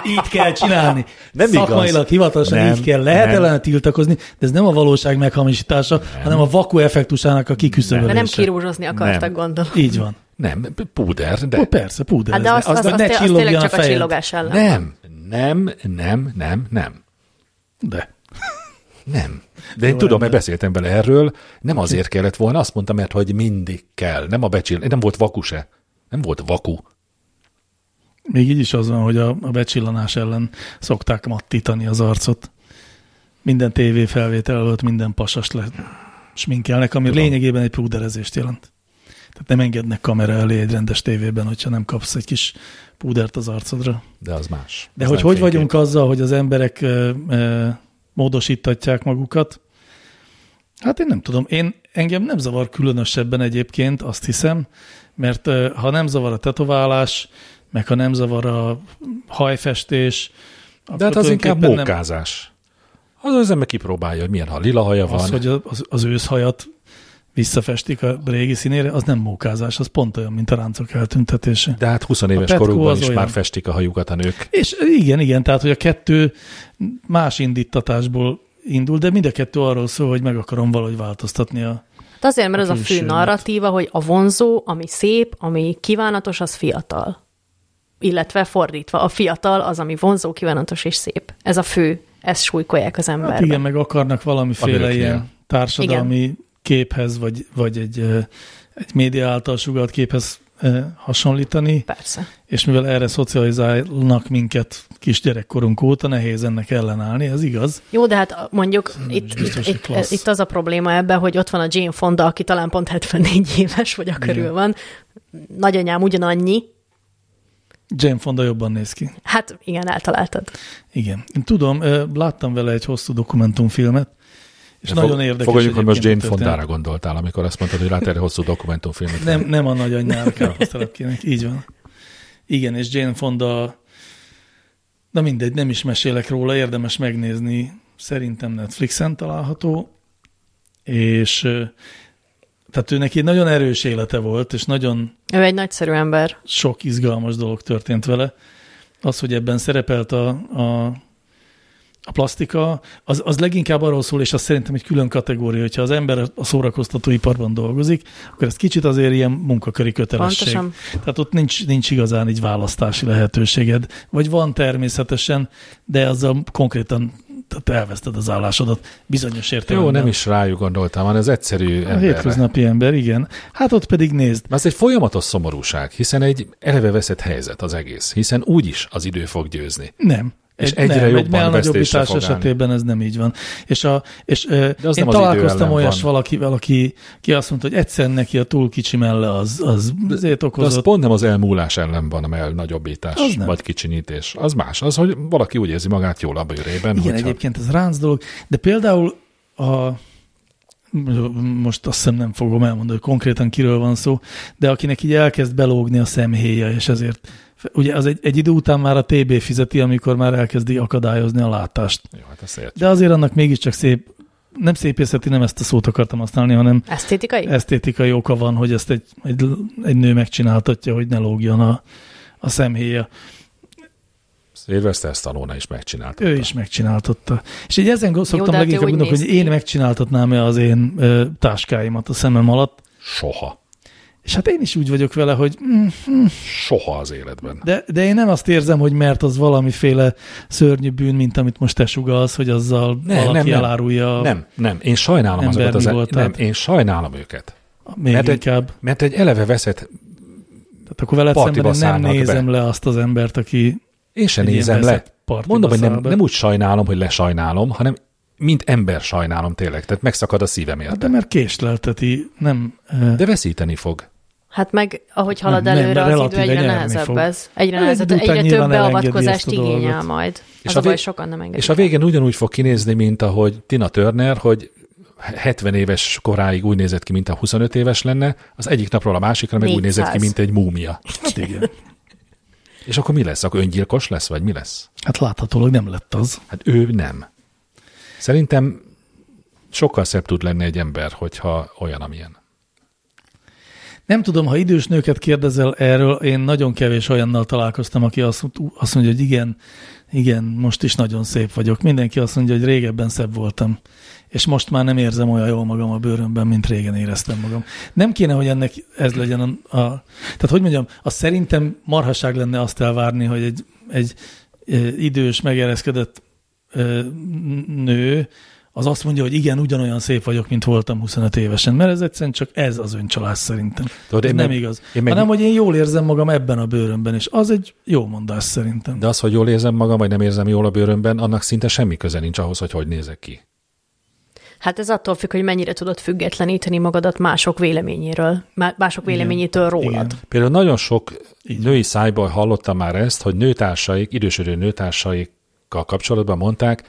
[SPEAKER 2] Így kell csinálni.
[SPEAKER 3] <laughs> Nem igaz.
[SPEAKER 2] Szakmailag hivatalosan
[SPEAKER 3] Nem,
[SPEAKER 2] így kell. Lehet
[SPEAKER 3] nem.
[SPEAKER 2] ellene tiltakozni, de ez nem a valóság meghamisítása, hanem a vaku effektusának a
[SPEAKER 5] De
[SPEAKER 2] kiküszöbölése.
[SPEAKER 5] nem kirúzsozni akartak,
[SPEAKER 3] Nem.
[SPEAKER 5] gondolom.
[SPEAKER 2] Így van.
[SPEAKER 3] Nem, púder, de...
[SPEAKER 2] Ó, persze, púder.
[SPEAKER 5] Hát de azt,
[SPEAKER 2] az,
[SPEAKER 5] azt,
[SPEAKER 2] hogy
[SPEAKER 5] azt,
[SPEAKER 2] ne
[SPEAKER 5] azt
[SPEAKER 2] csillogjon
[SPEAKER 5] tényleg csak a
[SPEAKER 2] fejed.
[SPEAKER 5] csillogás ellen.
[SPEAKER 3] Nem, nem, nem, nem, nem.
[SPEAKER 2] De.
[SPEAKER 3] Nem. De én tudom, mert beszéltem vele erről, nem azért kellett volna, azt mondta, mert hogy mindig kell. Nem a becsill, nem volt vaku se. Nem volt vaku.
[SPEAKER 2] Még így is az van, hogy a, a becsillanás ellen szokták mattítani az arcot. Minden TV felvétel előtt minden pasast le sminkelnek, ami Tudom. lényegében egy púderezést jelent. Tehát nem engednek kamera elé egy rendes tévében, hogyha nem kapsz egy kis púdert az arcodra.
[SPEAKER 3] De az más.
[SPEAKER 2] De
[SPEAKER 3] Az
[SPEAKER 2] hogy
[SPEAKER 3] nem
[SPEAKER 2] hogy
[SPEAKER 3] fénykép.
[SPEAKER 2] vagyunk azzal, hogy az emberek ö, ö, módosítatják magukat? Hát én nem tudom. Én engem nem zavar különösebben egyébként, azt hiszem, mert ö, ha nem zavar a tetoválás, meg ha nem zavar a hajfestés,
[SPEAKER 3] De hát az inkább mókázás. Az az ember kipróbálja, hogy milyen, ha lila haja van.
[SPEAKER 2] Az, hogy a- az, az őszhajat visszafestik a régi színére, az nem mókázás, az pont olyan, mint a ráncok eltüntetése.
[SPEAKER 3] De hát 20 éves
[SPEAKER 2] petkó
[SPEAKER 3] korukban
[SPEAKER 2] az
[SPEAKER 3] is
[SPEAKER 2] olyan.
[SPEAKER 3] már festik a hajukat a nők.
[SPEAKER 2] És igen, igen, tehát hogy a kettő más indítatásból indul, de mind a kettő arról szól, hogy meg akarom valahogy változtatni a...
[SPEAKER 5] De Hát azért, mert az a fő
[SPEAKER 2] külsőmet.
[SPEAKER 5] narratíva, hogy a vonzó, ami szép, ami kívánatos, az fiatal. Illetve fordítva, a fiatal az, ami vonzó, kívánatos és szép. Ez a fő, ezt súlykolják az emberbe.
[SPEAKER 2] Hát igen, meg akarnak valamiféle
[SPEAKER 3] nőknél.
[SPEAKER 2] ilyen társadalmi igen. képhez, vagy, vagy egy, ö, egy média által sugalt képhez ö, hasonlítani,
[SPEAKER 5] Persze.
[SPEAKER 2] és mivel erre szocializálnak minket kisgyerekkorunk óta, nehéz ennek ellenállni, ez igaz.
[SPEAKER 5] Jó, de hát mondjuk itt,
[SPEAKER 2] biztos,
[SPEAKER 5] itt,
[SPEAKER 2] hogy
[SPEAKER 5] itt,
[SPEAKER 2] klassz.
[SPEAKER 5] itt az a probléma ebben, hogy ott van a Jane Fonda, aki talán pont 74 éves, vagy a körül van. Nagyanyám ugyanannyi.
[SPEAKER 2] Jane Fonda jobban néz ki.
[SPEAKER 5] Hát igen, eltaláltad.
[SPEAKER 2] Igen. Én tudom, ö, láttam vele egy hosszú dokumentumfilmet, és
[SPEAKER 3] De
[SPEAKER 2] nagyon
[SPEAKER 3] fog-
[SPEAKER 2] érdekes
[SPEAKER 3] Fogadjuk, hogy most Jane
[SPEAKER 2] egyébként a történet.
[SPEAKER 3] Fondára gondoltál, amikor azt mondtad, hogy ráterre hosszú dokumentumfilmet.
[SPEAKER 2] Nem, nem a nagyanyjára kell hoztalapkének, így van. Igen, és Jane Fonda, na mindegy, nem is mesélek róla, érdemes megnézni, szerintem Netflixen található, és ö, tehát ő neki nagyon erős élete volt, és nagyon
[SPEAKER 5] Ő egy nagyszerű ember.
[SPEAKER 2] sok izgalmas dolog történt vele. Az, hogy ebben szerepelt a, a, a plastika, az, az leginkább arról szól, és az szerintem egy külön kategória, hogyha az ember a szórakoztatóiparban dolgozik, akkor ez kicsit azért ilyen munkaköri kötelesség.
[SPEAKER 5] Pontosan.
[SPEAKER 2] Tehát ott nincs, nincs igazán egy választási lehetőséged. Vagy van természetesen, de azzal konkrétan tehát elveszted az állásodat bizonyos
[SPEAKER 3] Jó,
[SPEAKER 2] értelemben.
[SPEAKER 3] nem is rájuk gondoltam, hanem az egyszerű
[SPEAKER 2] A
[SPEAKER 3] emberre.
[SPEAKER 2] hétköznapi ember, igen. Hát ott pedig nézd,
[SPEAKER 3] Ez egy folyamatos szomorúság, hiszen egy eleve veszett helyzet az egész, hiszen úgyis az idő fog győzni.
[SPEAKER 2] Nem.
[SPEAKER 3] És
[SPEAKER 2] Egy-
[SPEAKER 3] egyre
[SPEAKER 2] nem,
[SPEAKER 3] jobban
[SPEAKER 2] egy
[SPEAKER 3] vesztésre
[SPEAKER 2] nagyobbítás
[SPEAKER 3] fog állni.
[SPEAKER 2] esetében ez nem így van. És, a, és ö,
[SPEAKER 3] De az
[SPEAKER 2] én
[SPEAKER 3] nem az idő
[SPEAKER 2] találkoztam
[SPEAKER 3] ellen
[SPEAKER 2] olyas
[SPEAKER 3] van.
[SPEAKER 2] valakivel, aki, aki azt mondta, hogy egyszerűen neki a túl kicsi melle az, az azért
[SPEAKER 3] De az
[SPEAKER 2] okozott.
[SPEAKER 3] pont nem az elmúlás ellen van, hanem elnagyobbítás,
[SPEAKER 2] Az nem.
[SPEAKER 3] vagy kicsinyítés. Az más, az, hogy valaki úgy érzi magát jól a bőrében.
[SPEAKER 2] Igen,
[SPEAKER 3] hogyha-
[SPEAKER 2] egyébként ez ránc dolog, de például a most azt hiszem nem fogom elmondani, hogy konkrétan kiről van szó, de akinek így elkezd belógni a szemhéja, és ezért ugye az egy, egy idő után már a TB fizeti, amikor már elkezdi akadályozni a látást.
[SPEAKER 3] Jó, hát ezt értjük.
[SPEAKER 2] De azért annak mégiscsak szép, nem szépészeti, nem ezt a szót akartam használni, hanem
[SPEAKER 5] Esztétikai?
[SPEAKER 2] esztétikai oka van, hogy ezt egy, egy, egy nő megcsináltatja, hogy ne lógjon a, a szemhéja.
[SPEAKER 3] Szilveszter Stallone is megcsinálta. Hát
[SPEAKER 2] Ő is megcsináltatta. És így ezen gond- szoktam
[SPEAKER 5] de hát ő
[SPEAKER 2] leginkább
[SPEAKER 5] úgy
[SPEAKER 2] gondolni, hogy
[SPEAKER 5] néz ki.
[SPEAKER 2] én megcsináltatnám-e az én ö, táskáimat a szemem alatt.
[SPEAKER 3] Soha.
[SPEAKER 2] És hát én is úgy vagyok vele, hogy mm,
[SPEAKER 3] Soha az életben.
[SPEAKER 2] de, de én nem azt érzem, hogy mert az valamiféle szörnyű bűn, mint amit most te sugalsz, hogy azzal
[SPEAKER 3] Nem,
[SPEAKER 2] valaki
[SPEAKER 3] nem, nem.
[SPEAKER 2] elárulja a-
[SPEAKER 3] Nem, nem, én sajnálom
[SPEAKER 2] Ember
[SPEAKER 3] azokat az...
[SPEAKER 2] mi volt, Hát-
[SPEAKER 3] Nem,
[SPEAKER 2] tehát?
[SPEAKER 3] én sajnálom őket.
[SPEAKER 2] a- még
[SPEAKER 3] Mert egy,
[SPEAKER 2] inkább.
[SPEAKER 3] mert egy eleve veszett
[SPEAKER 2] Tehát akkor veled
[SPEAKER 3] Partiba
[SPEAKER 2] szemben én nem
[SPEAKER 3] szállnak
[SPEAKER 2] nézem
[SPEAKER 3] be.
[SPEAKER 2] le azt az embert, aki
[SPEAKER 3] Én sem
[SPEAKER 2] Egy ilyen
[SPEAKER 3] nézem le.
[SPEAKER 2] vezet partiba
[SPEAKER 3] Mondom, hogy nem,
[SPEAKER 2] száll be.
[SPEAKER 3] nem úgy sajnálom, hogy lesajnálom, hanem mint ember sajnálom tényleg. Tehát megszakad a szívem
[SPEAKER 2] Hát de
[SPEAKER 3] érte.
[SPEAKER 2] mert késlelteti, nem... eh,
[SPEAKER 3] De veszíteni fog.
[SPEAKER 5] Hát meg, ahogy halad
[SPEAKER 2] Nem,
[SPEAKER 5] nem,
[SPEAKER 2] nem,
[SPEAKER 5] előre,
[SPEAKER 2] mert
[SPEAKER 5] az idő
[SPEAKER 2] relatíve
[SPEAKER 5] egyre
[SPEAKER 2] nyerni
[SPEAKER 5] nehezebb
[SPEAKER 2] fog.
[SPEAKER 5] fog. ez. Egyre
[SPEAKER 2] Hát egy
[SPEAKER 5] nehezebb,
[SPEAKER 2] idő után
[SPEAKER 5] egyre több
[SPEAKER 2] nyilván elengedi
[SPEAKER 5] beavatkozást
[SPEAKER 2] ezt a dolgot.
[SPEAKER 5] igényel majd.
[SPEAKER 3] És
[SPEAKER 5] És
[SPEAKER 3] a
[SPEAKER 5] az a baj,
[SPEAKER 3] vég-
[SPEAKER 5] sokan nem engedik.
[SPEAKER 3] És a
[SPEAKER 5] el.
[SPEAKER 3] végén ugyanúgy fog kinézni, mint ahogy Tina Turner, hogy 70 éves koráig úgy nézett ki, mint a 25 éves lenne, az egyik napról a másikra meg úgy
[SPEAKER 5] 400.
[SPEAKER 3] nézett ki, mint egy múmia.
[SPEAKER 2] Hát igen.
[SPEAKER 3] És akkor mi lesz? Akkor öngyilkos lesz, vagy mi lesz?
[SPEAKER 2] Hát láthatólag nem lett az.
[SPEAKER 3] Hát ő nem. Szerintem sokkal szebb tud lenni egy ember, hogyha olyan, amilyen.
[SPEAKER 2] Nem tudom, ha idős nőket kérdezel erről, én nagyon kevés olyannal találkoztam, aki azt, azt mondja, hogy igen, igen, most is nagyon szép vagyok. Mindenki azt mondja, hogy régebben szebb voltam, és most már nem érzem olyan jól magam a bőrömben, mint régen éreztem magam. Nem kéne, hogy ennek ez legyen a... a tehát hogy mondjam, az szerintem marhaság lenne azt elvárni, hogy egy, egy ö, idős, megereszkedett ö, n- nő az azt mondja, hogy igen, ugyanolyan szép vagyok, mint voltam 25 évesen, mert ez egyszerűen csak ez az öncsalás szerintem.
[SPEAKER 3] Tudod,
[SPEAKER 2] Tudod, ez
[SPEAKER 3] én
[SPEAKER 2] nem
[SPEAKER 3] meg-
[SPEAKER 2] igaz.
[SPEAKER 3] én
[SPEAKER 2] Én
[SPEAKER 3] meg-
[SPEAKER 2] meg... Hanem, hogy én jól érzem magam ebben a bőrömben, és az egy jó mondás szerintem.
[SPEAKER 3] De az, hogy jól érzem magam, vagy nem érzem jól a bőrömben, annak szinte semmi köze nincs ahhoz, hogy hogy nézek ki.
[SPEAKER 5] Hát ez attól függ, hogy mennyire tudod függetleníteni magadat mások véleményéről, má- mások véleményétől rólad.
[SPEAKER 2] Igen.
[SPEAKER 3] Például nagyon sok női szájból hallottam már ezt, hogy nőtársaik, idősödő nőtársaikkal kapcsolatban mondták,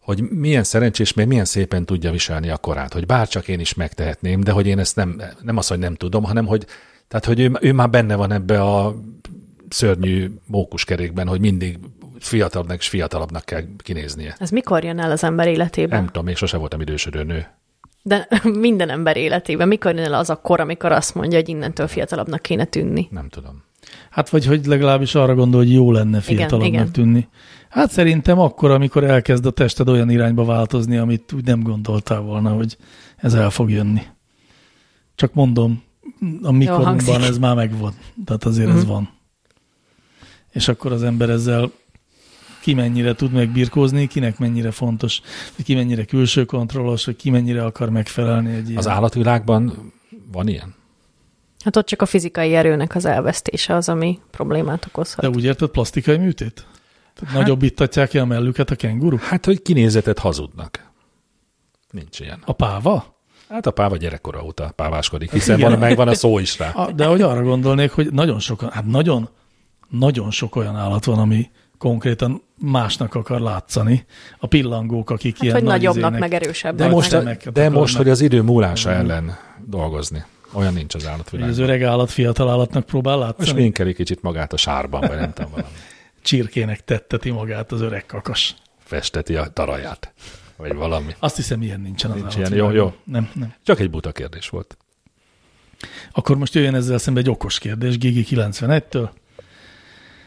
[SPEAKER 3] hogy milyen szerencsés, mert milyen szépen tudja viselni a korát, hogy bárcsak én is megtehetném, de hogy én ezt nem, nem az, hogy nem tudom, hanem hogy, tehát, hogy ő, ő már benne van ebbe a szörnyű mókuskerékben, hogy mindig fiatalabbnak és fiatalabbnak kell kinéznie.
[SPEAKER 5] Ez mikor jön el az ember életében?
[SPEAKER 3] Nem tudom, még sose voltam idősödő nő.
[SPEAKER 5] De <laughs> minden ember életében. Mikor jön el az a kor, amikor azt mondja, hogy innentől fiatalabbnak kéne tűnni?
[SPEAKER 3] Nem tudom.
[SPEAKER 2] Hát vagy hogy legalábbis arra gondol, hogy jó lenne fiatalabbnak
[SPEAKER 5] igen.
[SPEAKER 2] tűnni. Hát szerintem akkor, amikor elkezd a tested olyan irányba változni, amit úgy nem gondoltál volna, hogy ez el fog jönni. Csak mondom, a mikorunkban
[SPEAKER 5] hangzik. Mhm.
[SPEAKER 2] ez már megvan. Tehát azért mm. ez van. És akkor az ember ezzel ki mennyire tud megbirkózni, kinek mennyire fontos, hogy ki mennyire külső kontrollos, hogy ki mennyire akar megfelelni egy ilyen.
[SPEAKER 3] Az állatvilágban van ilyen?
[SPEAKER 5] Hát ott csak a fizikai erőnek az elvesztése az, ami problémát okozhat.
[SPEAKER 2] De úgy érted, plastikai műtét? Tehát
[SPEAKER 5] Hát-
[SPEAKER 2] nagyobbítatják ki a mellüket a kenguru?
[SPEAKER 3] Hát, hogy kinézetet hazudnak. Nincs ilyen.
[SPEAKER 2] A páva?
[SPEAKER 3] Hát a páva gyerekkora óta páváskodik, hiszen
[SPEAKER 2] igen.
[SPEAKER 3] van, megvan a szó is rá.
[SPEAKER 2] A, de hogy arra gondolnék, hogy nagyon sokan, hát nagyon, nagyon sok olyan állat van, ami konkrétan másnak akar látszani. A pillangók, akik
[SPEAKER 5] Hát,
[SPEAKER 2] ilyen
[SPEAKER 5] hogy
[SPEAKER 2] nagy
[SPEAKER 5] nagyobbnak,
[SPEAKER 2] izének-
[SPEAKER 5] meg erősebbnek.
[SPEAKER 3] De most,
[SPEAKER 5] meg-
[SPEAKER 2] szemeket
[SPEAKER 3] Hát de
[SPEAKER 2] akarnak.
[SPEAKER 3] most, hogy az idő múlása ellen dolgozni. Olyan nincs az
[SPEAKER 2] hogy az
[SPEAKER 3] állatvilágban.
[SPEAKER 2] öreg állat fiatal állatnak próbál
[SPEAKER 3] Most
[SPEAKER 2] látszani.
[SPEAKER 3] minkeli kicsit magát a sárban, vagy nem tudom valami.
[SPEAKER 2] Csirkének tetteti magát az öreg kakas.
[SPEAKER 3] Festeti a taraját, vagy valami.
[SPEAKER 2] Azt hiszem, ilyen nincsen az
[SPEAKER 3] Nincs ilyen.
[SPEAKER 2] állatvilágban.
[SPEAKER 3] Jó, jó.
[SPEAKER 2] Nem, nem.
[SPEAKER 3] Csak egy buta kérdés volt.
[SPEAKER 2] Akkor most jöjjön ezzel szembe egy okos kérdés Gigi 91-től.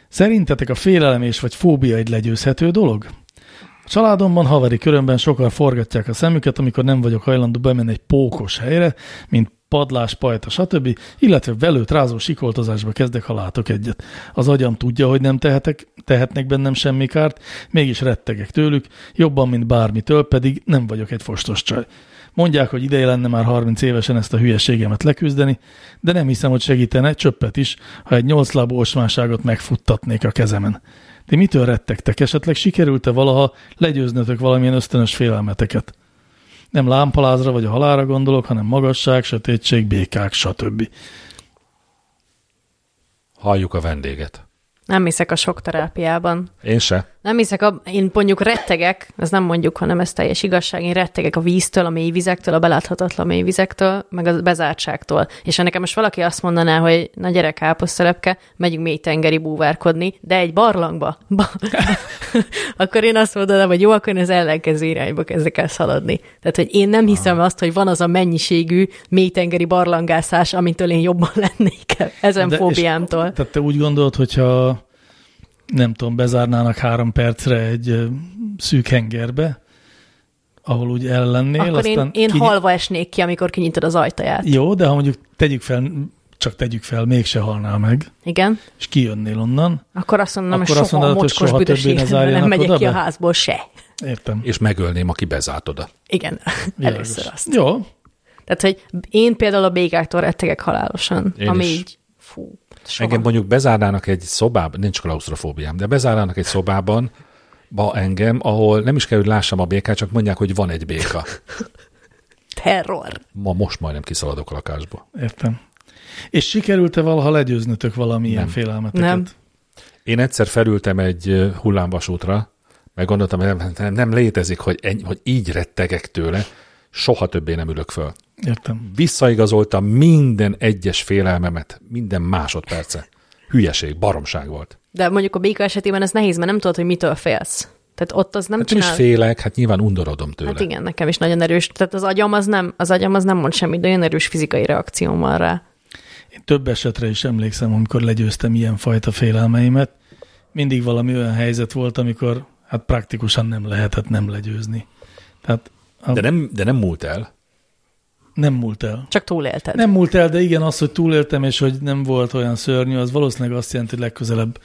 [SPEAKER 2] Szerintetek a félelem és vagy fóbia egy legyőzhető dolog? A családomban, haveri körömben sokan forgatják a szemüket, amikor nem vagyok hajlandó bemenni egy pókos helyre, mint padlás, pajta, stb., illetve velőtt rázó sikoltozásba kezdek, ha látok egyet. Az agyam tudja, hogy nem tehetek, tehetnek bennem semmi kárt, mégis rettegek tőlük, jobban, mint bármitől, pedig nem vagyok egy fostos csaj. Mondják, hogy ideje lenne már 30 évesen ezt a hülyeségemet leküzdeni, de nem hiszem, hogy segítene csöppet is, ha egy nyolclábú osmánságot megfuttatnék a kezemen. Ti mitől rettegtek? Esetleg sikerült-e valaha legyőznötök valamilyen ösztönös félelmeteket? Nem lámpalázra vagy a halára gondolok, hanem magasság, sötétség, békák, stb.
[SPEAKER 3] Halljuk a vendéget.
[SPEAKER 5] Nem hiszek a sok terápiában.
[SPEAKER 3] Én se.
[SPEAKER 5] Nem hiszek, a, én mondjuk rettegek, ez nem mondjuk, hanem ez teljes igazság, én rettegek a víztől, a mélyvizektől, a beláthatatlan mélyvizektől, meg a bezártságtól. És ha nekem most valaki azt mondaná, hogy na gyere káposztelepke, megyünk mély tengeri búvárkodni, de egy barlangba, ba, <laughs> akkor én azt mondanám, hogy jó, akkor én az ellenkező irányba kezdek el szaladni. Tehát, hogy én nem hiszem azt, hogy van az a mennyiségű mélytengeri barlangászás, amitől én jobban <laughs> lennék ezen
[SPEAKER 2] De-
[SPEAKER 5] de,
[SPEAKER 2] és-
[SPEAKER 5] fóbiámtól.
[SPEAKER 2] Tehát te úgy gondolod, hogyha nem tudom, bezárnának három percre egy ö, szűk hengerbe, ahol úgy ellennél,
[SPEAKER 5] Akkor
[SPEAKER 2] aztán
[SPEAKER 5] én, én
[SPEAKER 2] kinyi-
[SPEAKER 5] halva esnék ki, amikor kinyitod az ajtaját.
[SPEAKER 2] Jó, de ha mondjuk tegyük fel, csak tegyük fel, mégse halnál meg,
[SPEAKER 5] Igen?
[SPEAKER 2] és kijönnél onnan,
[SPEAKER 5] Akkor azt mondom,
[SPEAKER 2] Akkor
[SPEAKER 5] hogy
[SPEAKER 2] azt
[SPEAKER 5] soha a
[SPEAKER 2] mondod, hogy
[SPEAKER 5] mocskos
[SPEAKER 2] soha
[SPEAKER 5] büdös
[SPEAKER 2] többé ne
[SPEAKER 5] életemben nem
[SPEAKER 2] zárjanak
[SPEAKER 5] megyek
[SPEAKER 2] oda
[SPEAKER 5] ki a
[SPEAKER 2] be?
[SPEAKER 5] házból se. <laughs>
[SPEAKER 2] értem.
[SPEAKER 3] És megölném, aki bezárt oda.
[SPEAKER 5] Igen,
[SPEAKER 2] Világos.
[SPEAKER 5] először azt.
[SPEAKER 2] Jó,
[SPEAKER 5] Tehát, hogy én például a békáktól rettegek halálosan,
[SPEAKER 3] Én
[SPEAKER 5] ami
[SPEAKER 3] is.
[SPEAKER 5] így, fú. Soha.
[SPEAKER 3] Engem mondjuk bezárnának egy szobában, nincs klaustrofóbiám, de bezárnának egy szobában, ba engem, ahol nem is kell, hogy lássam a békát, csak mondják, hogy van egy béka.
[SPEAKER 5] Terror.
[SPEAKER 3] Ma most majdnem kiszaladok a lakásból.
[SPEAKER 2] Értem. És sikerült-e valaha legyőznötök valamilyen
[SPEAKER 3] Nem.
[SPEAKER 2] félelmeteket?
[SPEAKER 5] Nem.
[SPEAKER 3] Én egyszer felültem egy ö, hullámvasútra, meg gondoltam, hogy nem, nem, nem létezik, hogy, ennyi, hogy így rettegek tőle, soha többé nem ülök föl.
[SPEAKER 2] Értem.
[SPEAKER 3] Visszaigazoltam minden egyes félelmemet, minden másodperce. Hülyeség, baromság volt.
[SPEAKER 5] De mondjuk a béka esetében ez nehéz, mert nem tudod, hogy mitől félsz. Tehát ott az nem
[SPEAKER 3] Hát nem is
[SPEAKER 5] csinál.
[SPEAKER 3] félek, hát nyilván undorodom tőle.
[SPEAKER 5] Hát igen, nekem is nagyon erős. Tehát az agyam az nem, az agyam az nem mond semmit, de olyan erős fizikai reakcióm van rá.
[SPEAKER 2] Én több esetre is emlékszem, amikor legyőztem ilyen fajta félelmeimet. Mindig valami olyan helyzet volt, amikor hát praktikusan nem lehetett nem legyőzni. Tehát a,
[SPEAKER 3] De
[SPEAKER 2] nem.
[SPEAKER 3] nem, de nem múlt el.
[SPEAKER 2] nem múlt el.
[SPEAKER 5] Csak túlélted.
[SPEAKER 2] Nem múlt el, de igen, az, hogy túléltem, és hogy nem volt olyan szörnyű, az valószínűleg azt jelenti, hogy legközelebb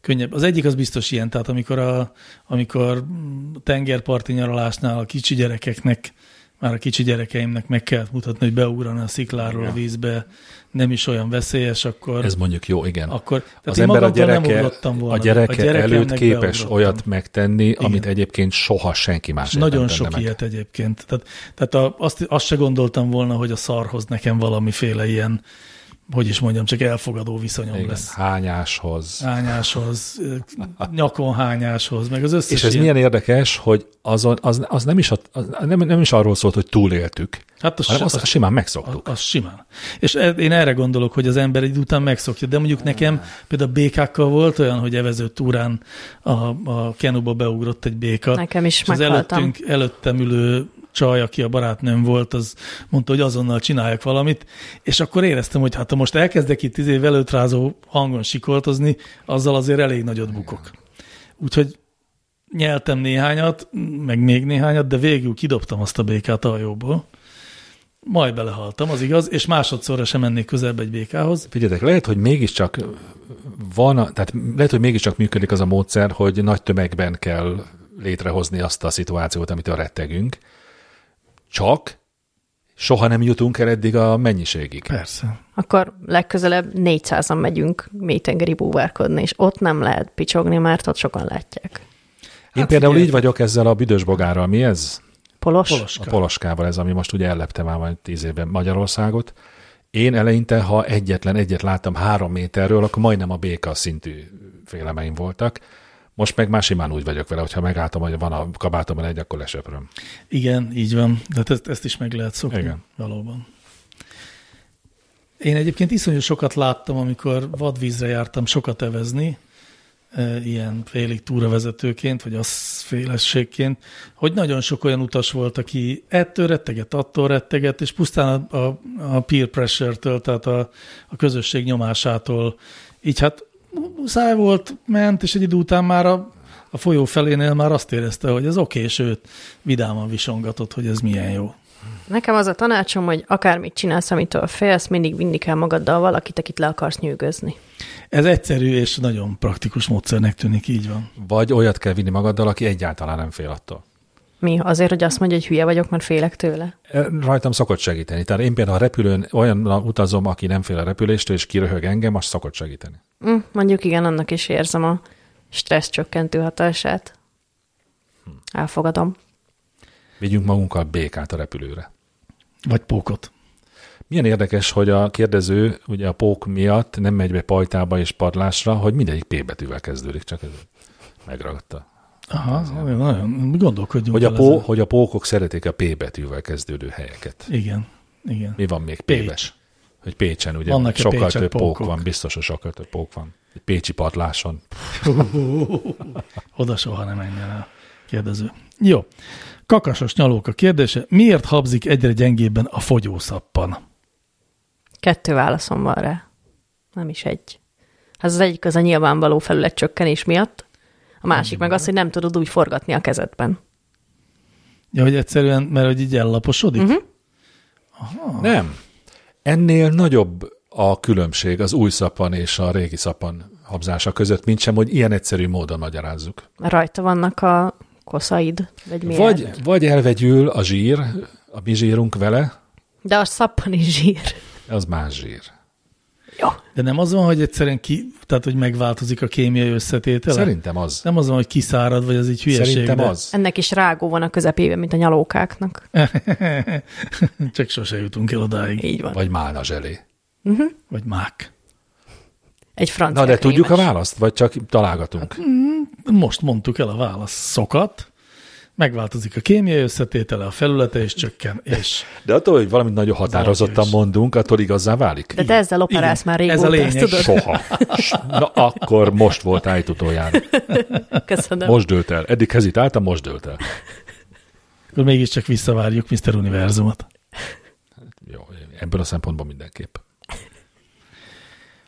[SPEAKER 2] könnyebb. Az egyik az biztos ilyen, tehát amikor a, amikor mm, tengerparti nyaralásnál a kicsi gyerekeknek, már a kicsi gyerekeimnek meg kellett mutatni, hogy beugrani a szikláról a vízbe, nem is olyan veszélyes, akkor...
[SPEAKER 3] Ez mondjuk jó, igen.
[SPEAKER 2] akkor tehát
[SPEAKER 3] az
[SPEAKER 2] én
[SPEAKER 3] ember a
[SPEAKER 2] magamtól nem
[SPEAKER 3] gyereke,
[SPEAKER 2] ugrottam volna.
[SPEAKER 3] a gyereke
[SPEAKER 2] gyerekemnek
[SPEAKER 3] előtt képes
[SPEAKER 2] beugrottam.
[SPEAKER 3] olyat megtenni, igen. amit
[SPEAKER 2] Igen.
[SPEAKER 3] egyébként soha senki más
[SPEAKER 2] És nagyon
[SPEAKER 3] nem tenne
[SPEAKER 2] sok
[SPEAKER 3] meg.
[SPEAKER 2] ilyet egyébként. Tehát, tehát a, azt, azt se gondoltam volna, hogy a szarhoz nekem valamiféle ilyen, hogy is mondjam, csak elfogadó viszonyom
[SPEAKER 3] Igen.
[SPEAKER 2] Igen. lesz.
[SPEAKER 3] Hányáshoz.
[SPEAKER 2] Hányáshoz, ö, nyakon hányáshoz, meg az összes
[SPEAKER 3] És ez
[SPEAKER 2] ilyen-
[SPEAKER 3] milyen érdekes, hogy azon, az, az, nem, is a, az nem, nem is arról szólt, hogy túléltük,
[SPEAKER 2] Hát az,
[SPEAKER 3] hanem
[SPEAKER 2] az,
[SPEAKER 3] azt
[SPEAKER 2] az,
[SPEAKER 3] az, simán megszoktuk.
[SPEAKER 2] az simán. És e- én erre gondolok, hogy az ember egy idő után megszokja, de mondjuk nekem például békákkal volt olyan, hogy evező túrán a, a kenuba beugrott egy béka.
[SPEAKER 5] Nekem is
[SPEAKER 2] és az
[SPEAKER 5] meghaltam.
[SPEAKER 2] előttünk, előttem ülő csaj, aki a barátnőm volt, az mondta, hogy azonnal csináljak valamit, és akkor éreztem, hogy hát ha most elkezdek itt izé velőtrázó hangon sikoltozni, azzal azért elég nagyot bukok. Úgyhogy nyeltem néhányat, meg még néhányat, de végül kidobtam azt a békát aljóból. Majd belehaltam, az igaz, és másodszorra sem mennék közelebb egy békához.
[SPEAKER 3] Figyeljetek, lehet, hogy mégiscsak van, a- tehát lehet, hogy mégiscsak működik az a módszer, hogy nagy tömegben kell létrehozni azt a szituációt, amitől rettegünk. Csak soha nem jutunk el eddig a mennyiségig.
[SPEAKER 2] Persze.
[SPEAKER 5] Akkor legközelebb 400-an megyünk mélytengeri búvárkodni, és ott nem lehet picsogni, mert ott sokan látják.
[SPEAKER 3] Én
[SPEAKER 2] Hát
[SPEAKER 3] például
[SPEAKER 2] figyelj.
[SPEAKER 3] így vagyok ezzel a büdös bogárral. Mi ez?
[SPEAKER 5] Polos?
[SPEAKER 2] Polos.
[SPEAKER 3] A poloskával ez, ami most ugye ellepte már majd tíz évben Magyarországot. Én eleinte, ha egyetlen egyet láttam három méterről, akkor majdnem a béka szintű félemeim voltak. Most meg már simán úgy vagyok vele, hogyha megálltam, hogy van a kabátomban egy, akkor lesöpröm.
[SPEAKER 2] Igen, így van. De hát ezt, ezt is meg lehet szokni.
[SPEAKER 3] Igen.
[SPEAKER 2] Igen. Valóban. Én egyébként iszonyú sokat láttam, amikor vadvízre jártam sokat evezni, e, ilyen félig túravezetőként, vagy az félességként, hogy nagyon sok olyan utas volt, aki ettől retteget, attól retteget, és pusztán a, a, a peer pressure-től, tehát a, a közösség nyomásától, így hát muszáj volt, ment, és egy idő után már a, a folyó felénél már azt érezte, hogy ez oké, okay, sőt, vidáman visongatott, hogy ez milyen jó.
[SPEAKER 5] Nekem az a tanácsom, hogy akármit csinálsz, amitől félsz, mindig vinni kell magaddal valakit, akit le akarsz nyűgözni.
[SPEAKER 2] Ez egyszerű és nagyon praktikus módszernek tűnik, így van.
[SPEAKER 3] Vagy olyat kell vinni magaddal, aki egyáltalán nem fél attól.
[SPEAKER 5] Mi? Azért, hogy azt mondja, hogy hülye vagyok, mert félek tőle?
[SPEAKER 3] E, Rajtam szokott segíteni. Tehát én például a repülőn olyan utazom, aki nem fél a repüléstől, és kiröhög engem, az szokott segíteni.
[SPEAKER 5] Hm, mondjuk igen, annak is érzem a stressz csökkentő hatását. Elfogadom.
[SPEAKER 3] Vigyünk magunkkal békát a repülőre.
[SPEAKER 2] Vagy pókot.
[SPEAKER 3] Milyen érdekes, hogy a kérdező ugye a pók miatt nem megy be pajtába és padlásra, hogy mindegyik P betűvel kezdődik, csak ez megragadta.
[SPEAKER 2] Aha, nagyon, nagyon gondolkodjunk.
[SPEAKER 3] Hogy a,
[SPEAKER 2] el
[SPEAKER 3] pó,
[SPEAKER 2] ezen.
[SPEAKER 3] hogy a pókok szeretik a P betűvel kezdődő helyeket.
[SPEAKER 2] Igen, igen.
[SPEAKER 3] Mi van még
[SPEAKER 2] Pécs.
[SPEAKER 3] Péves? Hogy Pécsen, ugye?
[SPEAKER 2] Vannak-e
[SPEAKER 3] sokkal
[SPEAKER 2] Pécsen
[SPEAKER 3] több pók
[SPEAKER 2] pókok?
[SPEAKER 3] van, biztos, hogy sokkal több pók van. Egy Pécsi padláson.
[SPEAKER 2] Oda soha nem menjen el. Kérdező. Jó. Kakasos nyalók a kérdése. Miért habzik egyre gyengébben a fogyószappan?
[SPEAKER 5] Kettő válaszom van rá. Nem is egy. Hát az egyik az a nyilvánvaló felületcsökkenés miatt, a másik meg az, hogy nem tudod úgy forgatni a kezedben.
[SPEAKER 2] Ja, hogy egyszerűen, mert hogy így ellaposodik?
[SPEAKER 3] Mhm.
[SPEAKER 2] Uh-huh. Ah.
[SPEAKER 3] Nem. Ennél nagyobb a különbség az új szappan és a régi szappan habzása között, mint sem, hogy ilyen egyszerű módon magyarázzuk.
[SPEAKER 5] Rajta vannak a koszaid, vagy miért.
[SPEAKER 3] Vagy, vagy elvegyül a zsír, a mi zsírunk vele,
[SPEAKER 5] De a szappan is zsír.
[SPEAKER 3] az más zsír.
[SPEAKER 5] Jó.
[SPEAKER 2] De nem az van, hogy egyszerűen ki, tehát hogy megváltozik a kémiai összetétele?
[SPEAKER 3] Szerintem az.
[SPEAKER 2] Nem az van, hogy kiszárad, vagy az így hülyeség.
[SPEAKER 3] Szerintem
[SPEAKER 2] de... Hát
[SPEAKER 3] az.
[SPEAKER 5] Ennek is rágó van a közepében, mint a nyalókáknak.
[SPEAKER 2] <laughs> E, Csak sose jutunk el odáig.
[SPEAKER 5] Így van.
[SPEAKER 3] Vagy málna
[SPEAKER 2] Hát
[SPEAKER 3] zselé.
[SPEAKER 2] Vagy mák.
[SPEAKER 5] Egy francia
[SPEAKER 3] Na, de tudjuk a
[SPEAKER 5] krémes.
[SPEAKER 3] választ, vagy csak
[SPEAKER 2] Hát
[SPEAKER 3] találgatunk?
[SPEAKER 2] Most mondtuk el a válaszokat. Megváltozik a kémiai összetétele, a felülete is csökken, és
[SPEAKER 3] De attól, hogy valamit nagyon határozottan
[SPEAKER 2] Zavaros.
[SPEAKER 3] mondunk, attól igazán válik.
[SPEAKER 5] De te ezzel operálsz
[SPEAKER 2] Igen,
[SPEAKER 5] már
[SPEAKER 2] ez
[SPEAKER 5] régóta,
[SPEAKER 2] a
[SPEAKER 5] ezt
[SPEAKER 2] lényeg.
[SPEAKER 5] tudod?
[SPEAKER 3] Soha. Na akkor most volt állít utoljára.
[SPEAKER 5] Köszönöm.
[SPEAKER 3] Most dőlt el. Eddig hezitáltam, most dőlt el.
[SPEAKER 2] akkor mégiscsak visszavárjuk Mr. Univerzumot.
[SPEAKER 3] Jó, ebből a szempontból mindenképp.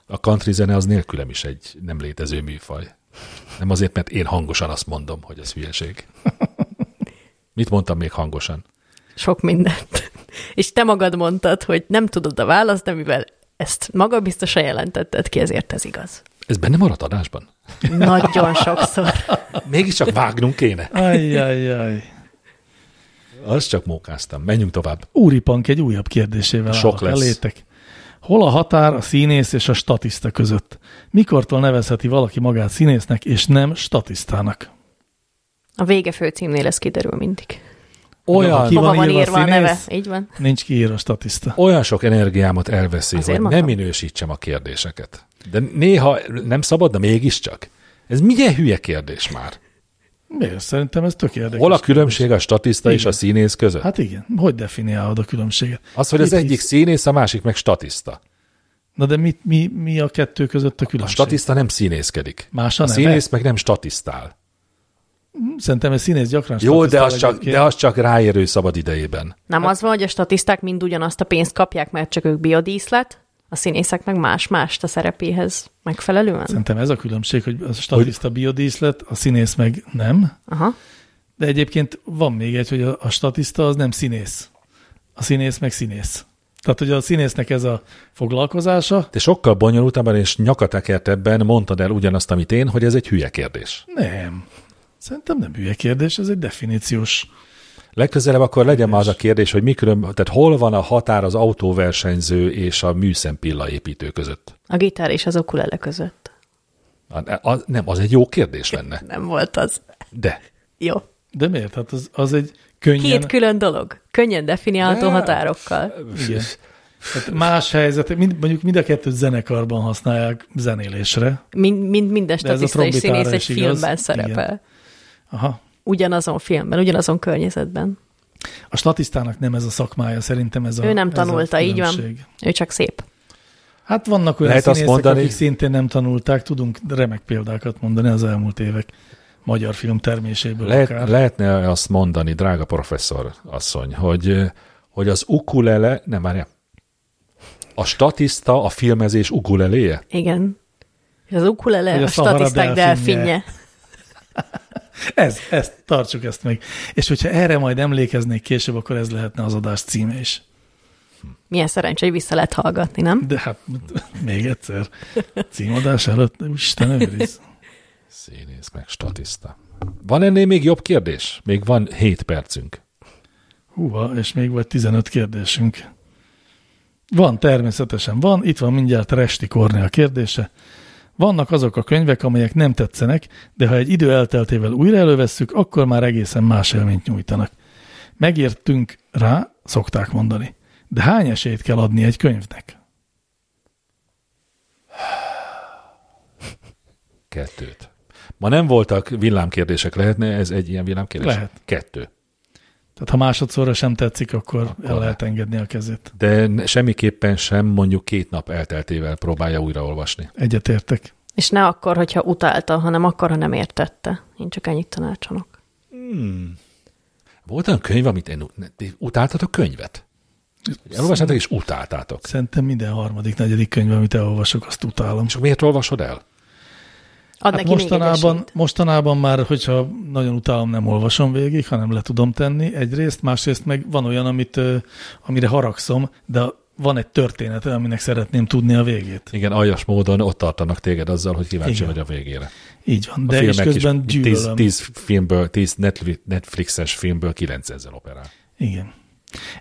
[SPEAKER 3] A country zene az nélkülem is egy nem létező műfaj. Nem azért, mert én hangosan azt mondom, hogy ez hülyeség. Mit mondtam még hangosan?
[SPEAKER 5] Sok mindent. <laughs> És te magad mondtad, hogy nem tudod a választ, de mivel ezt magabiztosan jelentetted ki, ezért ez igaz.
[SPEAKER 3] Ez benne maradt adásban?
[SPEAKER 2] <laughs>
[SPEAKER 5] Nagyon sokszor.
[SPEAKER 3] Mégiscsak vágnunk kéne.
[SPEAKER 2] Ajjajjaj.
[SPEAKER 3] Azt csak mókáztam. Menjünk tovább.
[SPEAKER 2] Úripank egy újabb kérdésével
[SPEAKER 3] Sok
[SPEAKER 2] állok
[SPEAKER 3] lesz.
[SPEAKER 2] elétek. Hol a határ a színész és a statiszta között? Mikortól nevezheti valaki magát színésznek, és nem statisztának?
[SPEAKER 5] A vége főcímnél ez kiderül mindig.
[SPEAKER 2] Olyan- Ki
[SPEAKER 5] Hova
[SPEAKER 2] van
[SPEAKER 5] van,
[SPEAKER 2] írva a
[SPEAKER 5] írva, a neve?
[SPEAKER 2] színész?
[SPEAKER 5] Így van.
[SPEAKER 2] Nincs kiírva statiszta.
[SPEAKER 3] olyan sok energiámat elveszi,
[SPEAKER 5] Azért
[SPEAKER 3] hogy mondtam.
[SPEAKER 5] mondtam.
[SPEAKER 3] nem minősítsem a kérdéseket. De néha nem szabad, de mégiscsak. Ez milyen hülye kérdés már?
[SPEAKER 2] Miért? Szerintem ez tök érdekes.
[SPEAKER 3] Hol a különbség a statiszta és a
[SPEAKER 2] Igen.
[SPEAKER 3] színész között? Hát,
[SPEAKER 2] Hát igen, hogy definiálod a különbséget?
[SPEAKER 3] az, hogy
[SPEAKER 2] Mit
[SPEAKER 3] az egyik
[SPEAKER 2] hisz?
[SPEAKER 3] színész, a másik meg statiszta.
[SPEAKER 2] Na de mit, mi, mi a kettő között a
[SPEAKER 3] A
[SPEAKER 2] különbség?
[SPEAKER 3] statiszta nem színészkedik.
[SPEAKER 2] Más a
[SPEAKER 3] a
[SPEAKER 2] neve?
[SPEAKER 3] színész meg nem statisztál.
[SPEAKER 2] Szerintem ez színész gyakran
[SPEAKER 3] Jó, de
[SPEAKER 2] statisztál
[SPEAKER 3] az, csak,
[SPEAKER 2] egyébként.
[SPEAKER 3] de az csak ráérő szabad idejében.
[SPEAKER 5] Nem az van, hogy a statiszták mind ugyanazt a pénzt kapják, mert csak ők biodíszlet, a színészek meg más-mást a szerepéhez megfelelően.
[SPEAKER 2] Szerintem ez a különbség, hogy a statiszta biodíszlet, a színész meg nem.
[SPEAKER 5] Aha.
[SPEAKER 2] De egyébként van még egy, hogy a, a statiszta az nem színész. A színész meg színész. Tehát, hogy a színésznek ez a foglalkozása,
[SPEAKER 3] Te sokkal bonyolultabban és nyakatekertebben mondtad el ugyanazt, amit én, hogy ez egy hülye kérdés.
[SPEAKER 2] nem. Szerintem nem hülye kérdés, ez egy definíciós.
[SPEAKER 3] Legközelebb akkor legyen már az a kérdés, hogy mi külön, tehát hol van a határ az autóversenyző és a műszempilla építő között?
[SPEAKER 5] A gitár és az okulele között.
[SPEAKER 3] A, a, nem, az egy jó kérdés lenne.
[SPEAKER 5] Nem volt az.
[SPEAKER 3] De
[SPEAKER 5] Jó.
[SPEAKER 2] De miért? Hát az, az egy könnyen...
[SPEAKER 5] Két külön dolog. Könnyen definiálható határokkal.
[SPEAKER 2] Igen. Tehát más helyzet, mind, mondjuk mind a kettőt zenekarban használják zenélésre.
[SPEAKER 5] Mind, mind, minden
[SPEAKER 2] De ez a
[SPEAKER 5] statiszta és
[SPEAKER 2] trombitára
[SPEAKER 5] színész egy
[SPEAKER 2] is igaz.
[SPEAKER 5] filmben
[SPEAKER 2] Igen.
[SPEAKER 5] szerepel. Igen.
[SPEAKER 2] Aha.
[SPEAKER 5] Ugyanazon filmben, ugyanazon környezetben.
[SPEAKER 2] A statisztának nem ez a szakmája, szerintem ez a
[SPEAKER 5] ő nem
[SPEAKER 2] ez a
[SPEAKER 5] tanulta, így van.
[SPEAKER 2] különbség.
[SPEAKER 5] Ő csak szép.
[SPEAKER 2] Hát vannak olyan
[SPEAKER 3] Lehet
[SPEAKER 2] Lehet
[SPEAKER 3] azt
[SPEAKER 2] színészek,
[SPEAKER 3] mondani-
[SPEAKER 2] mondani... akik szintén nem tanulták, tudunk remek példákat mondani az elmúlt évek magyar film terméséből
[SPEAKER 3] lehet,
[SPEAKER 2] akár.
[SPEAKER 3] lehetne azt mondani, drága professzor asszony, hogy, hogy az ukulele, nem várja, a statiszta a filmezés ukuleléje?
[SPEAKER 5] Igen. És az ukulele,
[SPEAKER 2] Vagy
[SPEAKER 5] a,
[SPEAKER 2] a
[SPEAKER 5] a
[SPEAKER 2] Szahara
[SPEAKER 5] statiszták
[SPEAKER 2] delfinje.
[SPEAKER 5] delfinje.
[SPEAKER 2] Ez, ezt, tartsuk ezt meg. És hogyha erre majd emlékeznék később, akkor ez lehetne az adás címe is.
[SPEAKER 5] Milyen szerencsé, hogy vissza lehet hallgatni, nem?
[SPEAKER 2] De hát <laughs> még egyszer, címadás előtt, Isten őriz.
[SPEAKER 3] Színész meg statiszta. Van ennél még jobb kérdés? Még van 7 percünk.
[SPEAKER 2] Húha, és még vagy 15 kérdésünk. Van, természetesen van. Itt van mindjárt Resti Kornél kérdése. Vannak azok a könyvek, amelyek nem tetszenek, de ha egy idő elteltével újra elővesszük, akkor már egészen más élményt nyújtanak. Megértünk rá, szokták mondani. De hány esélyt kell adni egy könyvnek?
[SPEAKER 3] Kettőt. Ma nem voltak villámkérdések, lehetne ez egy ilyen villámkérdés?
[SPEAKER 2] Lehet.
[SPEAKER 3] Kettő.
[SPEAKER 2] Tehát ha másodszorra sem tetszik, akkor,
[SPEAKER 3] Akkor
[SPEAKER 2] akkor el lehet engedni a kezét.
[SPEAKER 3] De ne- semmiképpen sem mondjuk két nap elteltével próbálja újraolvasni.
[SPEAKER 2] Egyetértek.
[SPEAKER 5] És ne akkor, hogyha utálta, hanem akkor, ha nem értette. Én csak ennyit tanácsolok.
[SPEAKER 3] Volt olyan könyv, amit én ne- ti utáltatok könyvet? Hogy Elolvastátok és utáltátok.
[SPEAKER 2] Szerintem minden harmadik, negyedik könyv, amit elolvasok, azt utálom.
[SPEAKER 3] És miért olvasod el?
[SPEAKER 5] Ad
[SPEAKER 2] Hát
[SPEAKER 5] neki még egy
[SPEAKER 2] mostanában,
[SPEAKER 5] esélyt.
[SPEAKER 2] mostanában már, hogyha nagyon utálom, nem olvasom végig, hanem le tudom tenni egyrészt, másrészt meg van olyan, amit, ö, amire haragszom, de van egy története, aminek szeretném tudni a végét.
[SPEAKER 3] Igen, aljas módon ott tartanak téged azzal, hogy kíváncsi
[SPEAKER 2] Igen.
[SPEAKER 3] vagy a végére.
[SPEAKER 2] Így van,
[SPEAKER 3] A
[SPEAKER 2] de is közben
[SPEAKER 3] tíz- tíz,
[SPEAKER 2] gyűlölöm.
[SPEAKER 3] tíz filmből, tíz Netflix- Netflixes filmből kilenc ezzel operál.
[SPEAKER 2] Igen.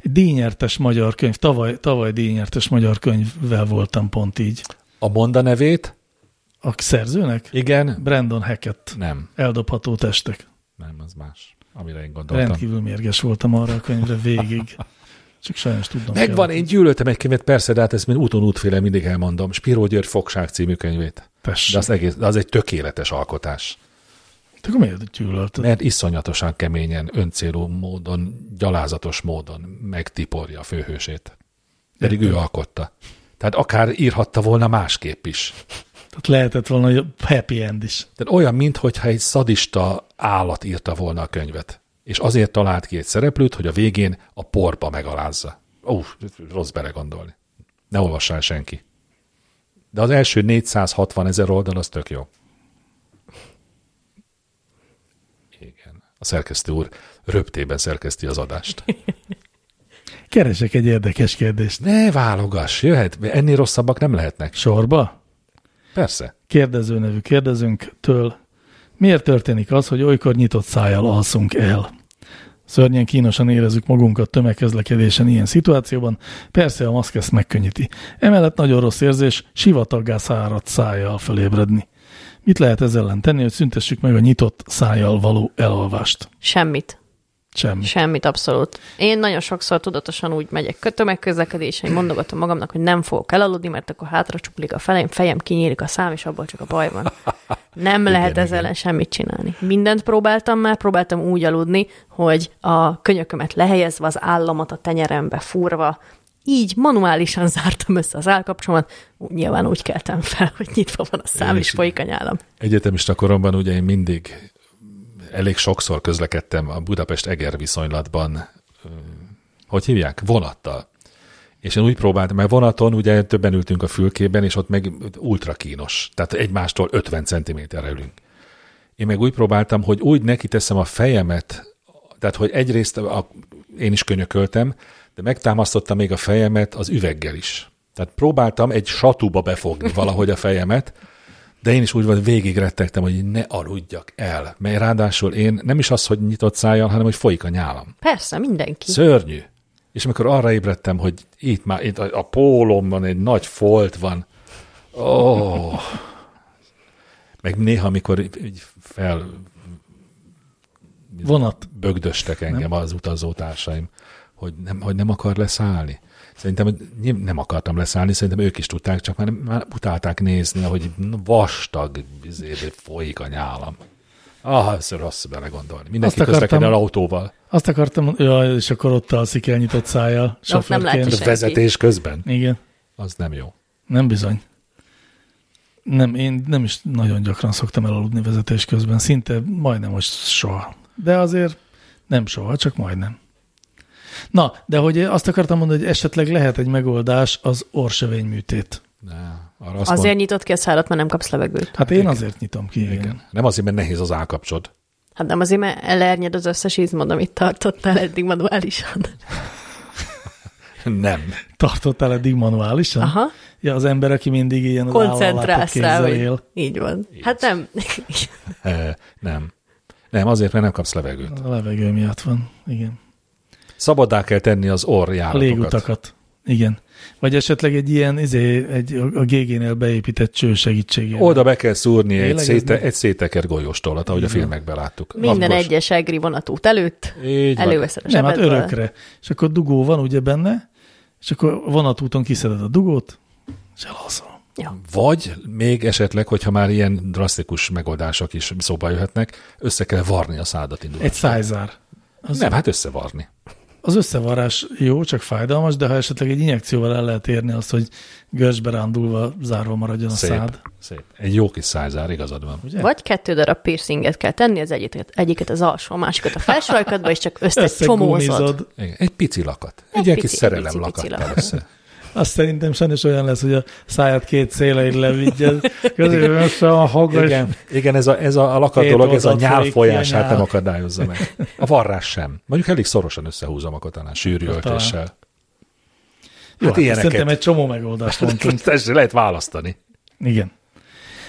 [SPEAKER 2] Egy díjnyertes magyar könyv, tavaly, tavaly díjnyertes magyar könyvvel voltam pont így.
[SPEAKER 3] A Monda nevét?
[SPEAKER 2] A szerzőnek?
[SPEAKER 3] Igen.
[SPEAKER 2] Brandon Hackett.
[SPEAKER 3] Nem,
[SPEAKER 2] Eldobható testek.
[SPEAKER 3] nem, az más, amire én gondoltam.
[SPEAKER 2] Rendkívül mérges voltam arra a könyvre végig. Csak sajnos tudnom
[SPEAKER 3] Megvan,
[SPEAKER 2] kellett.
[SPEAKER 3] én gyűlöltem egy könyvet, persze, de hát ezt mind úton útféle mindig elmondom. Spiró György Fogság című könyvét.
[SPEAKER 2] Tessék.
[SPEAKER 3] De az, egész, de az egy tökéletes alkotás.
[SPEAKER 2] Te akkor miért gyűlölted?
[SPEAKER 3] Mert iszonyatosan keményen, öncélú módon, gyalázatos módon megtiporja a főhősét. Pedig ő alkotta. Tehát akár írhatta volna másképp is.
[SPEAKER 2] Tehát lehetett volna hogy happy end is.
[SPEAKER 3] Tehát olyan, mintha egy szadista állat írta volna a könyvet. És azért talált ki egy szereplőt, hogy a végén a porba megalázza. Ó, rossz belegondolni. Ne olvassál senki. De az első 460 ezer oldal az tök jó. Igen. A szerkesztő úr röptében szerkeszti az adást.
[SPEAKER 2] Keresek egy érdekes kérdést.
[SPEAKER 3] Ne válogass, jöhet, ennél rosszabbak nem lehetnek.
[SPEAKER 2] Sorba?
[SPEAKER 3] Persze.
[SPEAKER 2] kérdező nevű kérdezőnktől. Miért történik az, hogy olykor nyitott szájjal alszunk el? Szörnyen kínosan érezzük magunkat tömegközlekedésen ilyen szituációban, persze a maszk ezt megkönnyíti. Emellett nagyon rossz érzés sivataggá száradt szájjal fölébredni. Mit lehet ezzel ellen tenni, hogy szüntessük meg a nyitott szájjal való elalvást?
[SPEAKER 5] Semmit.
[SPEAKER 2] Semmi.
[SPEAKER 5] Semmit, abszolút. Én nagyon sokszor tudatosan úgy megyek kötömek közlekedésen, mondogatom magamnak, hogy nem fogok elaludni, mert akkor hátra csuklik a fejem, fejem kinyílik a szám, és abból csak a baj
[SPEAKER 3] <laughs>
[SPEAKER 5] van. Nem lehet
[SPEAKER 3] igen.
[SPEAKER 5] ezzel ellen semmit csinálni. Mindent próbáltam már, próbáltam úgy aludni, hogy a könyökömet lehelyezve, az államat a tenyerembe fúrva, így manuálisan <laughs> zártam össze az állkapcsomat, Ú, nyilván úgy keltem fel, hogy nyitva van a szám,
[SPEAKER 3] Én
[SPEAKER 5] és
[SPEAKER 3] is
[SPEAKER 5] folyik a nyálam.
[SPEAKER 3] Egyetemista koromban ugye én mindig elég sokszor közlekedtem a Budapest-Eger viszonylatban, ö, hogy hívják, vonattal. És én úgy próbáltam, mert vonaton ugye többen ültünk a fülkében, és ott meg ultra kínos, tehát egymástól 50 centiméterre ülünk. Én meg úgy próbáltam, hogy úgy neki teszem a fejemet, tehát hogy egyrészt a, én is könyököltem, de megtámasztottam még a fejemet az üveggel is. Tehát próbáltam egy satuba befogni valahogy a fejemet, de én is úgy volt, végig rettegtem, hogy ne aludjak el. Mert ráadásul én nem is az, hogy nyitott szájjal, hanem hogy folyik a nyálam.
[SPEAKER 5] Persze,
[SPEAKER 3] Szóval
[SPEAKER 5] mindenki.
[SPEAKER 3] Szörnyű. És amikor arra ébredtem, hogy itt már itt a a pólomban egy nagy folt van. Ó. Oh. Meg néha, amikor így- így fel
[SPEAKER 2] Vonat.
[SPEAKER 3] bögdöstek engem nem. az utazótársaim, hogy nem, hogy nem akar leszállni. Szerintem hogy nyilv- nem akartam leszállni, szerintem ők is tudták, csak már, már utálták nézni, hogy vastag izé, folyik a nyálam. Ah, ez rossz belegondolni. Mindenki
[SPEAKER 2] Azt akartam-
[SPEAKER 3] közlekedel autóval.
[SPEAKER 2] Azt akartam, ja, és akkor ott alszik el nyitott szájjal.
[SPEAKER 5] látja
[SPEAKER 2] Sofőrként.
[SPEAKER 5] senki.
[SPEAKER 3] Vezetés közben.
[SPEAKER 2] Igen.
[SPEAKER 3] Az nem jó.
[SPEAKER 2] Nem bizony. Nem, én nem is nagyon gyakran szoktam elaludni vezetés közben, szinte majdnem most soha. De azért nem soha, csak majdnem. Na, de hogy azt akartam mondani, hogy esetleg lehet egy megoldás az orsövényműtét.
[SPEAKER 3] Ne, arra azt
[SPEAKER 5] Azért
[SPEAKER 3] azért
[SPEAKER 5] nyitott ki a szállat, mert nem kapsz levegőt.
[SPEAKER 2] Hát én azért nyitom ki, igen.
[SPEAKER 3] mond, nem azért, mert nehéz az állkapcsod. <laughs>
[SPEAKER 5] Hát nem azért, mert elernyed az összes izmod, amit tartottál eddig manuálisan.
[SPEAKER 3] Nem.
[SPEAKER 2] Tartottál eddig manuálisan?
[SPEAKER 5] Aha.
[SPEAKER 2] Ja, az ember, aki mindig ilyen
[SPEAKER 5] Koncentrálsz rá,
[SPEAKER 2] kézzel
[SPEAKER 5] hogy
[SPEAKER 2] él.
[SPEAKER 5] így van. Hát nem.
[SPEAKER 3] Eh, Nem. Nem, azért, mert nem kapsz levegőt.
[SPEAKER 2] A levegő miatt van, igen.
[SPEAKER 3] Szabaddá kell tenni az
[SPEAKER 2] A
[SPEAKER 3] orrjáratokat.
[SPEAKER 2] légutakat. Igen. Vagy esetleg egy ilyen, izé, egy, a a GG-nél beépített cső segítségével.
[SPEAKER 3] Oda be kell szúrni egy,
[SPEAKER 2] Tényleg ez
[SPEAKER 3] széte,
[SPEAKER 2] nem-
[SPEAKER 3] egy széteker golyóstollat, ahogy a filmekben láttuk.
[SPEAKER 5] Minden
[SPEAKER 3] Napos.
[SPEAKER 5] egyes egri vonatút előtt
[SPEAKER 3] Így van.
[SPEAKER 5] előveszed a
[SPEAKER 2] Nem, hát
[SPEAKER 5] zsebedből.
[SPEAKER 2] örökre. És akkor dugó van ugye benne, és akkor vonatúton kiszeded a dugót, és elalszol.
[SPEAKER 3] Vagy még esetleg, hogyha már ilyen drasztikus megoldások is szóba jöhetnek, össze kell varni a szádat indulásra.
[SPEAKER 2] Egy szájzár.
[SPEAKER 3] az Nem, hát összevarni.
[SPEAKER 2] Az összevarrás jó, csak fájdalmas, de ha esetleg egy injekcióval el lehet érni azt, hogy görcsbe rándulva zárva maradjon a
[SPEAKER 3] Szép.
[SPEAKER 2] szád.
[SPEAKER 3] Szép. Egy jó kis szájzár, igazad van.
[SPEAKER 2] Ugye?
[SPEAKER 5] Vagy kettő darab piercinget kell tenni, az egyiket, egyiket az alsó, a másikat a felső ajkadba, és csak összecsomózod.
[SPEAKER 2] Összegumizod.
[SPEAKER 3] Igen. Egy pici lakat. Egy,
[SPEAKER 5] Egy
[SPEAKER 3] egy ilyen
[SPEAKER 5] pici-
[SPEAKER 3] kis
[SPEAKER 5] egy
[SPEAKER 3] szerelem
[SPEAKER 5] pici-
[SPEAKER 3] lakat
[SPEAKER 5] pici
[SPEAKER 3] kell
[SPEAKER 5] lakat.
[SPEAKER 3] össze.
[SPEAKER 2] Azt szerintem sajnos olyan lesz, hogy a száját két széleid
[SPEAKER 3] <laughs>
[SPEAKER 2] levigyed, közben össze a hagas.
[SPEAKER 3] Igen, Hát igen ez, a, ez a, a lakat
[SPEAKER 2] Két
[SPEAKER 3] dolog, ez a
[SPEAKER 2] oldalt
[SPEAKER 3] nyál
[SPEAKER 2] folyik ki a
[SPEAKER 3] folyását
[SPEAKER 2] nyál.
[SPEAKER 3] nem akadályozza meg. A varrás sem. Mondjuk elég szorosan összehúzom, akkor talán sűrű
[SPEAKER 2] Akkor talán.
[SPEAKER 3] öltéssel.
[SPEAKER 2] Jó, hát
[SPEAKER 3] ilyeneket.
[SPEAKER 2] szerintem egy csomó megoldást
[SPEAKER 3] <laughs>
[SPEAKER 2] mondtunk.
[SPEAKER 3] Tessék, lehet választani.
[SPEAKER 2] Igen.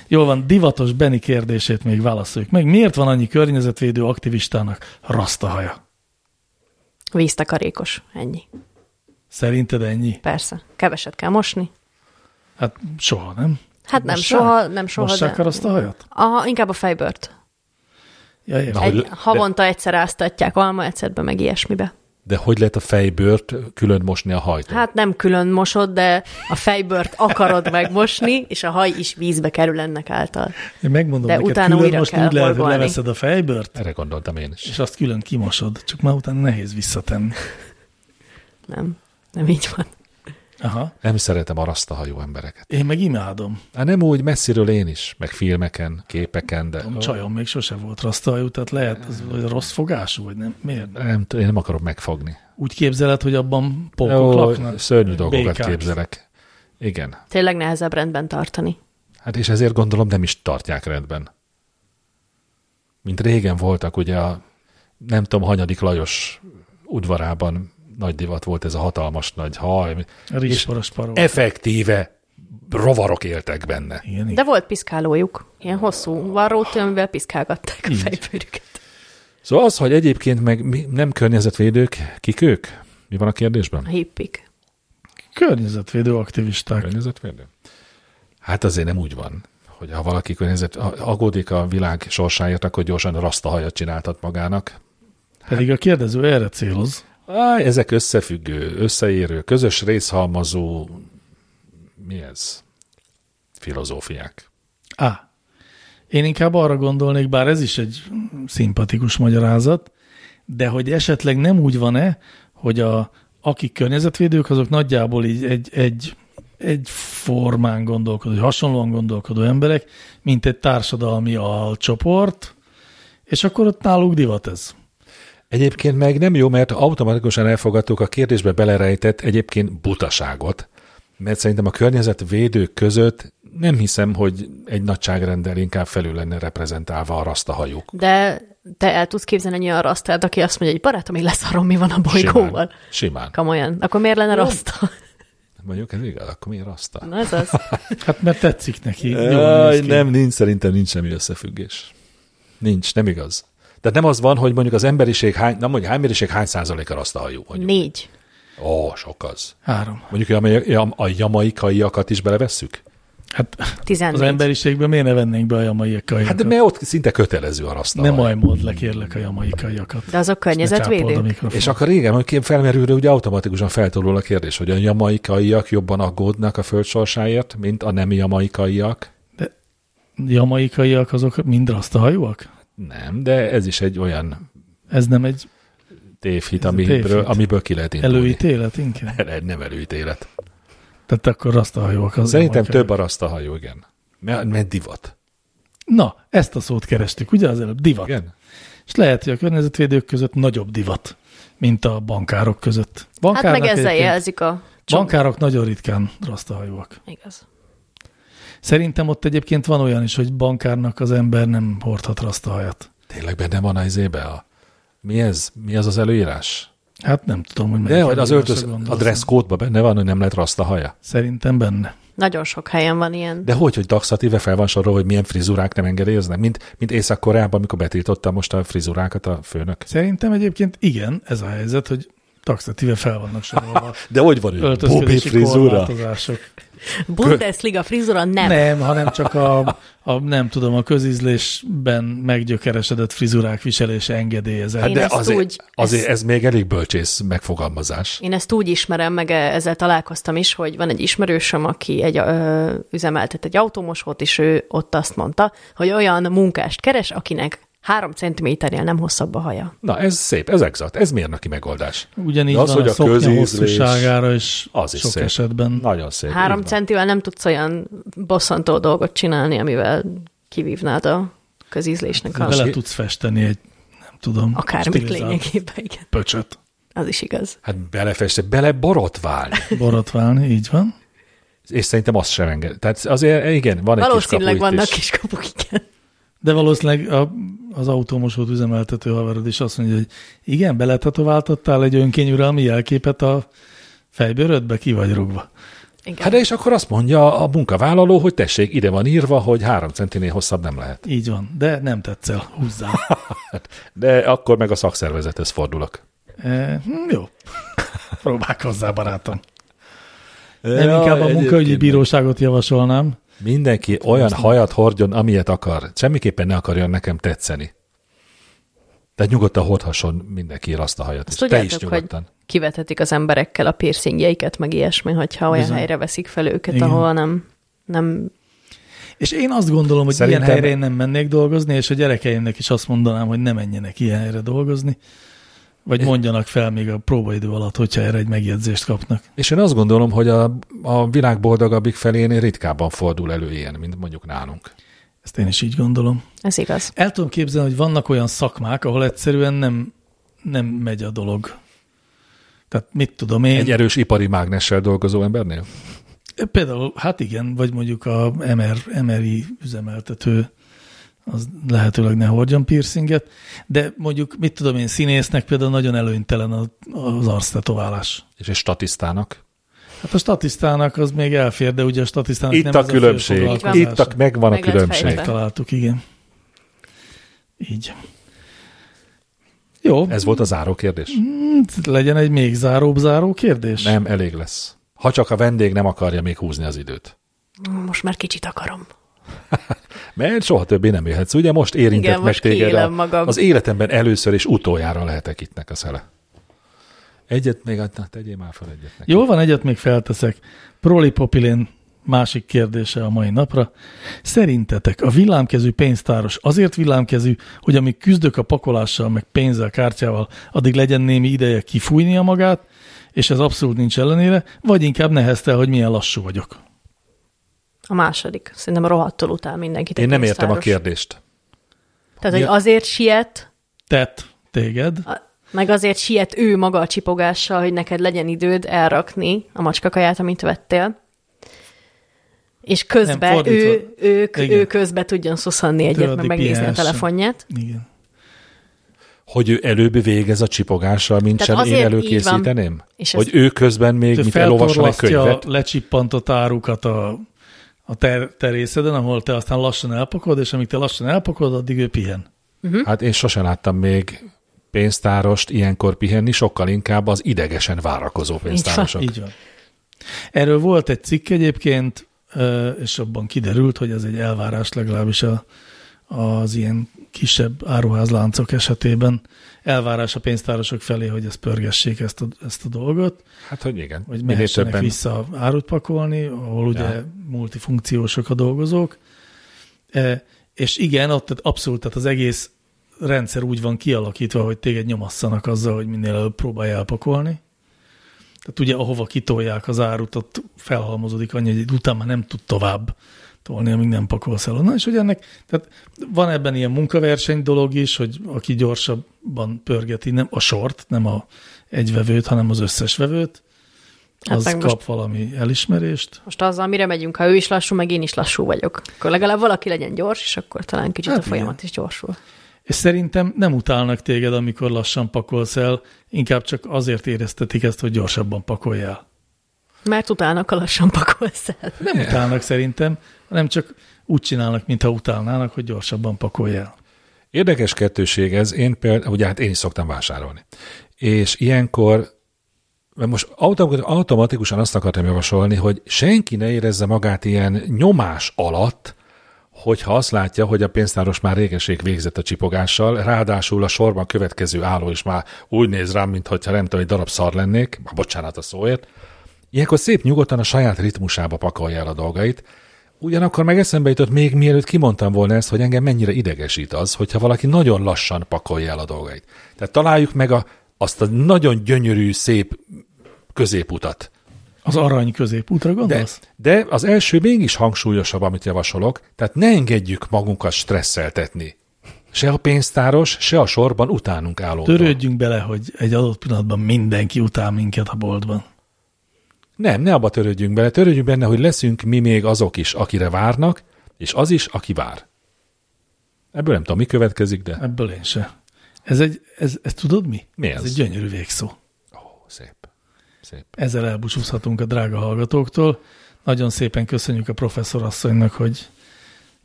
[SPEAKER 2] Jól van, divatos Beni kérdését még válaszoljuk meg. Miért van annyi környezetvédő aktivistának rasta haja?
[SPEAKER 5] Víztakarékos, ennyi.
[SPEAKER 2] Szerinted ennyi?
[SPEAKER 5] Persze. Keveset kell mosni.
[SPEAKER 2] Hát soha, nem?
[SPEAKER 5] Hát nem
[SPEAKER 2] Mossák?
[SPEAKER 5] soha, nem soha,
[SPEAKER 2] Mossák
[SPEAKER 5] de-
[SPEAKER 2] el azt a hajat?
[SPEAKER 5] A, inkább a fejbört.
[SPEAKER 2] Ja, értem.
[SPEAKER 3] Na, hogy
[SPEAKER 5] Egy,
[SPEAKER 3] le-
[SPEAKER 5] havonta egyszer áztatják alma ecetbe, meg ilyesmibe.
[SPEAKER 3] De hogy lehet a fejbőrt külön mosni a hajtól?
[SPEAKER 5] Hát nem külön mosod, de a fejbört akarod megmosni, és a haj is vízbe kerül ennek által.
[SPEAKER 2] Én megmondom
[SPEAKER 5] de
[SPEAKER 2] neked,
[SPEAKER 5] utána
[SPEAKER 2] külön
[SPEAKER 5] újra
[SPEAKER 2] most
[SPEAKER 5] kell
[SPEAKER 2] úgy lehet, hogy
[SPEAKER 5] horgolni.
[SPEAKER 2] leveszed a fejbört,
[SPEAKER 3] Erre gondoltam én is.
[SPEAKER 2] és azt külön kimosod, csak már utána nehéz visszatenni.
[SPEAKER 5] Nem, nem így van.
[SPEAKER 2] Aha.
[SPEAKER 3] Nem szeretem a rasztahajú embereket.
[SPEAKER 2] Én meg imádom.
[SPEAKER 3] Hát nem úgy messziről én is, meg filmeken, képeken, de
[SPEAKER 2] A csajom még sose volt rasztaljú, tehát lehet, az hogy rossz fogású, vagy nem? Miért?
[SPEAKER 3] nem, t- én nem akarok megfogni.
[SPEAKER 2] Úgy képzeled, hogy abban pókok
[SPEAKER 3] Ó,
[SPEAKER 2] laknak?
[SPEAKER 3] szörnyű dolgokat
[SPEAKER 2] Békák.
[SPEAKER 3] képzelek. Igen.
[SPEAKER 5] Tényleg nehezebb rendben tartani.
[SPEAKER 3] Hát és ezért gondolom nem is tartják rendben. Mint régen voltak, ugye a nem tudom, hanyadik Lajos udvarában nagy divat volt ez a hatalmas nagy haj.
[SPEAKER 2] Rizsporos paró.
[SPEAKER 3] Effektíve rovarok éltek benne.
[SPEAKER 2] Igen, igen.
[SPEAKER 5] De volt piszkálójuk. Ilyen hosszú varrót, amivel piszkálgatták a fejbőrüket.
[SPEAKER 3] Szóval az, hogy egyébként meg mi, nem környezetvédők, kik ők? Mi van a kérdésben?
[SPEAKER 5] A hippik.
[SPEAKER 2] Környezetvédő aktivisták.
[SPEAKER 3] Környezetvédő? Hát azért nem úgy van, hogy ha valaki környezet, ha aggódik a világ sorsáért, akkor gyorsan rasztahajat csináltat magának.
[SPEAKER 2] Pedig a kérdező erre céloz.
[SPEAKER 3] Á, ezek összefüggő, összeérő, közös részhalmazó, mi ez? Filozófiák.
[SPEAKER 2] Á, én inkább arra gondolnék, bár ez is egy szimpatikus magyarázat, de hogy esetleg nem úgy van-e, hogy a, akik környezetvédők, azok nagyjából így egy, egy, egy formán gondolkodó, vagy hasonlóan gondolkodó emberek, mint egy társadalmi alcsoport, és akkor ott náluk divat ez.
[SPEAKER 3] Egyébként meg nem jó, mert automatikusan elfogadtuk a kérdésbe belerejtett egyébként butaságot, mert szerintem a környezetvédők között nem hiszem, hogy egy nagyságrendel inkább felül lenne reprezentálva a rasztahajuk.
[SPEAKER 5] De te el tudsz képzelni egy olyan rasztát, aki azt mondja, hogy barátom, én leszarom, mi van a bolygóval.
[SPEAKER 3] Simán. Simán.
[SPEAKER 5] Komolyan. Akkor miért lenne raszta?
[SPEAKER 3] Mondjuk ez igaz, akkor miért raszta?
[SPEAKER 5] Na ez
[SPEAKER 3] <laughs>
[SPEAKER 5] az.
[SPEAKER 2] Hát mert tetszik neki. jól néz
[SPEAKER 3] Jaj,
[SPEAKER 2] ki.
[SPEAKER 3] nem, nincs, szerintem nincs semmi összefüggés. Nincs, nem igaz. Tehát nem az van, hogy mondjuk az emberiség hány, nem mondjuk, hány emberiség hány százaléka rasztahajú? Mondjuk.
[SPEAKER 5] <laughs> Négy.
[SPEAKER 3] Ó, sok az.
[SPEAKER 2] Három.
[SPEAKER 3] Mondjuk a, a jamaikaiakat is belevesszük?
[SPEAKER 2] Hát az
[SPEAKER 5] Tizennégy.
[SPEAKER 2] emberiségben miért ne vennénk be a jamaikai?
[SPEAKER 3] Hát de mert ott szinte kötelező a rasztahaj.
[SPEAKER 2] Nem majmold le, kérlek, a jamaikaiakat.
[SPEAKER 5] De
[SPEAKER 2] Ezt
[SPEAKER 5] azok
[SPEAKER 2] ne
[SPEAKER 5] környezetvédők?
[SPEAKER 2] csápold a mikrofon.
[SPEAKER 3] És akkor régen, hogy kép- felmerülő, ugye automatikusan feltorul a kérdés, hogy a jamaikaiak jobban aggódnak a föld sorsáért, mint a nem jamaikaiak.
[SPEAKER 2] jamaikaiak azok mind rasztahajúak?
[SPEAKER 3] Nem, de ez is egy olyan
[SPEAKER 2] Ez nem egy
[SPEAKER 3] tévhit,
[SPEAKER 2] Ez a
[SPEAKER 3] amiből,
[SPEAKER 2] tévhit.
[SPEAKER 3] amiből ki lehet indulni. <laughs>
[SPEAKER 2] előítélet inkább?
[SPEAKER 3] Egy nem előítélet.
[SPEAKER 2] Tehát akkor rasztahajúak az
[SPEAKER 3] Szerintem
[SPEAKER 2] jamaikai.
[SPEAKER 3] több a rasztahajó, igen. Mert, mert divat.
[SPEAKER 2] Na, ezt a szót kerestük, ugye az előbb? Divat. Igen.
[SPEAKER 3] Igen?
[SPEAKER 2] És lehet, hogy a környezetvédők között nagyobb divat, mint a bankárok között.
[SPEAKER 5] Hát
[SPEAKER 2] Bankárnak
[SPEAKER 5] meg ezzel
[SPEAKER 2] egyébként-
[SPEAKER 5] jelzik a...
[SPEAKER 2] Bankárok nagyon ritkán rasztahajúak.
[SPEAKER 5] Igaz.
[SPEAKER 2] Szerintem ott egyébként van olyan is, hogy bankárnak az ember nem hordhat rasztahajat.
[SPEAKER 3] Tényleg benne van az ébe a... Mi ez? Mi az az előírás?
[SPEAKER 2] Hát nem tudom, hogy
[SPEAKER 3] De
[SPEAKER 2] melyik
[SPEAKER 3] hogy az
[SPEAKER 2] előírásra
[SPEAKER 3] öltöz, a
[SPEAKER 2] gondolsz.
[SPEAKER 3] dress code benne van, hogy nem lehet rasztahaja.
[SPEAKER 2] Szerintem benne.
[SPEAKER 5] Nagyon sok helyen van ilyen.
[SPEAKER 3] De hogy, hogy taxatíve fel van sorolva, hogy milyen frizurák nem engedélyeznek, mint, mint Észak-Koreában, amikor betiltotta most a frizurákat a főnök.
[SPEAKER 2] Szerintem egyébként igen, ez a helyzet, hogy taxatíve fel vannak
[SPEAKER 3] <laughs>
[SPEAKER 2] sorolva
[SPEAKER 3] De hogy van ő? Bobby
[SPEAKER 2] öltözködési
[SPEAKER 3] frizura?
[SPEAKER 2] korlátozások.
[SPEAKER 5] Bundesliga frizura nem.
[SPEAKER 2] Nem, hanem csak a, a, nem tudom, a közízlésben meggyökeresedett frizurák viselése engedélyezett.
[SPEAKER 5] Hát
[SPEAKER 2] Hát
[SPEAKER 5] de-
[SPEAKER 2] de...
[SPEAKER 5] ezt
[SPEAKER 3] azért,
[SPEAKER 5] úgy-
[SPEAKER 3] azért
[SPEAKER 5] ezt-
[SPEAKER 3] ez még elég bölcsész megfogalmazás.
[SPEAKER 5] Én ezt úgy ismerem, meg e- ezzel találkoztam is, hogy van egy ismerősöm, aki egy, ö, üzemeltet egy autómosót, és ő ott azt mondta, hogy olyan munkást keres, akinek három centiméternél nem hosszabb a haja.
[SPEAKER 3] Na, ez szép, ez exakt, ez mérnöki megoldás.
[SPEAKER 2] Ugyanígy
[SPEAKER 3] De
[SPEAKER 2] az,
[SPEAKER 3] az,
[SPEAKER 2] van
[SPEAKER 3] hogy
[SPEAKER 2] a,
[SPEAKER 3] a
[SPEAKER 2] szoknya
[SPEAKER 3] közízlés-
[SPEAKER 2] hosszúságára is
[SPEAKER 3] Az is
[SPEAKER 2] sok
[SPEAKER 3] szép.
[SPEAKER 2] esetben.
[SPEAKER 3] Nagyon szép. így
[SPEAKER 5] Három
[SPEAKER 3] van.
[SPEAKER 5] centivel nem tudsz olyan bosszantó dolgot csinálni, amivel kivívnád a közízlésnek
[SPEAKER 3] Hát,
[SPEAKER 5] a
[SPEAKER 2] Bele tudsz festeni egy, nem tudom,
[SPEAKER 5] akármit
[SPEAKER 2] stilizált
[SPEAKER 5] lényegében. Igen,
[SPEAKER 2] pöcsöt
[SPEAKER 5] az is igaz.
[SPEAKER 3] Hát belefeste, bele borotválni.
[SPEAKER 2] borotválni, így van.
[SPEAKER 3] És szerintem azt sem enged. Tehát azért igen, van egy
[SPEAKER 5] Valószínűleg
[SPEAKER 3] kis kapu itt
[SPEAKER 5] vannak
[SPEAKER 3] is.
[SPEAKER 5] kiskapuk, igen.
[SPEAKER 2] De valószínűleg a, az autómosót üzemeltető haverod is azt mondja, hogy igen, beletatováltattál egy önkényuralmi jelképet a fejbőrödbe, ki vagy rúgva.
[SPEAKER 5] igen.
[SPEAKER 3] Hát de és akkor azt mondja a munkavállaló, hogy tessék, ide van írva, hogy három centinél hosszabb nem lehet. Hát,
[SPEAKER 2] Így van, de nem tetszel, húzzál.
[SPEAKER 3] De akkor meg a szakszervezethez fordulok.
[SPEAKER 2] E, hm, jó. Próbálkozzál, barátom. Nem
[SPEAKER 3] Ja,
[SPEAKER 2] inkább a
[SPEAKER 3] egyébként
[SPEAKER 2] munkaügyi
[SPEAKER 3] nem.
[SPEAKER 2] bíróságot javasolnám.
[SPEAKER 3] Mindenki olyan hajat hordjon, amilyet akar. Semmiképpen ne akarjon nekem tetszeni. Tehát nyugodtan hordhasson mindenki azt a hajat.
[SPEAKER 5] Azt
[SPEAKER 3] Is. Te is
[SPEAKER 5] tudjátok, hogy
[SPEAKER 3] nyugodtan.
[SPEAKER 5] kivetetik az emberekkel a piercingjeiket, meg ilyesmi, hogyha olyan
[SPEAKER 2] Bizony.
[SPEAKER 5] helyre veszik fel őket,
[SPEAKER 2] Igen.
[SPEAKER 5] ahol nem, nem
[SPEAKER 2] És én azt gondolom, hogy Szerintem...
[SPEAKER 3] Szerintem-
[SPEAKER 2] ilyen helyre én nem mennék dolgozni, és a gyerekeimnek is azt mondanám, hogy ne menjenek ilyen helyre dolgozni. Vagy mondjanak fel még a próbaidő alatt, hogyha erre egy megjegyzést kapnak.
[SPEAKER 3] És én azt gondolom, hogy a, a világ boldogabbik felén ritkábban fordul elő ilyen, mint mondjuk nálunk.
[SPEAKER 2] Ezt én is így gondolom.
[SPEAKER 5] Ez igaz.
[SPEAKER 2] El tudom képzelni, hogy vannak olyan szakmák, ahol egyszerűen nem, nem megy a dolog. Tehát mit tudom én,
[SPEAKER 3] Egy erős ipari mágnessel dolgozó embernél?
[SPEAKER 2] Például, hát igen, vagy mondjuk a MR, MRI üzemeltető az lehetőleg ne hordjon piercinget, de mondjuk, mit tudom én, színésznek például nagyon előnytelen az, az arctetoválás.
[SPEAKER 3] És egy statisztának?
[SPEAKER 2] Hát a statisztának az még elfér, de ugye a statisztának
[SPEAKER 3] Itt
[SPEAKER 2] nem
[SPEAKER 3] a
[SPEAKER 2] ez fő
[SPEAKER 3] különbség.
[SPEAKER 5] van.
[SPEAKER 2] foglalkozása.
[SPEAKER 3] Itt a, megvan
[SPEAKER 5] Meg
[SPEAKER 3] a
[SPEAKER 5] lehet
[SPEAKER 3] különbség.
[SPEAKER 5] fejlődni.
[SPEAKER 2] Megtaláltuk, igen. Így. Jó,
[SPEAKER 3] Ez volt a záró kérdés.
[SPEAKER 2] legyen egy még záróbb záró kérdés.
[SPEAKER 3] Nem, elég lesz. Ha csak a vendég nem akarja még húzni az időt.
[SPEAKER 5] Most már kicsit akarom.
[SPEAKER 3] Mert soha többé nem jöhetsz. Ugye most érintett
[SPEAKER 5] Igen,
[SPEAKER 3] meg
[SPEAKER 5] most
[SPEAKER 3] téged a,
[SPEAKER 5] kiélem magam.
[SPEAKER 3] az életemben először és utoljára lehetek ittnek a szele. Egyet még, na, tegyél már fel egyet neki.
[SPEAKER 2] Jól van, egyet még felteszek. Prolipopilén másik kérdése a mai napra. Szerintetek a villámkezű pénztáros azért villámkezű, hogy amíg küzdök a pakolással, meg pénzzel, kártyával, addig legyen némi ideje kifújnia magát, és ez abszolút nincs ellenére, vagy inkább neheztel, hogy milyen lassú vagyok.
[SPEAKER 5] A második. Szerintem rohadtól utál mindenkit. egy
[SPEAKER 3] Én nem értem a
[SPEAKER 5] pénztáros.
[SPEAKER 3] kérdést.
[SPEAKER 5] Tehát, hogy
[SPEAKER 3] Mi a-
[SPEAKER 5] azért siet,
[SPEAKER 2] Tett téged,
[SPEAKER 5] a- meg azért siet ő maga a csipogással, hogy neked legyen időd elrakni a macskakaját, amit vettél. És
[SPEAKER 2] Nem,
[SPEAKER 5] közben
[SPEAKER 2] fordítva.
[SPEAKER 5] ő, ő,
[SPEAKER 2] Igen.
[SPEAKER 5] ő közben tudjon szuszanni egyet,
[SPEAKER 2] addig
[SPEAKER 5] meg megnézni a
[SPEAKER 2] pihenhessen.
[SPEAKER 5] telefonját.
[SPEAKER 2] igen.
[SPEAKER 3] Hogy ő előbb végez a csipogással, mint
[SPEAKER 5] Tehát
[SPEAKER 3] sem én
[SPEAKER 5] azért így van.
[SPEAKER 3] előkészíteném?
[SPEAKER 5] És ez-
[SPEAKER 3] Hogy ő közben még,
[SPEAKER 2] Te
[SPEAKER 3] mint elolvasol egy
[SPEAKER 2] feltorlasztja a
[SPEAKER 3] könyvet?
[SPEAKER 2] lecsippantott árukat a, a ter, terészeden, ahol te aztán lassan elpakod, és amíg te lassan elpakod, addig ő pihen.
[SPEAKER 5] Mhm.
[SPEAKER 3] Hát én sosem láttam még pénztárost ilyenkor pihenni, sokkal inkább az idegesen várakozó pénztárosok.
[SPEAKER 2] Így van. Erről volt egy cikk egyébként, ö, és abban kiderült, hogy ez egy elvárás legalábbis a, az ilyen kisebb áruházláncok esetében. Elvárás a pénztárosok felé, hogy ezt pörgessék ezt a, ezt a dolgot,
[SPEAKER 3] Hát, hogy igen.
[SPEAKER 2] hogy
[SPEAKER 3] minél
[SPEAKER 2] mehessenek
[SPEAKER 3] többen
[SPEAKER 2] vissza árut pakolni, ahol ugye ja.
[SPEAKER 3] Ja.
[SPEAKER 2] multifunkciósok a dolgozók. E, És igen, ott tehát abszolút, tehát az egész rendszer úgy van kialakítva, hogy téged nyomasszanak azzal, hogy minél előbb próbálj elpakolni. Tehát ugye ahova kitolják az árut, ott felhalmozódik annyi, hogy egy után már nem tud tovább tolni, amíg nem pakolsz el onnan. És hogy ennek, tehát van ebben ilyen munkaverseny dolog is, hogy aki gyorsabban pörgeti, nem a sort, nem a egy vevőt, hanem az összes vevőt,
[SPEAKER 5] Hát
[SPEAKER 2] az
[SPEAKER 5] meg
[SPEAKER 2] kap
[SPEAKER 5] most-
[SPEAKER 2] valami elismerést.
[SPEAKER 5] Most azzal, mire megyünk, ha ő is lassú, meg én is lassú vagyok. Akkor legalább valaki legyen gyors, és akkor talán kicsit
[SPEAKER 2] Hát
[SPEAKER 5] hát a folyamat
[SPEAKER 2] igen.
[SPEAKER 5] igen. is gyorsul.
[SPEAKER 2] És szerintem nem utálnak téged, amikor lassan pakolsz el, inkább csak azért éreztetik ezt, hogy gyorsabban pakoljál.
[SPEAKER 5] Mert utálnak, ha lassan pakolsz el.
[SPEAKER 2] Nem utálnak szerintem, hanem csak úgy csinálnak, mintha utálnának, hogy gyorsabban pakoljál.
[SPEAKER 3] Érdekes kettőség ez. Én például, ugye hát én is szoktam vásárolni. És ilyenkor, mert most autom- automatikusan azt akartam javasolni, hogy senki ne érezze magát ilyen nyomás alatt, hogyha azt látja, hogy a pénztáros már régeség végzett a csipogással, ráadásul a sorban következő álló is már úgy néz rám, mintha nem tudom, egy darab szar lennék, már bocsánat a szóért, Ilyenkor szép nyugodtan a saját ritmusába pakolja el a dolgait, ugyanakkor meg eszembe jutott még mielőtt kimondtam volna ezt, hogy engem mennyire idegesít az, hogyha valaki nagyon lassan pakolja el a dolgait. Tehát találjuk meg a, azt a nagyon gyönyörű, szép középutat.
[SPEAKER 2] Az arany középútra gondolsz? De.
[SPEAKER 3] De az első mégis hangsúlyosabb, amit javasolok, tehát ne engedjük magunkat stresszeltetni. Se a pénztáros, se a sorban utánunk álló.
[SPEAKER 2] Törődjünk bele, hogy egy adott pillanatban mindenki utál minket a boltban.
[SPEAKER 3] Nem, ne abba törődjünk bele. Törődjünk benne, hogy leszünk mi még azok is, akire várnak, és az is, aki vár. Ebből nem tudom, mi következik, de
[SPEAKER 2] Ebből én se. Ez egy, ez, ez tudod mi?
[SPEAKER 3] Mi
[SPEAKER 2] ez?
[SPEAKER 3] ez?
[SPEAKER 2] egy gyönyörű végszó.
[SPEAKER 3] ó, szép. szép.
[SPEAKER 2] Ezzel elbúcsúzhatunk a drága hallgatóktól. Nagyon szépen köszönjük a professzor asszonynak, hogy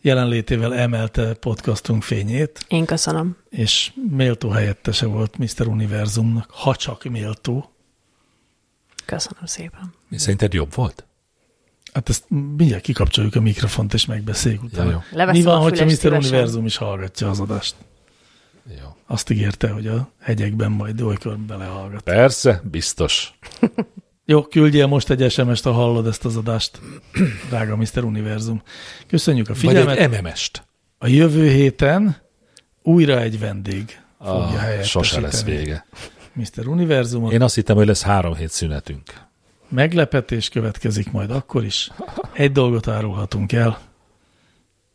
[SPEAKER 2] jelenlétével emelte podcastunk fényét,
[SPEAKER 5] Én köszönöm.
[SPEAKER 2] és méltó helyettese volt Mr. Univerzumnak, ha csak méltó.
[SPEAKER 5] Köszönöm szépen.
[SPEAKER 3] Mi szerinted jobb volt?
[SPEAKER 2] Hát ezt mindjárt kikapcsoljuk a mikrofont, és megbeszéljük utána.
[SPEAKER 3] jó.
[SPEAKER 5] Leveszem
[SPEAKER 2] Mi van,
[SPEAKER 5] a
[SPEAKER 2] hogyha
[SPEAKER 5] fülest
[SPEAKER 2] Mr.
[SPEAKER 5] szívesen.
[SPEAKER 2] Univerzum is hallgatja az adást?
[SPEAKER 3] Jó.
[SPEAKER 2] Azt ígérte, hogy a hegyekben majd olykor belehallgat.
[SPEAKER 3] Persze, biztos.
[SPEAKER 2] Jó, küldjél most egy SMS-t, ha hallod ezt az adást, drága Mr. Univerzum. Köszönjük a
[SPEAKER 3] Figyelmet.
[SPEAKER 2] figyelmet.
[SPEAKER 3] Vagy egy MMS-t.
[SPEAKER 2] A jövő héten újra egy vendég fogja ah,
[SPEAKER 3] Ah, sose
[SPEAKER 2] helyettesíteni
[SPEAKER 3] lesz vége.
[SPEAKER 2] Mr. Univerzumot. Én...
[SPEAKER 3] Én azt hittem, hogy lesz három hét szünetünk.
[SPEAKER 2] Meglepetés következik majd akkor is. Egy dolgot árulhatunk el.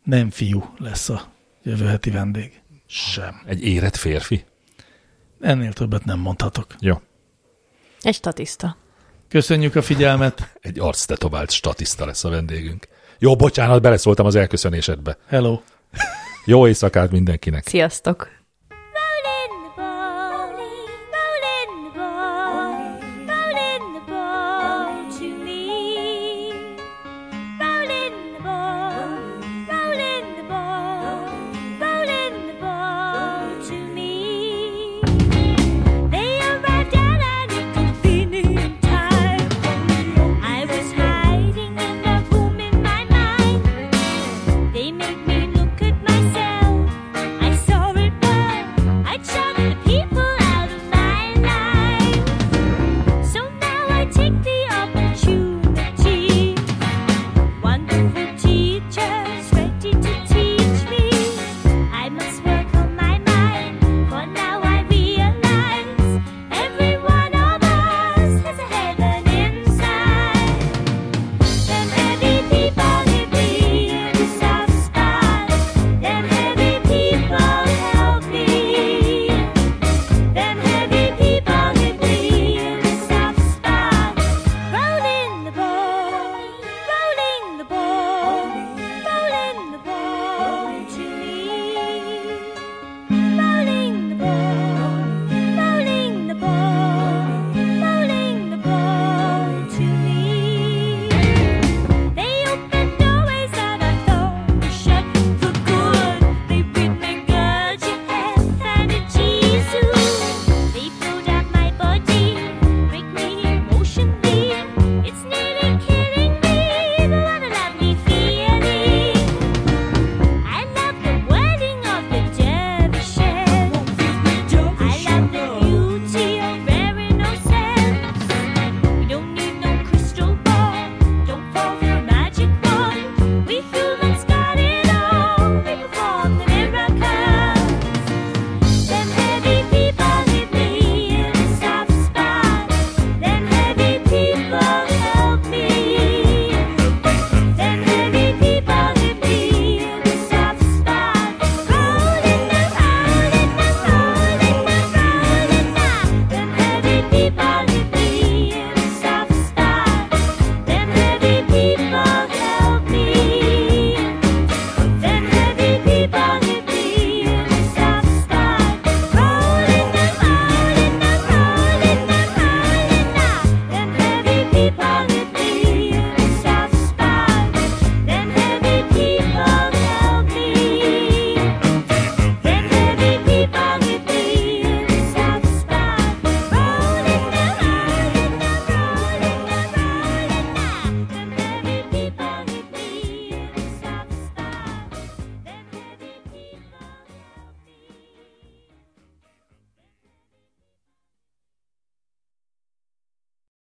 [SPEAKER 2] Nem fiú lesz a jövő heti vendég. Sem.
[SPEAKER 3] Egy érett férfi.
[SPEAKER 2] Ennél többet nem mondhatok.
[SPEAKER 3] Jó.
[SPEAKER 5] Egy statiszta.
[SPEAKER 2] Köszönjük a figyelmet.
[SPEAKER 3] Egy arctetovált statiszta lesz a vendégünk. Jó, bocsánat, beleszóltam az elköszönésedbe.
[SPEAKER 2] Hello.
[SPEAKER 3] Jó éjszakát mindenkinek.
[SPEAKER 5] Sziasztok!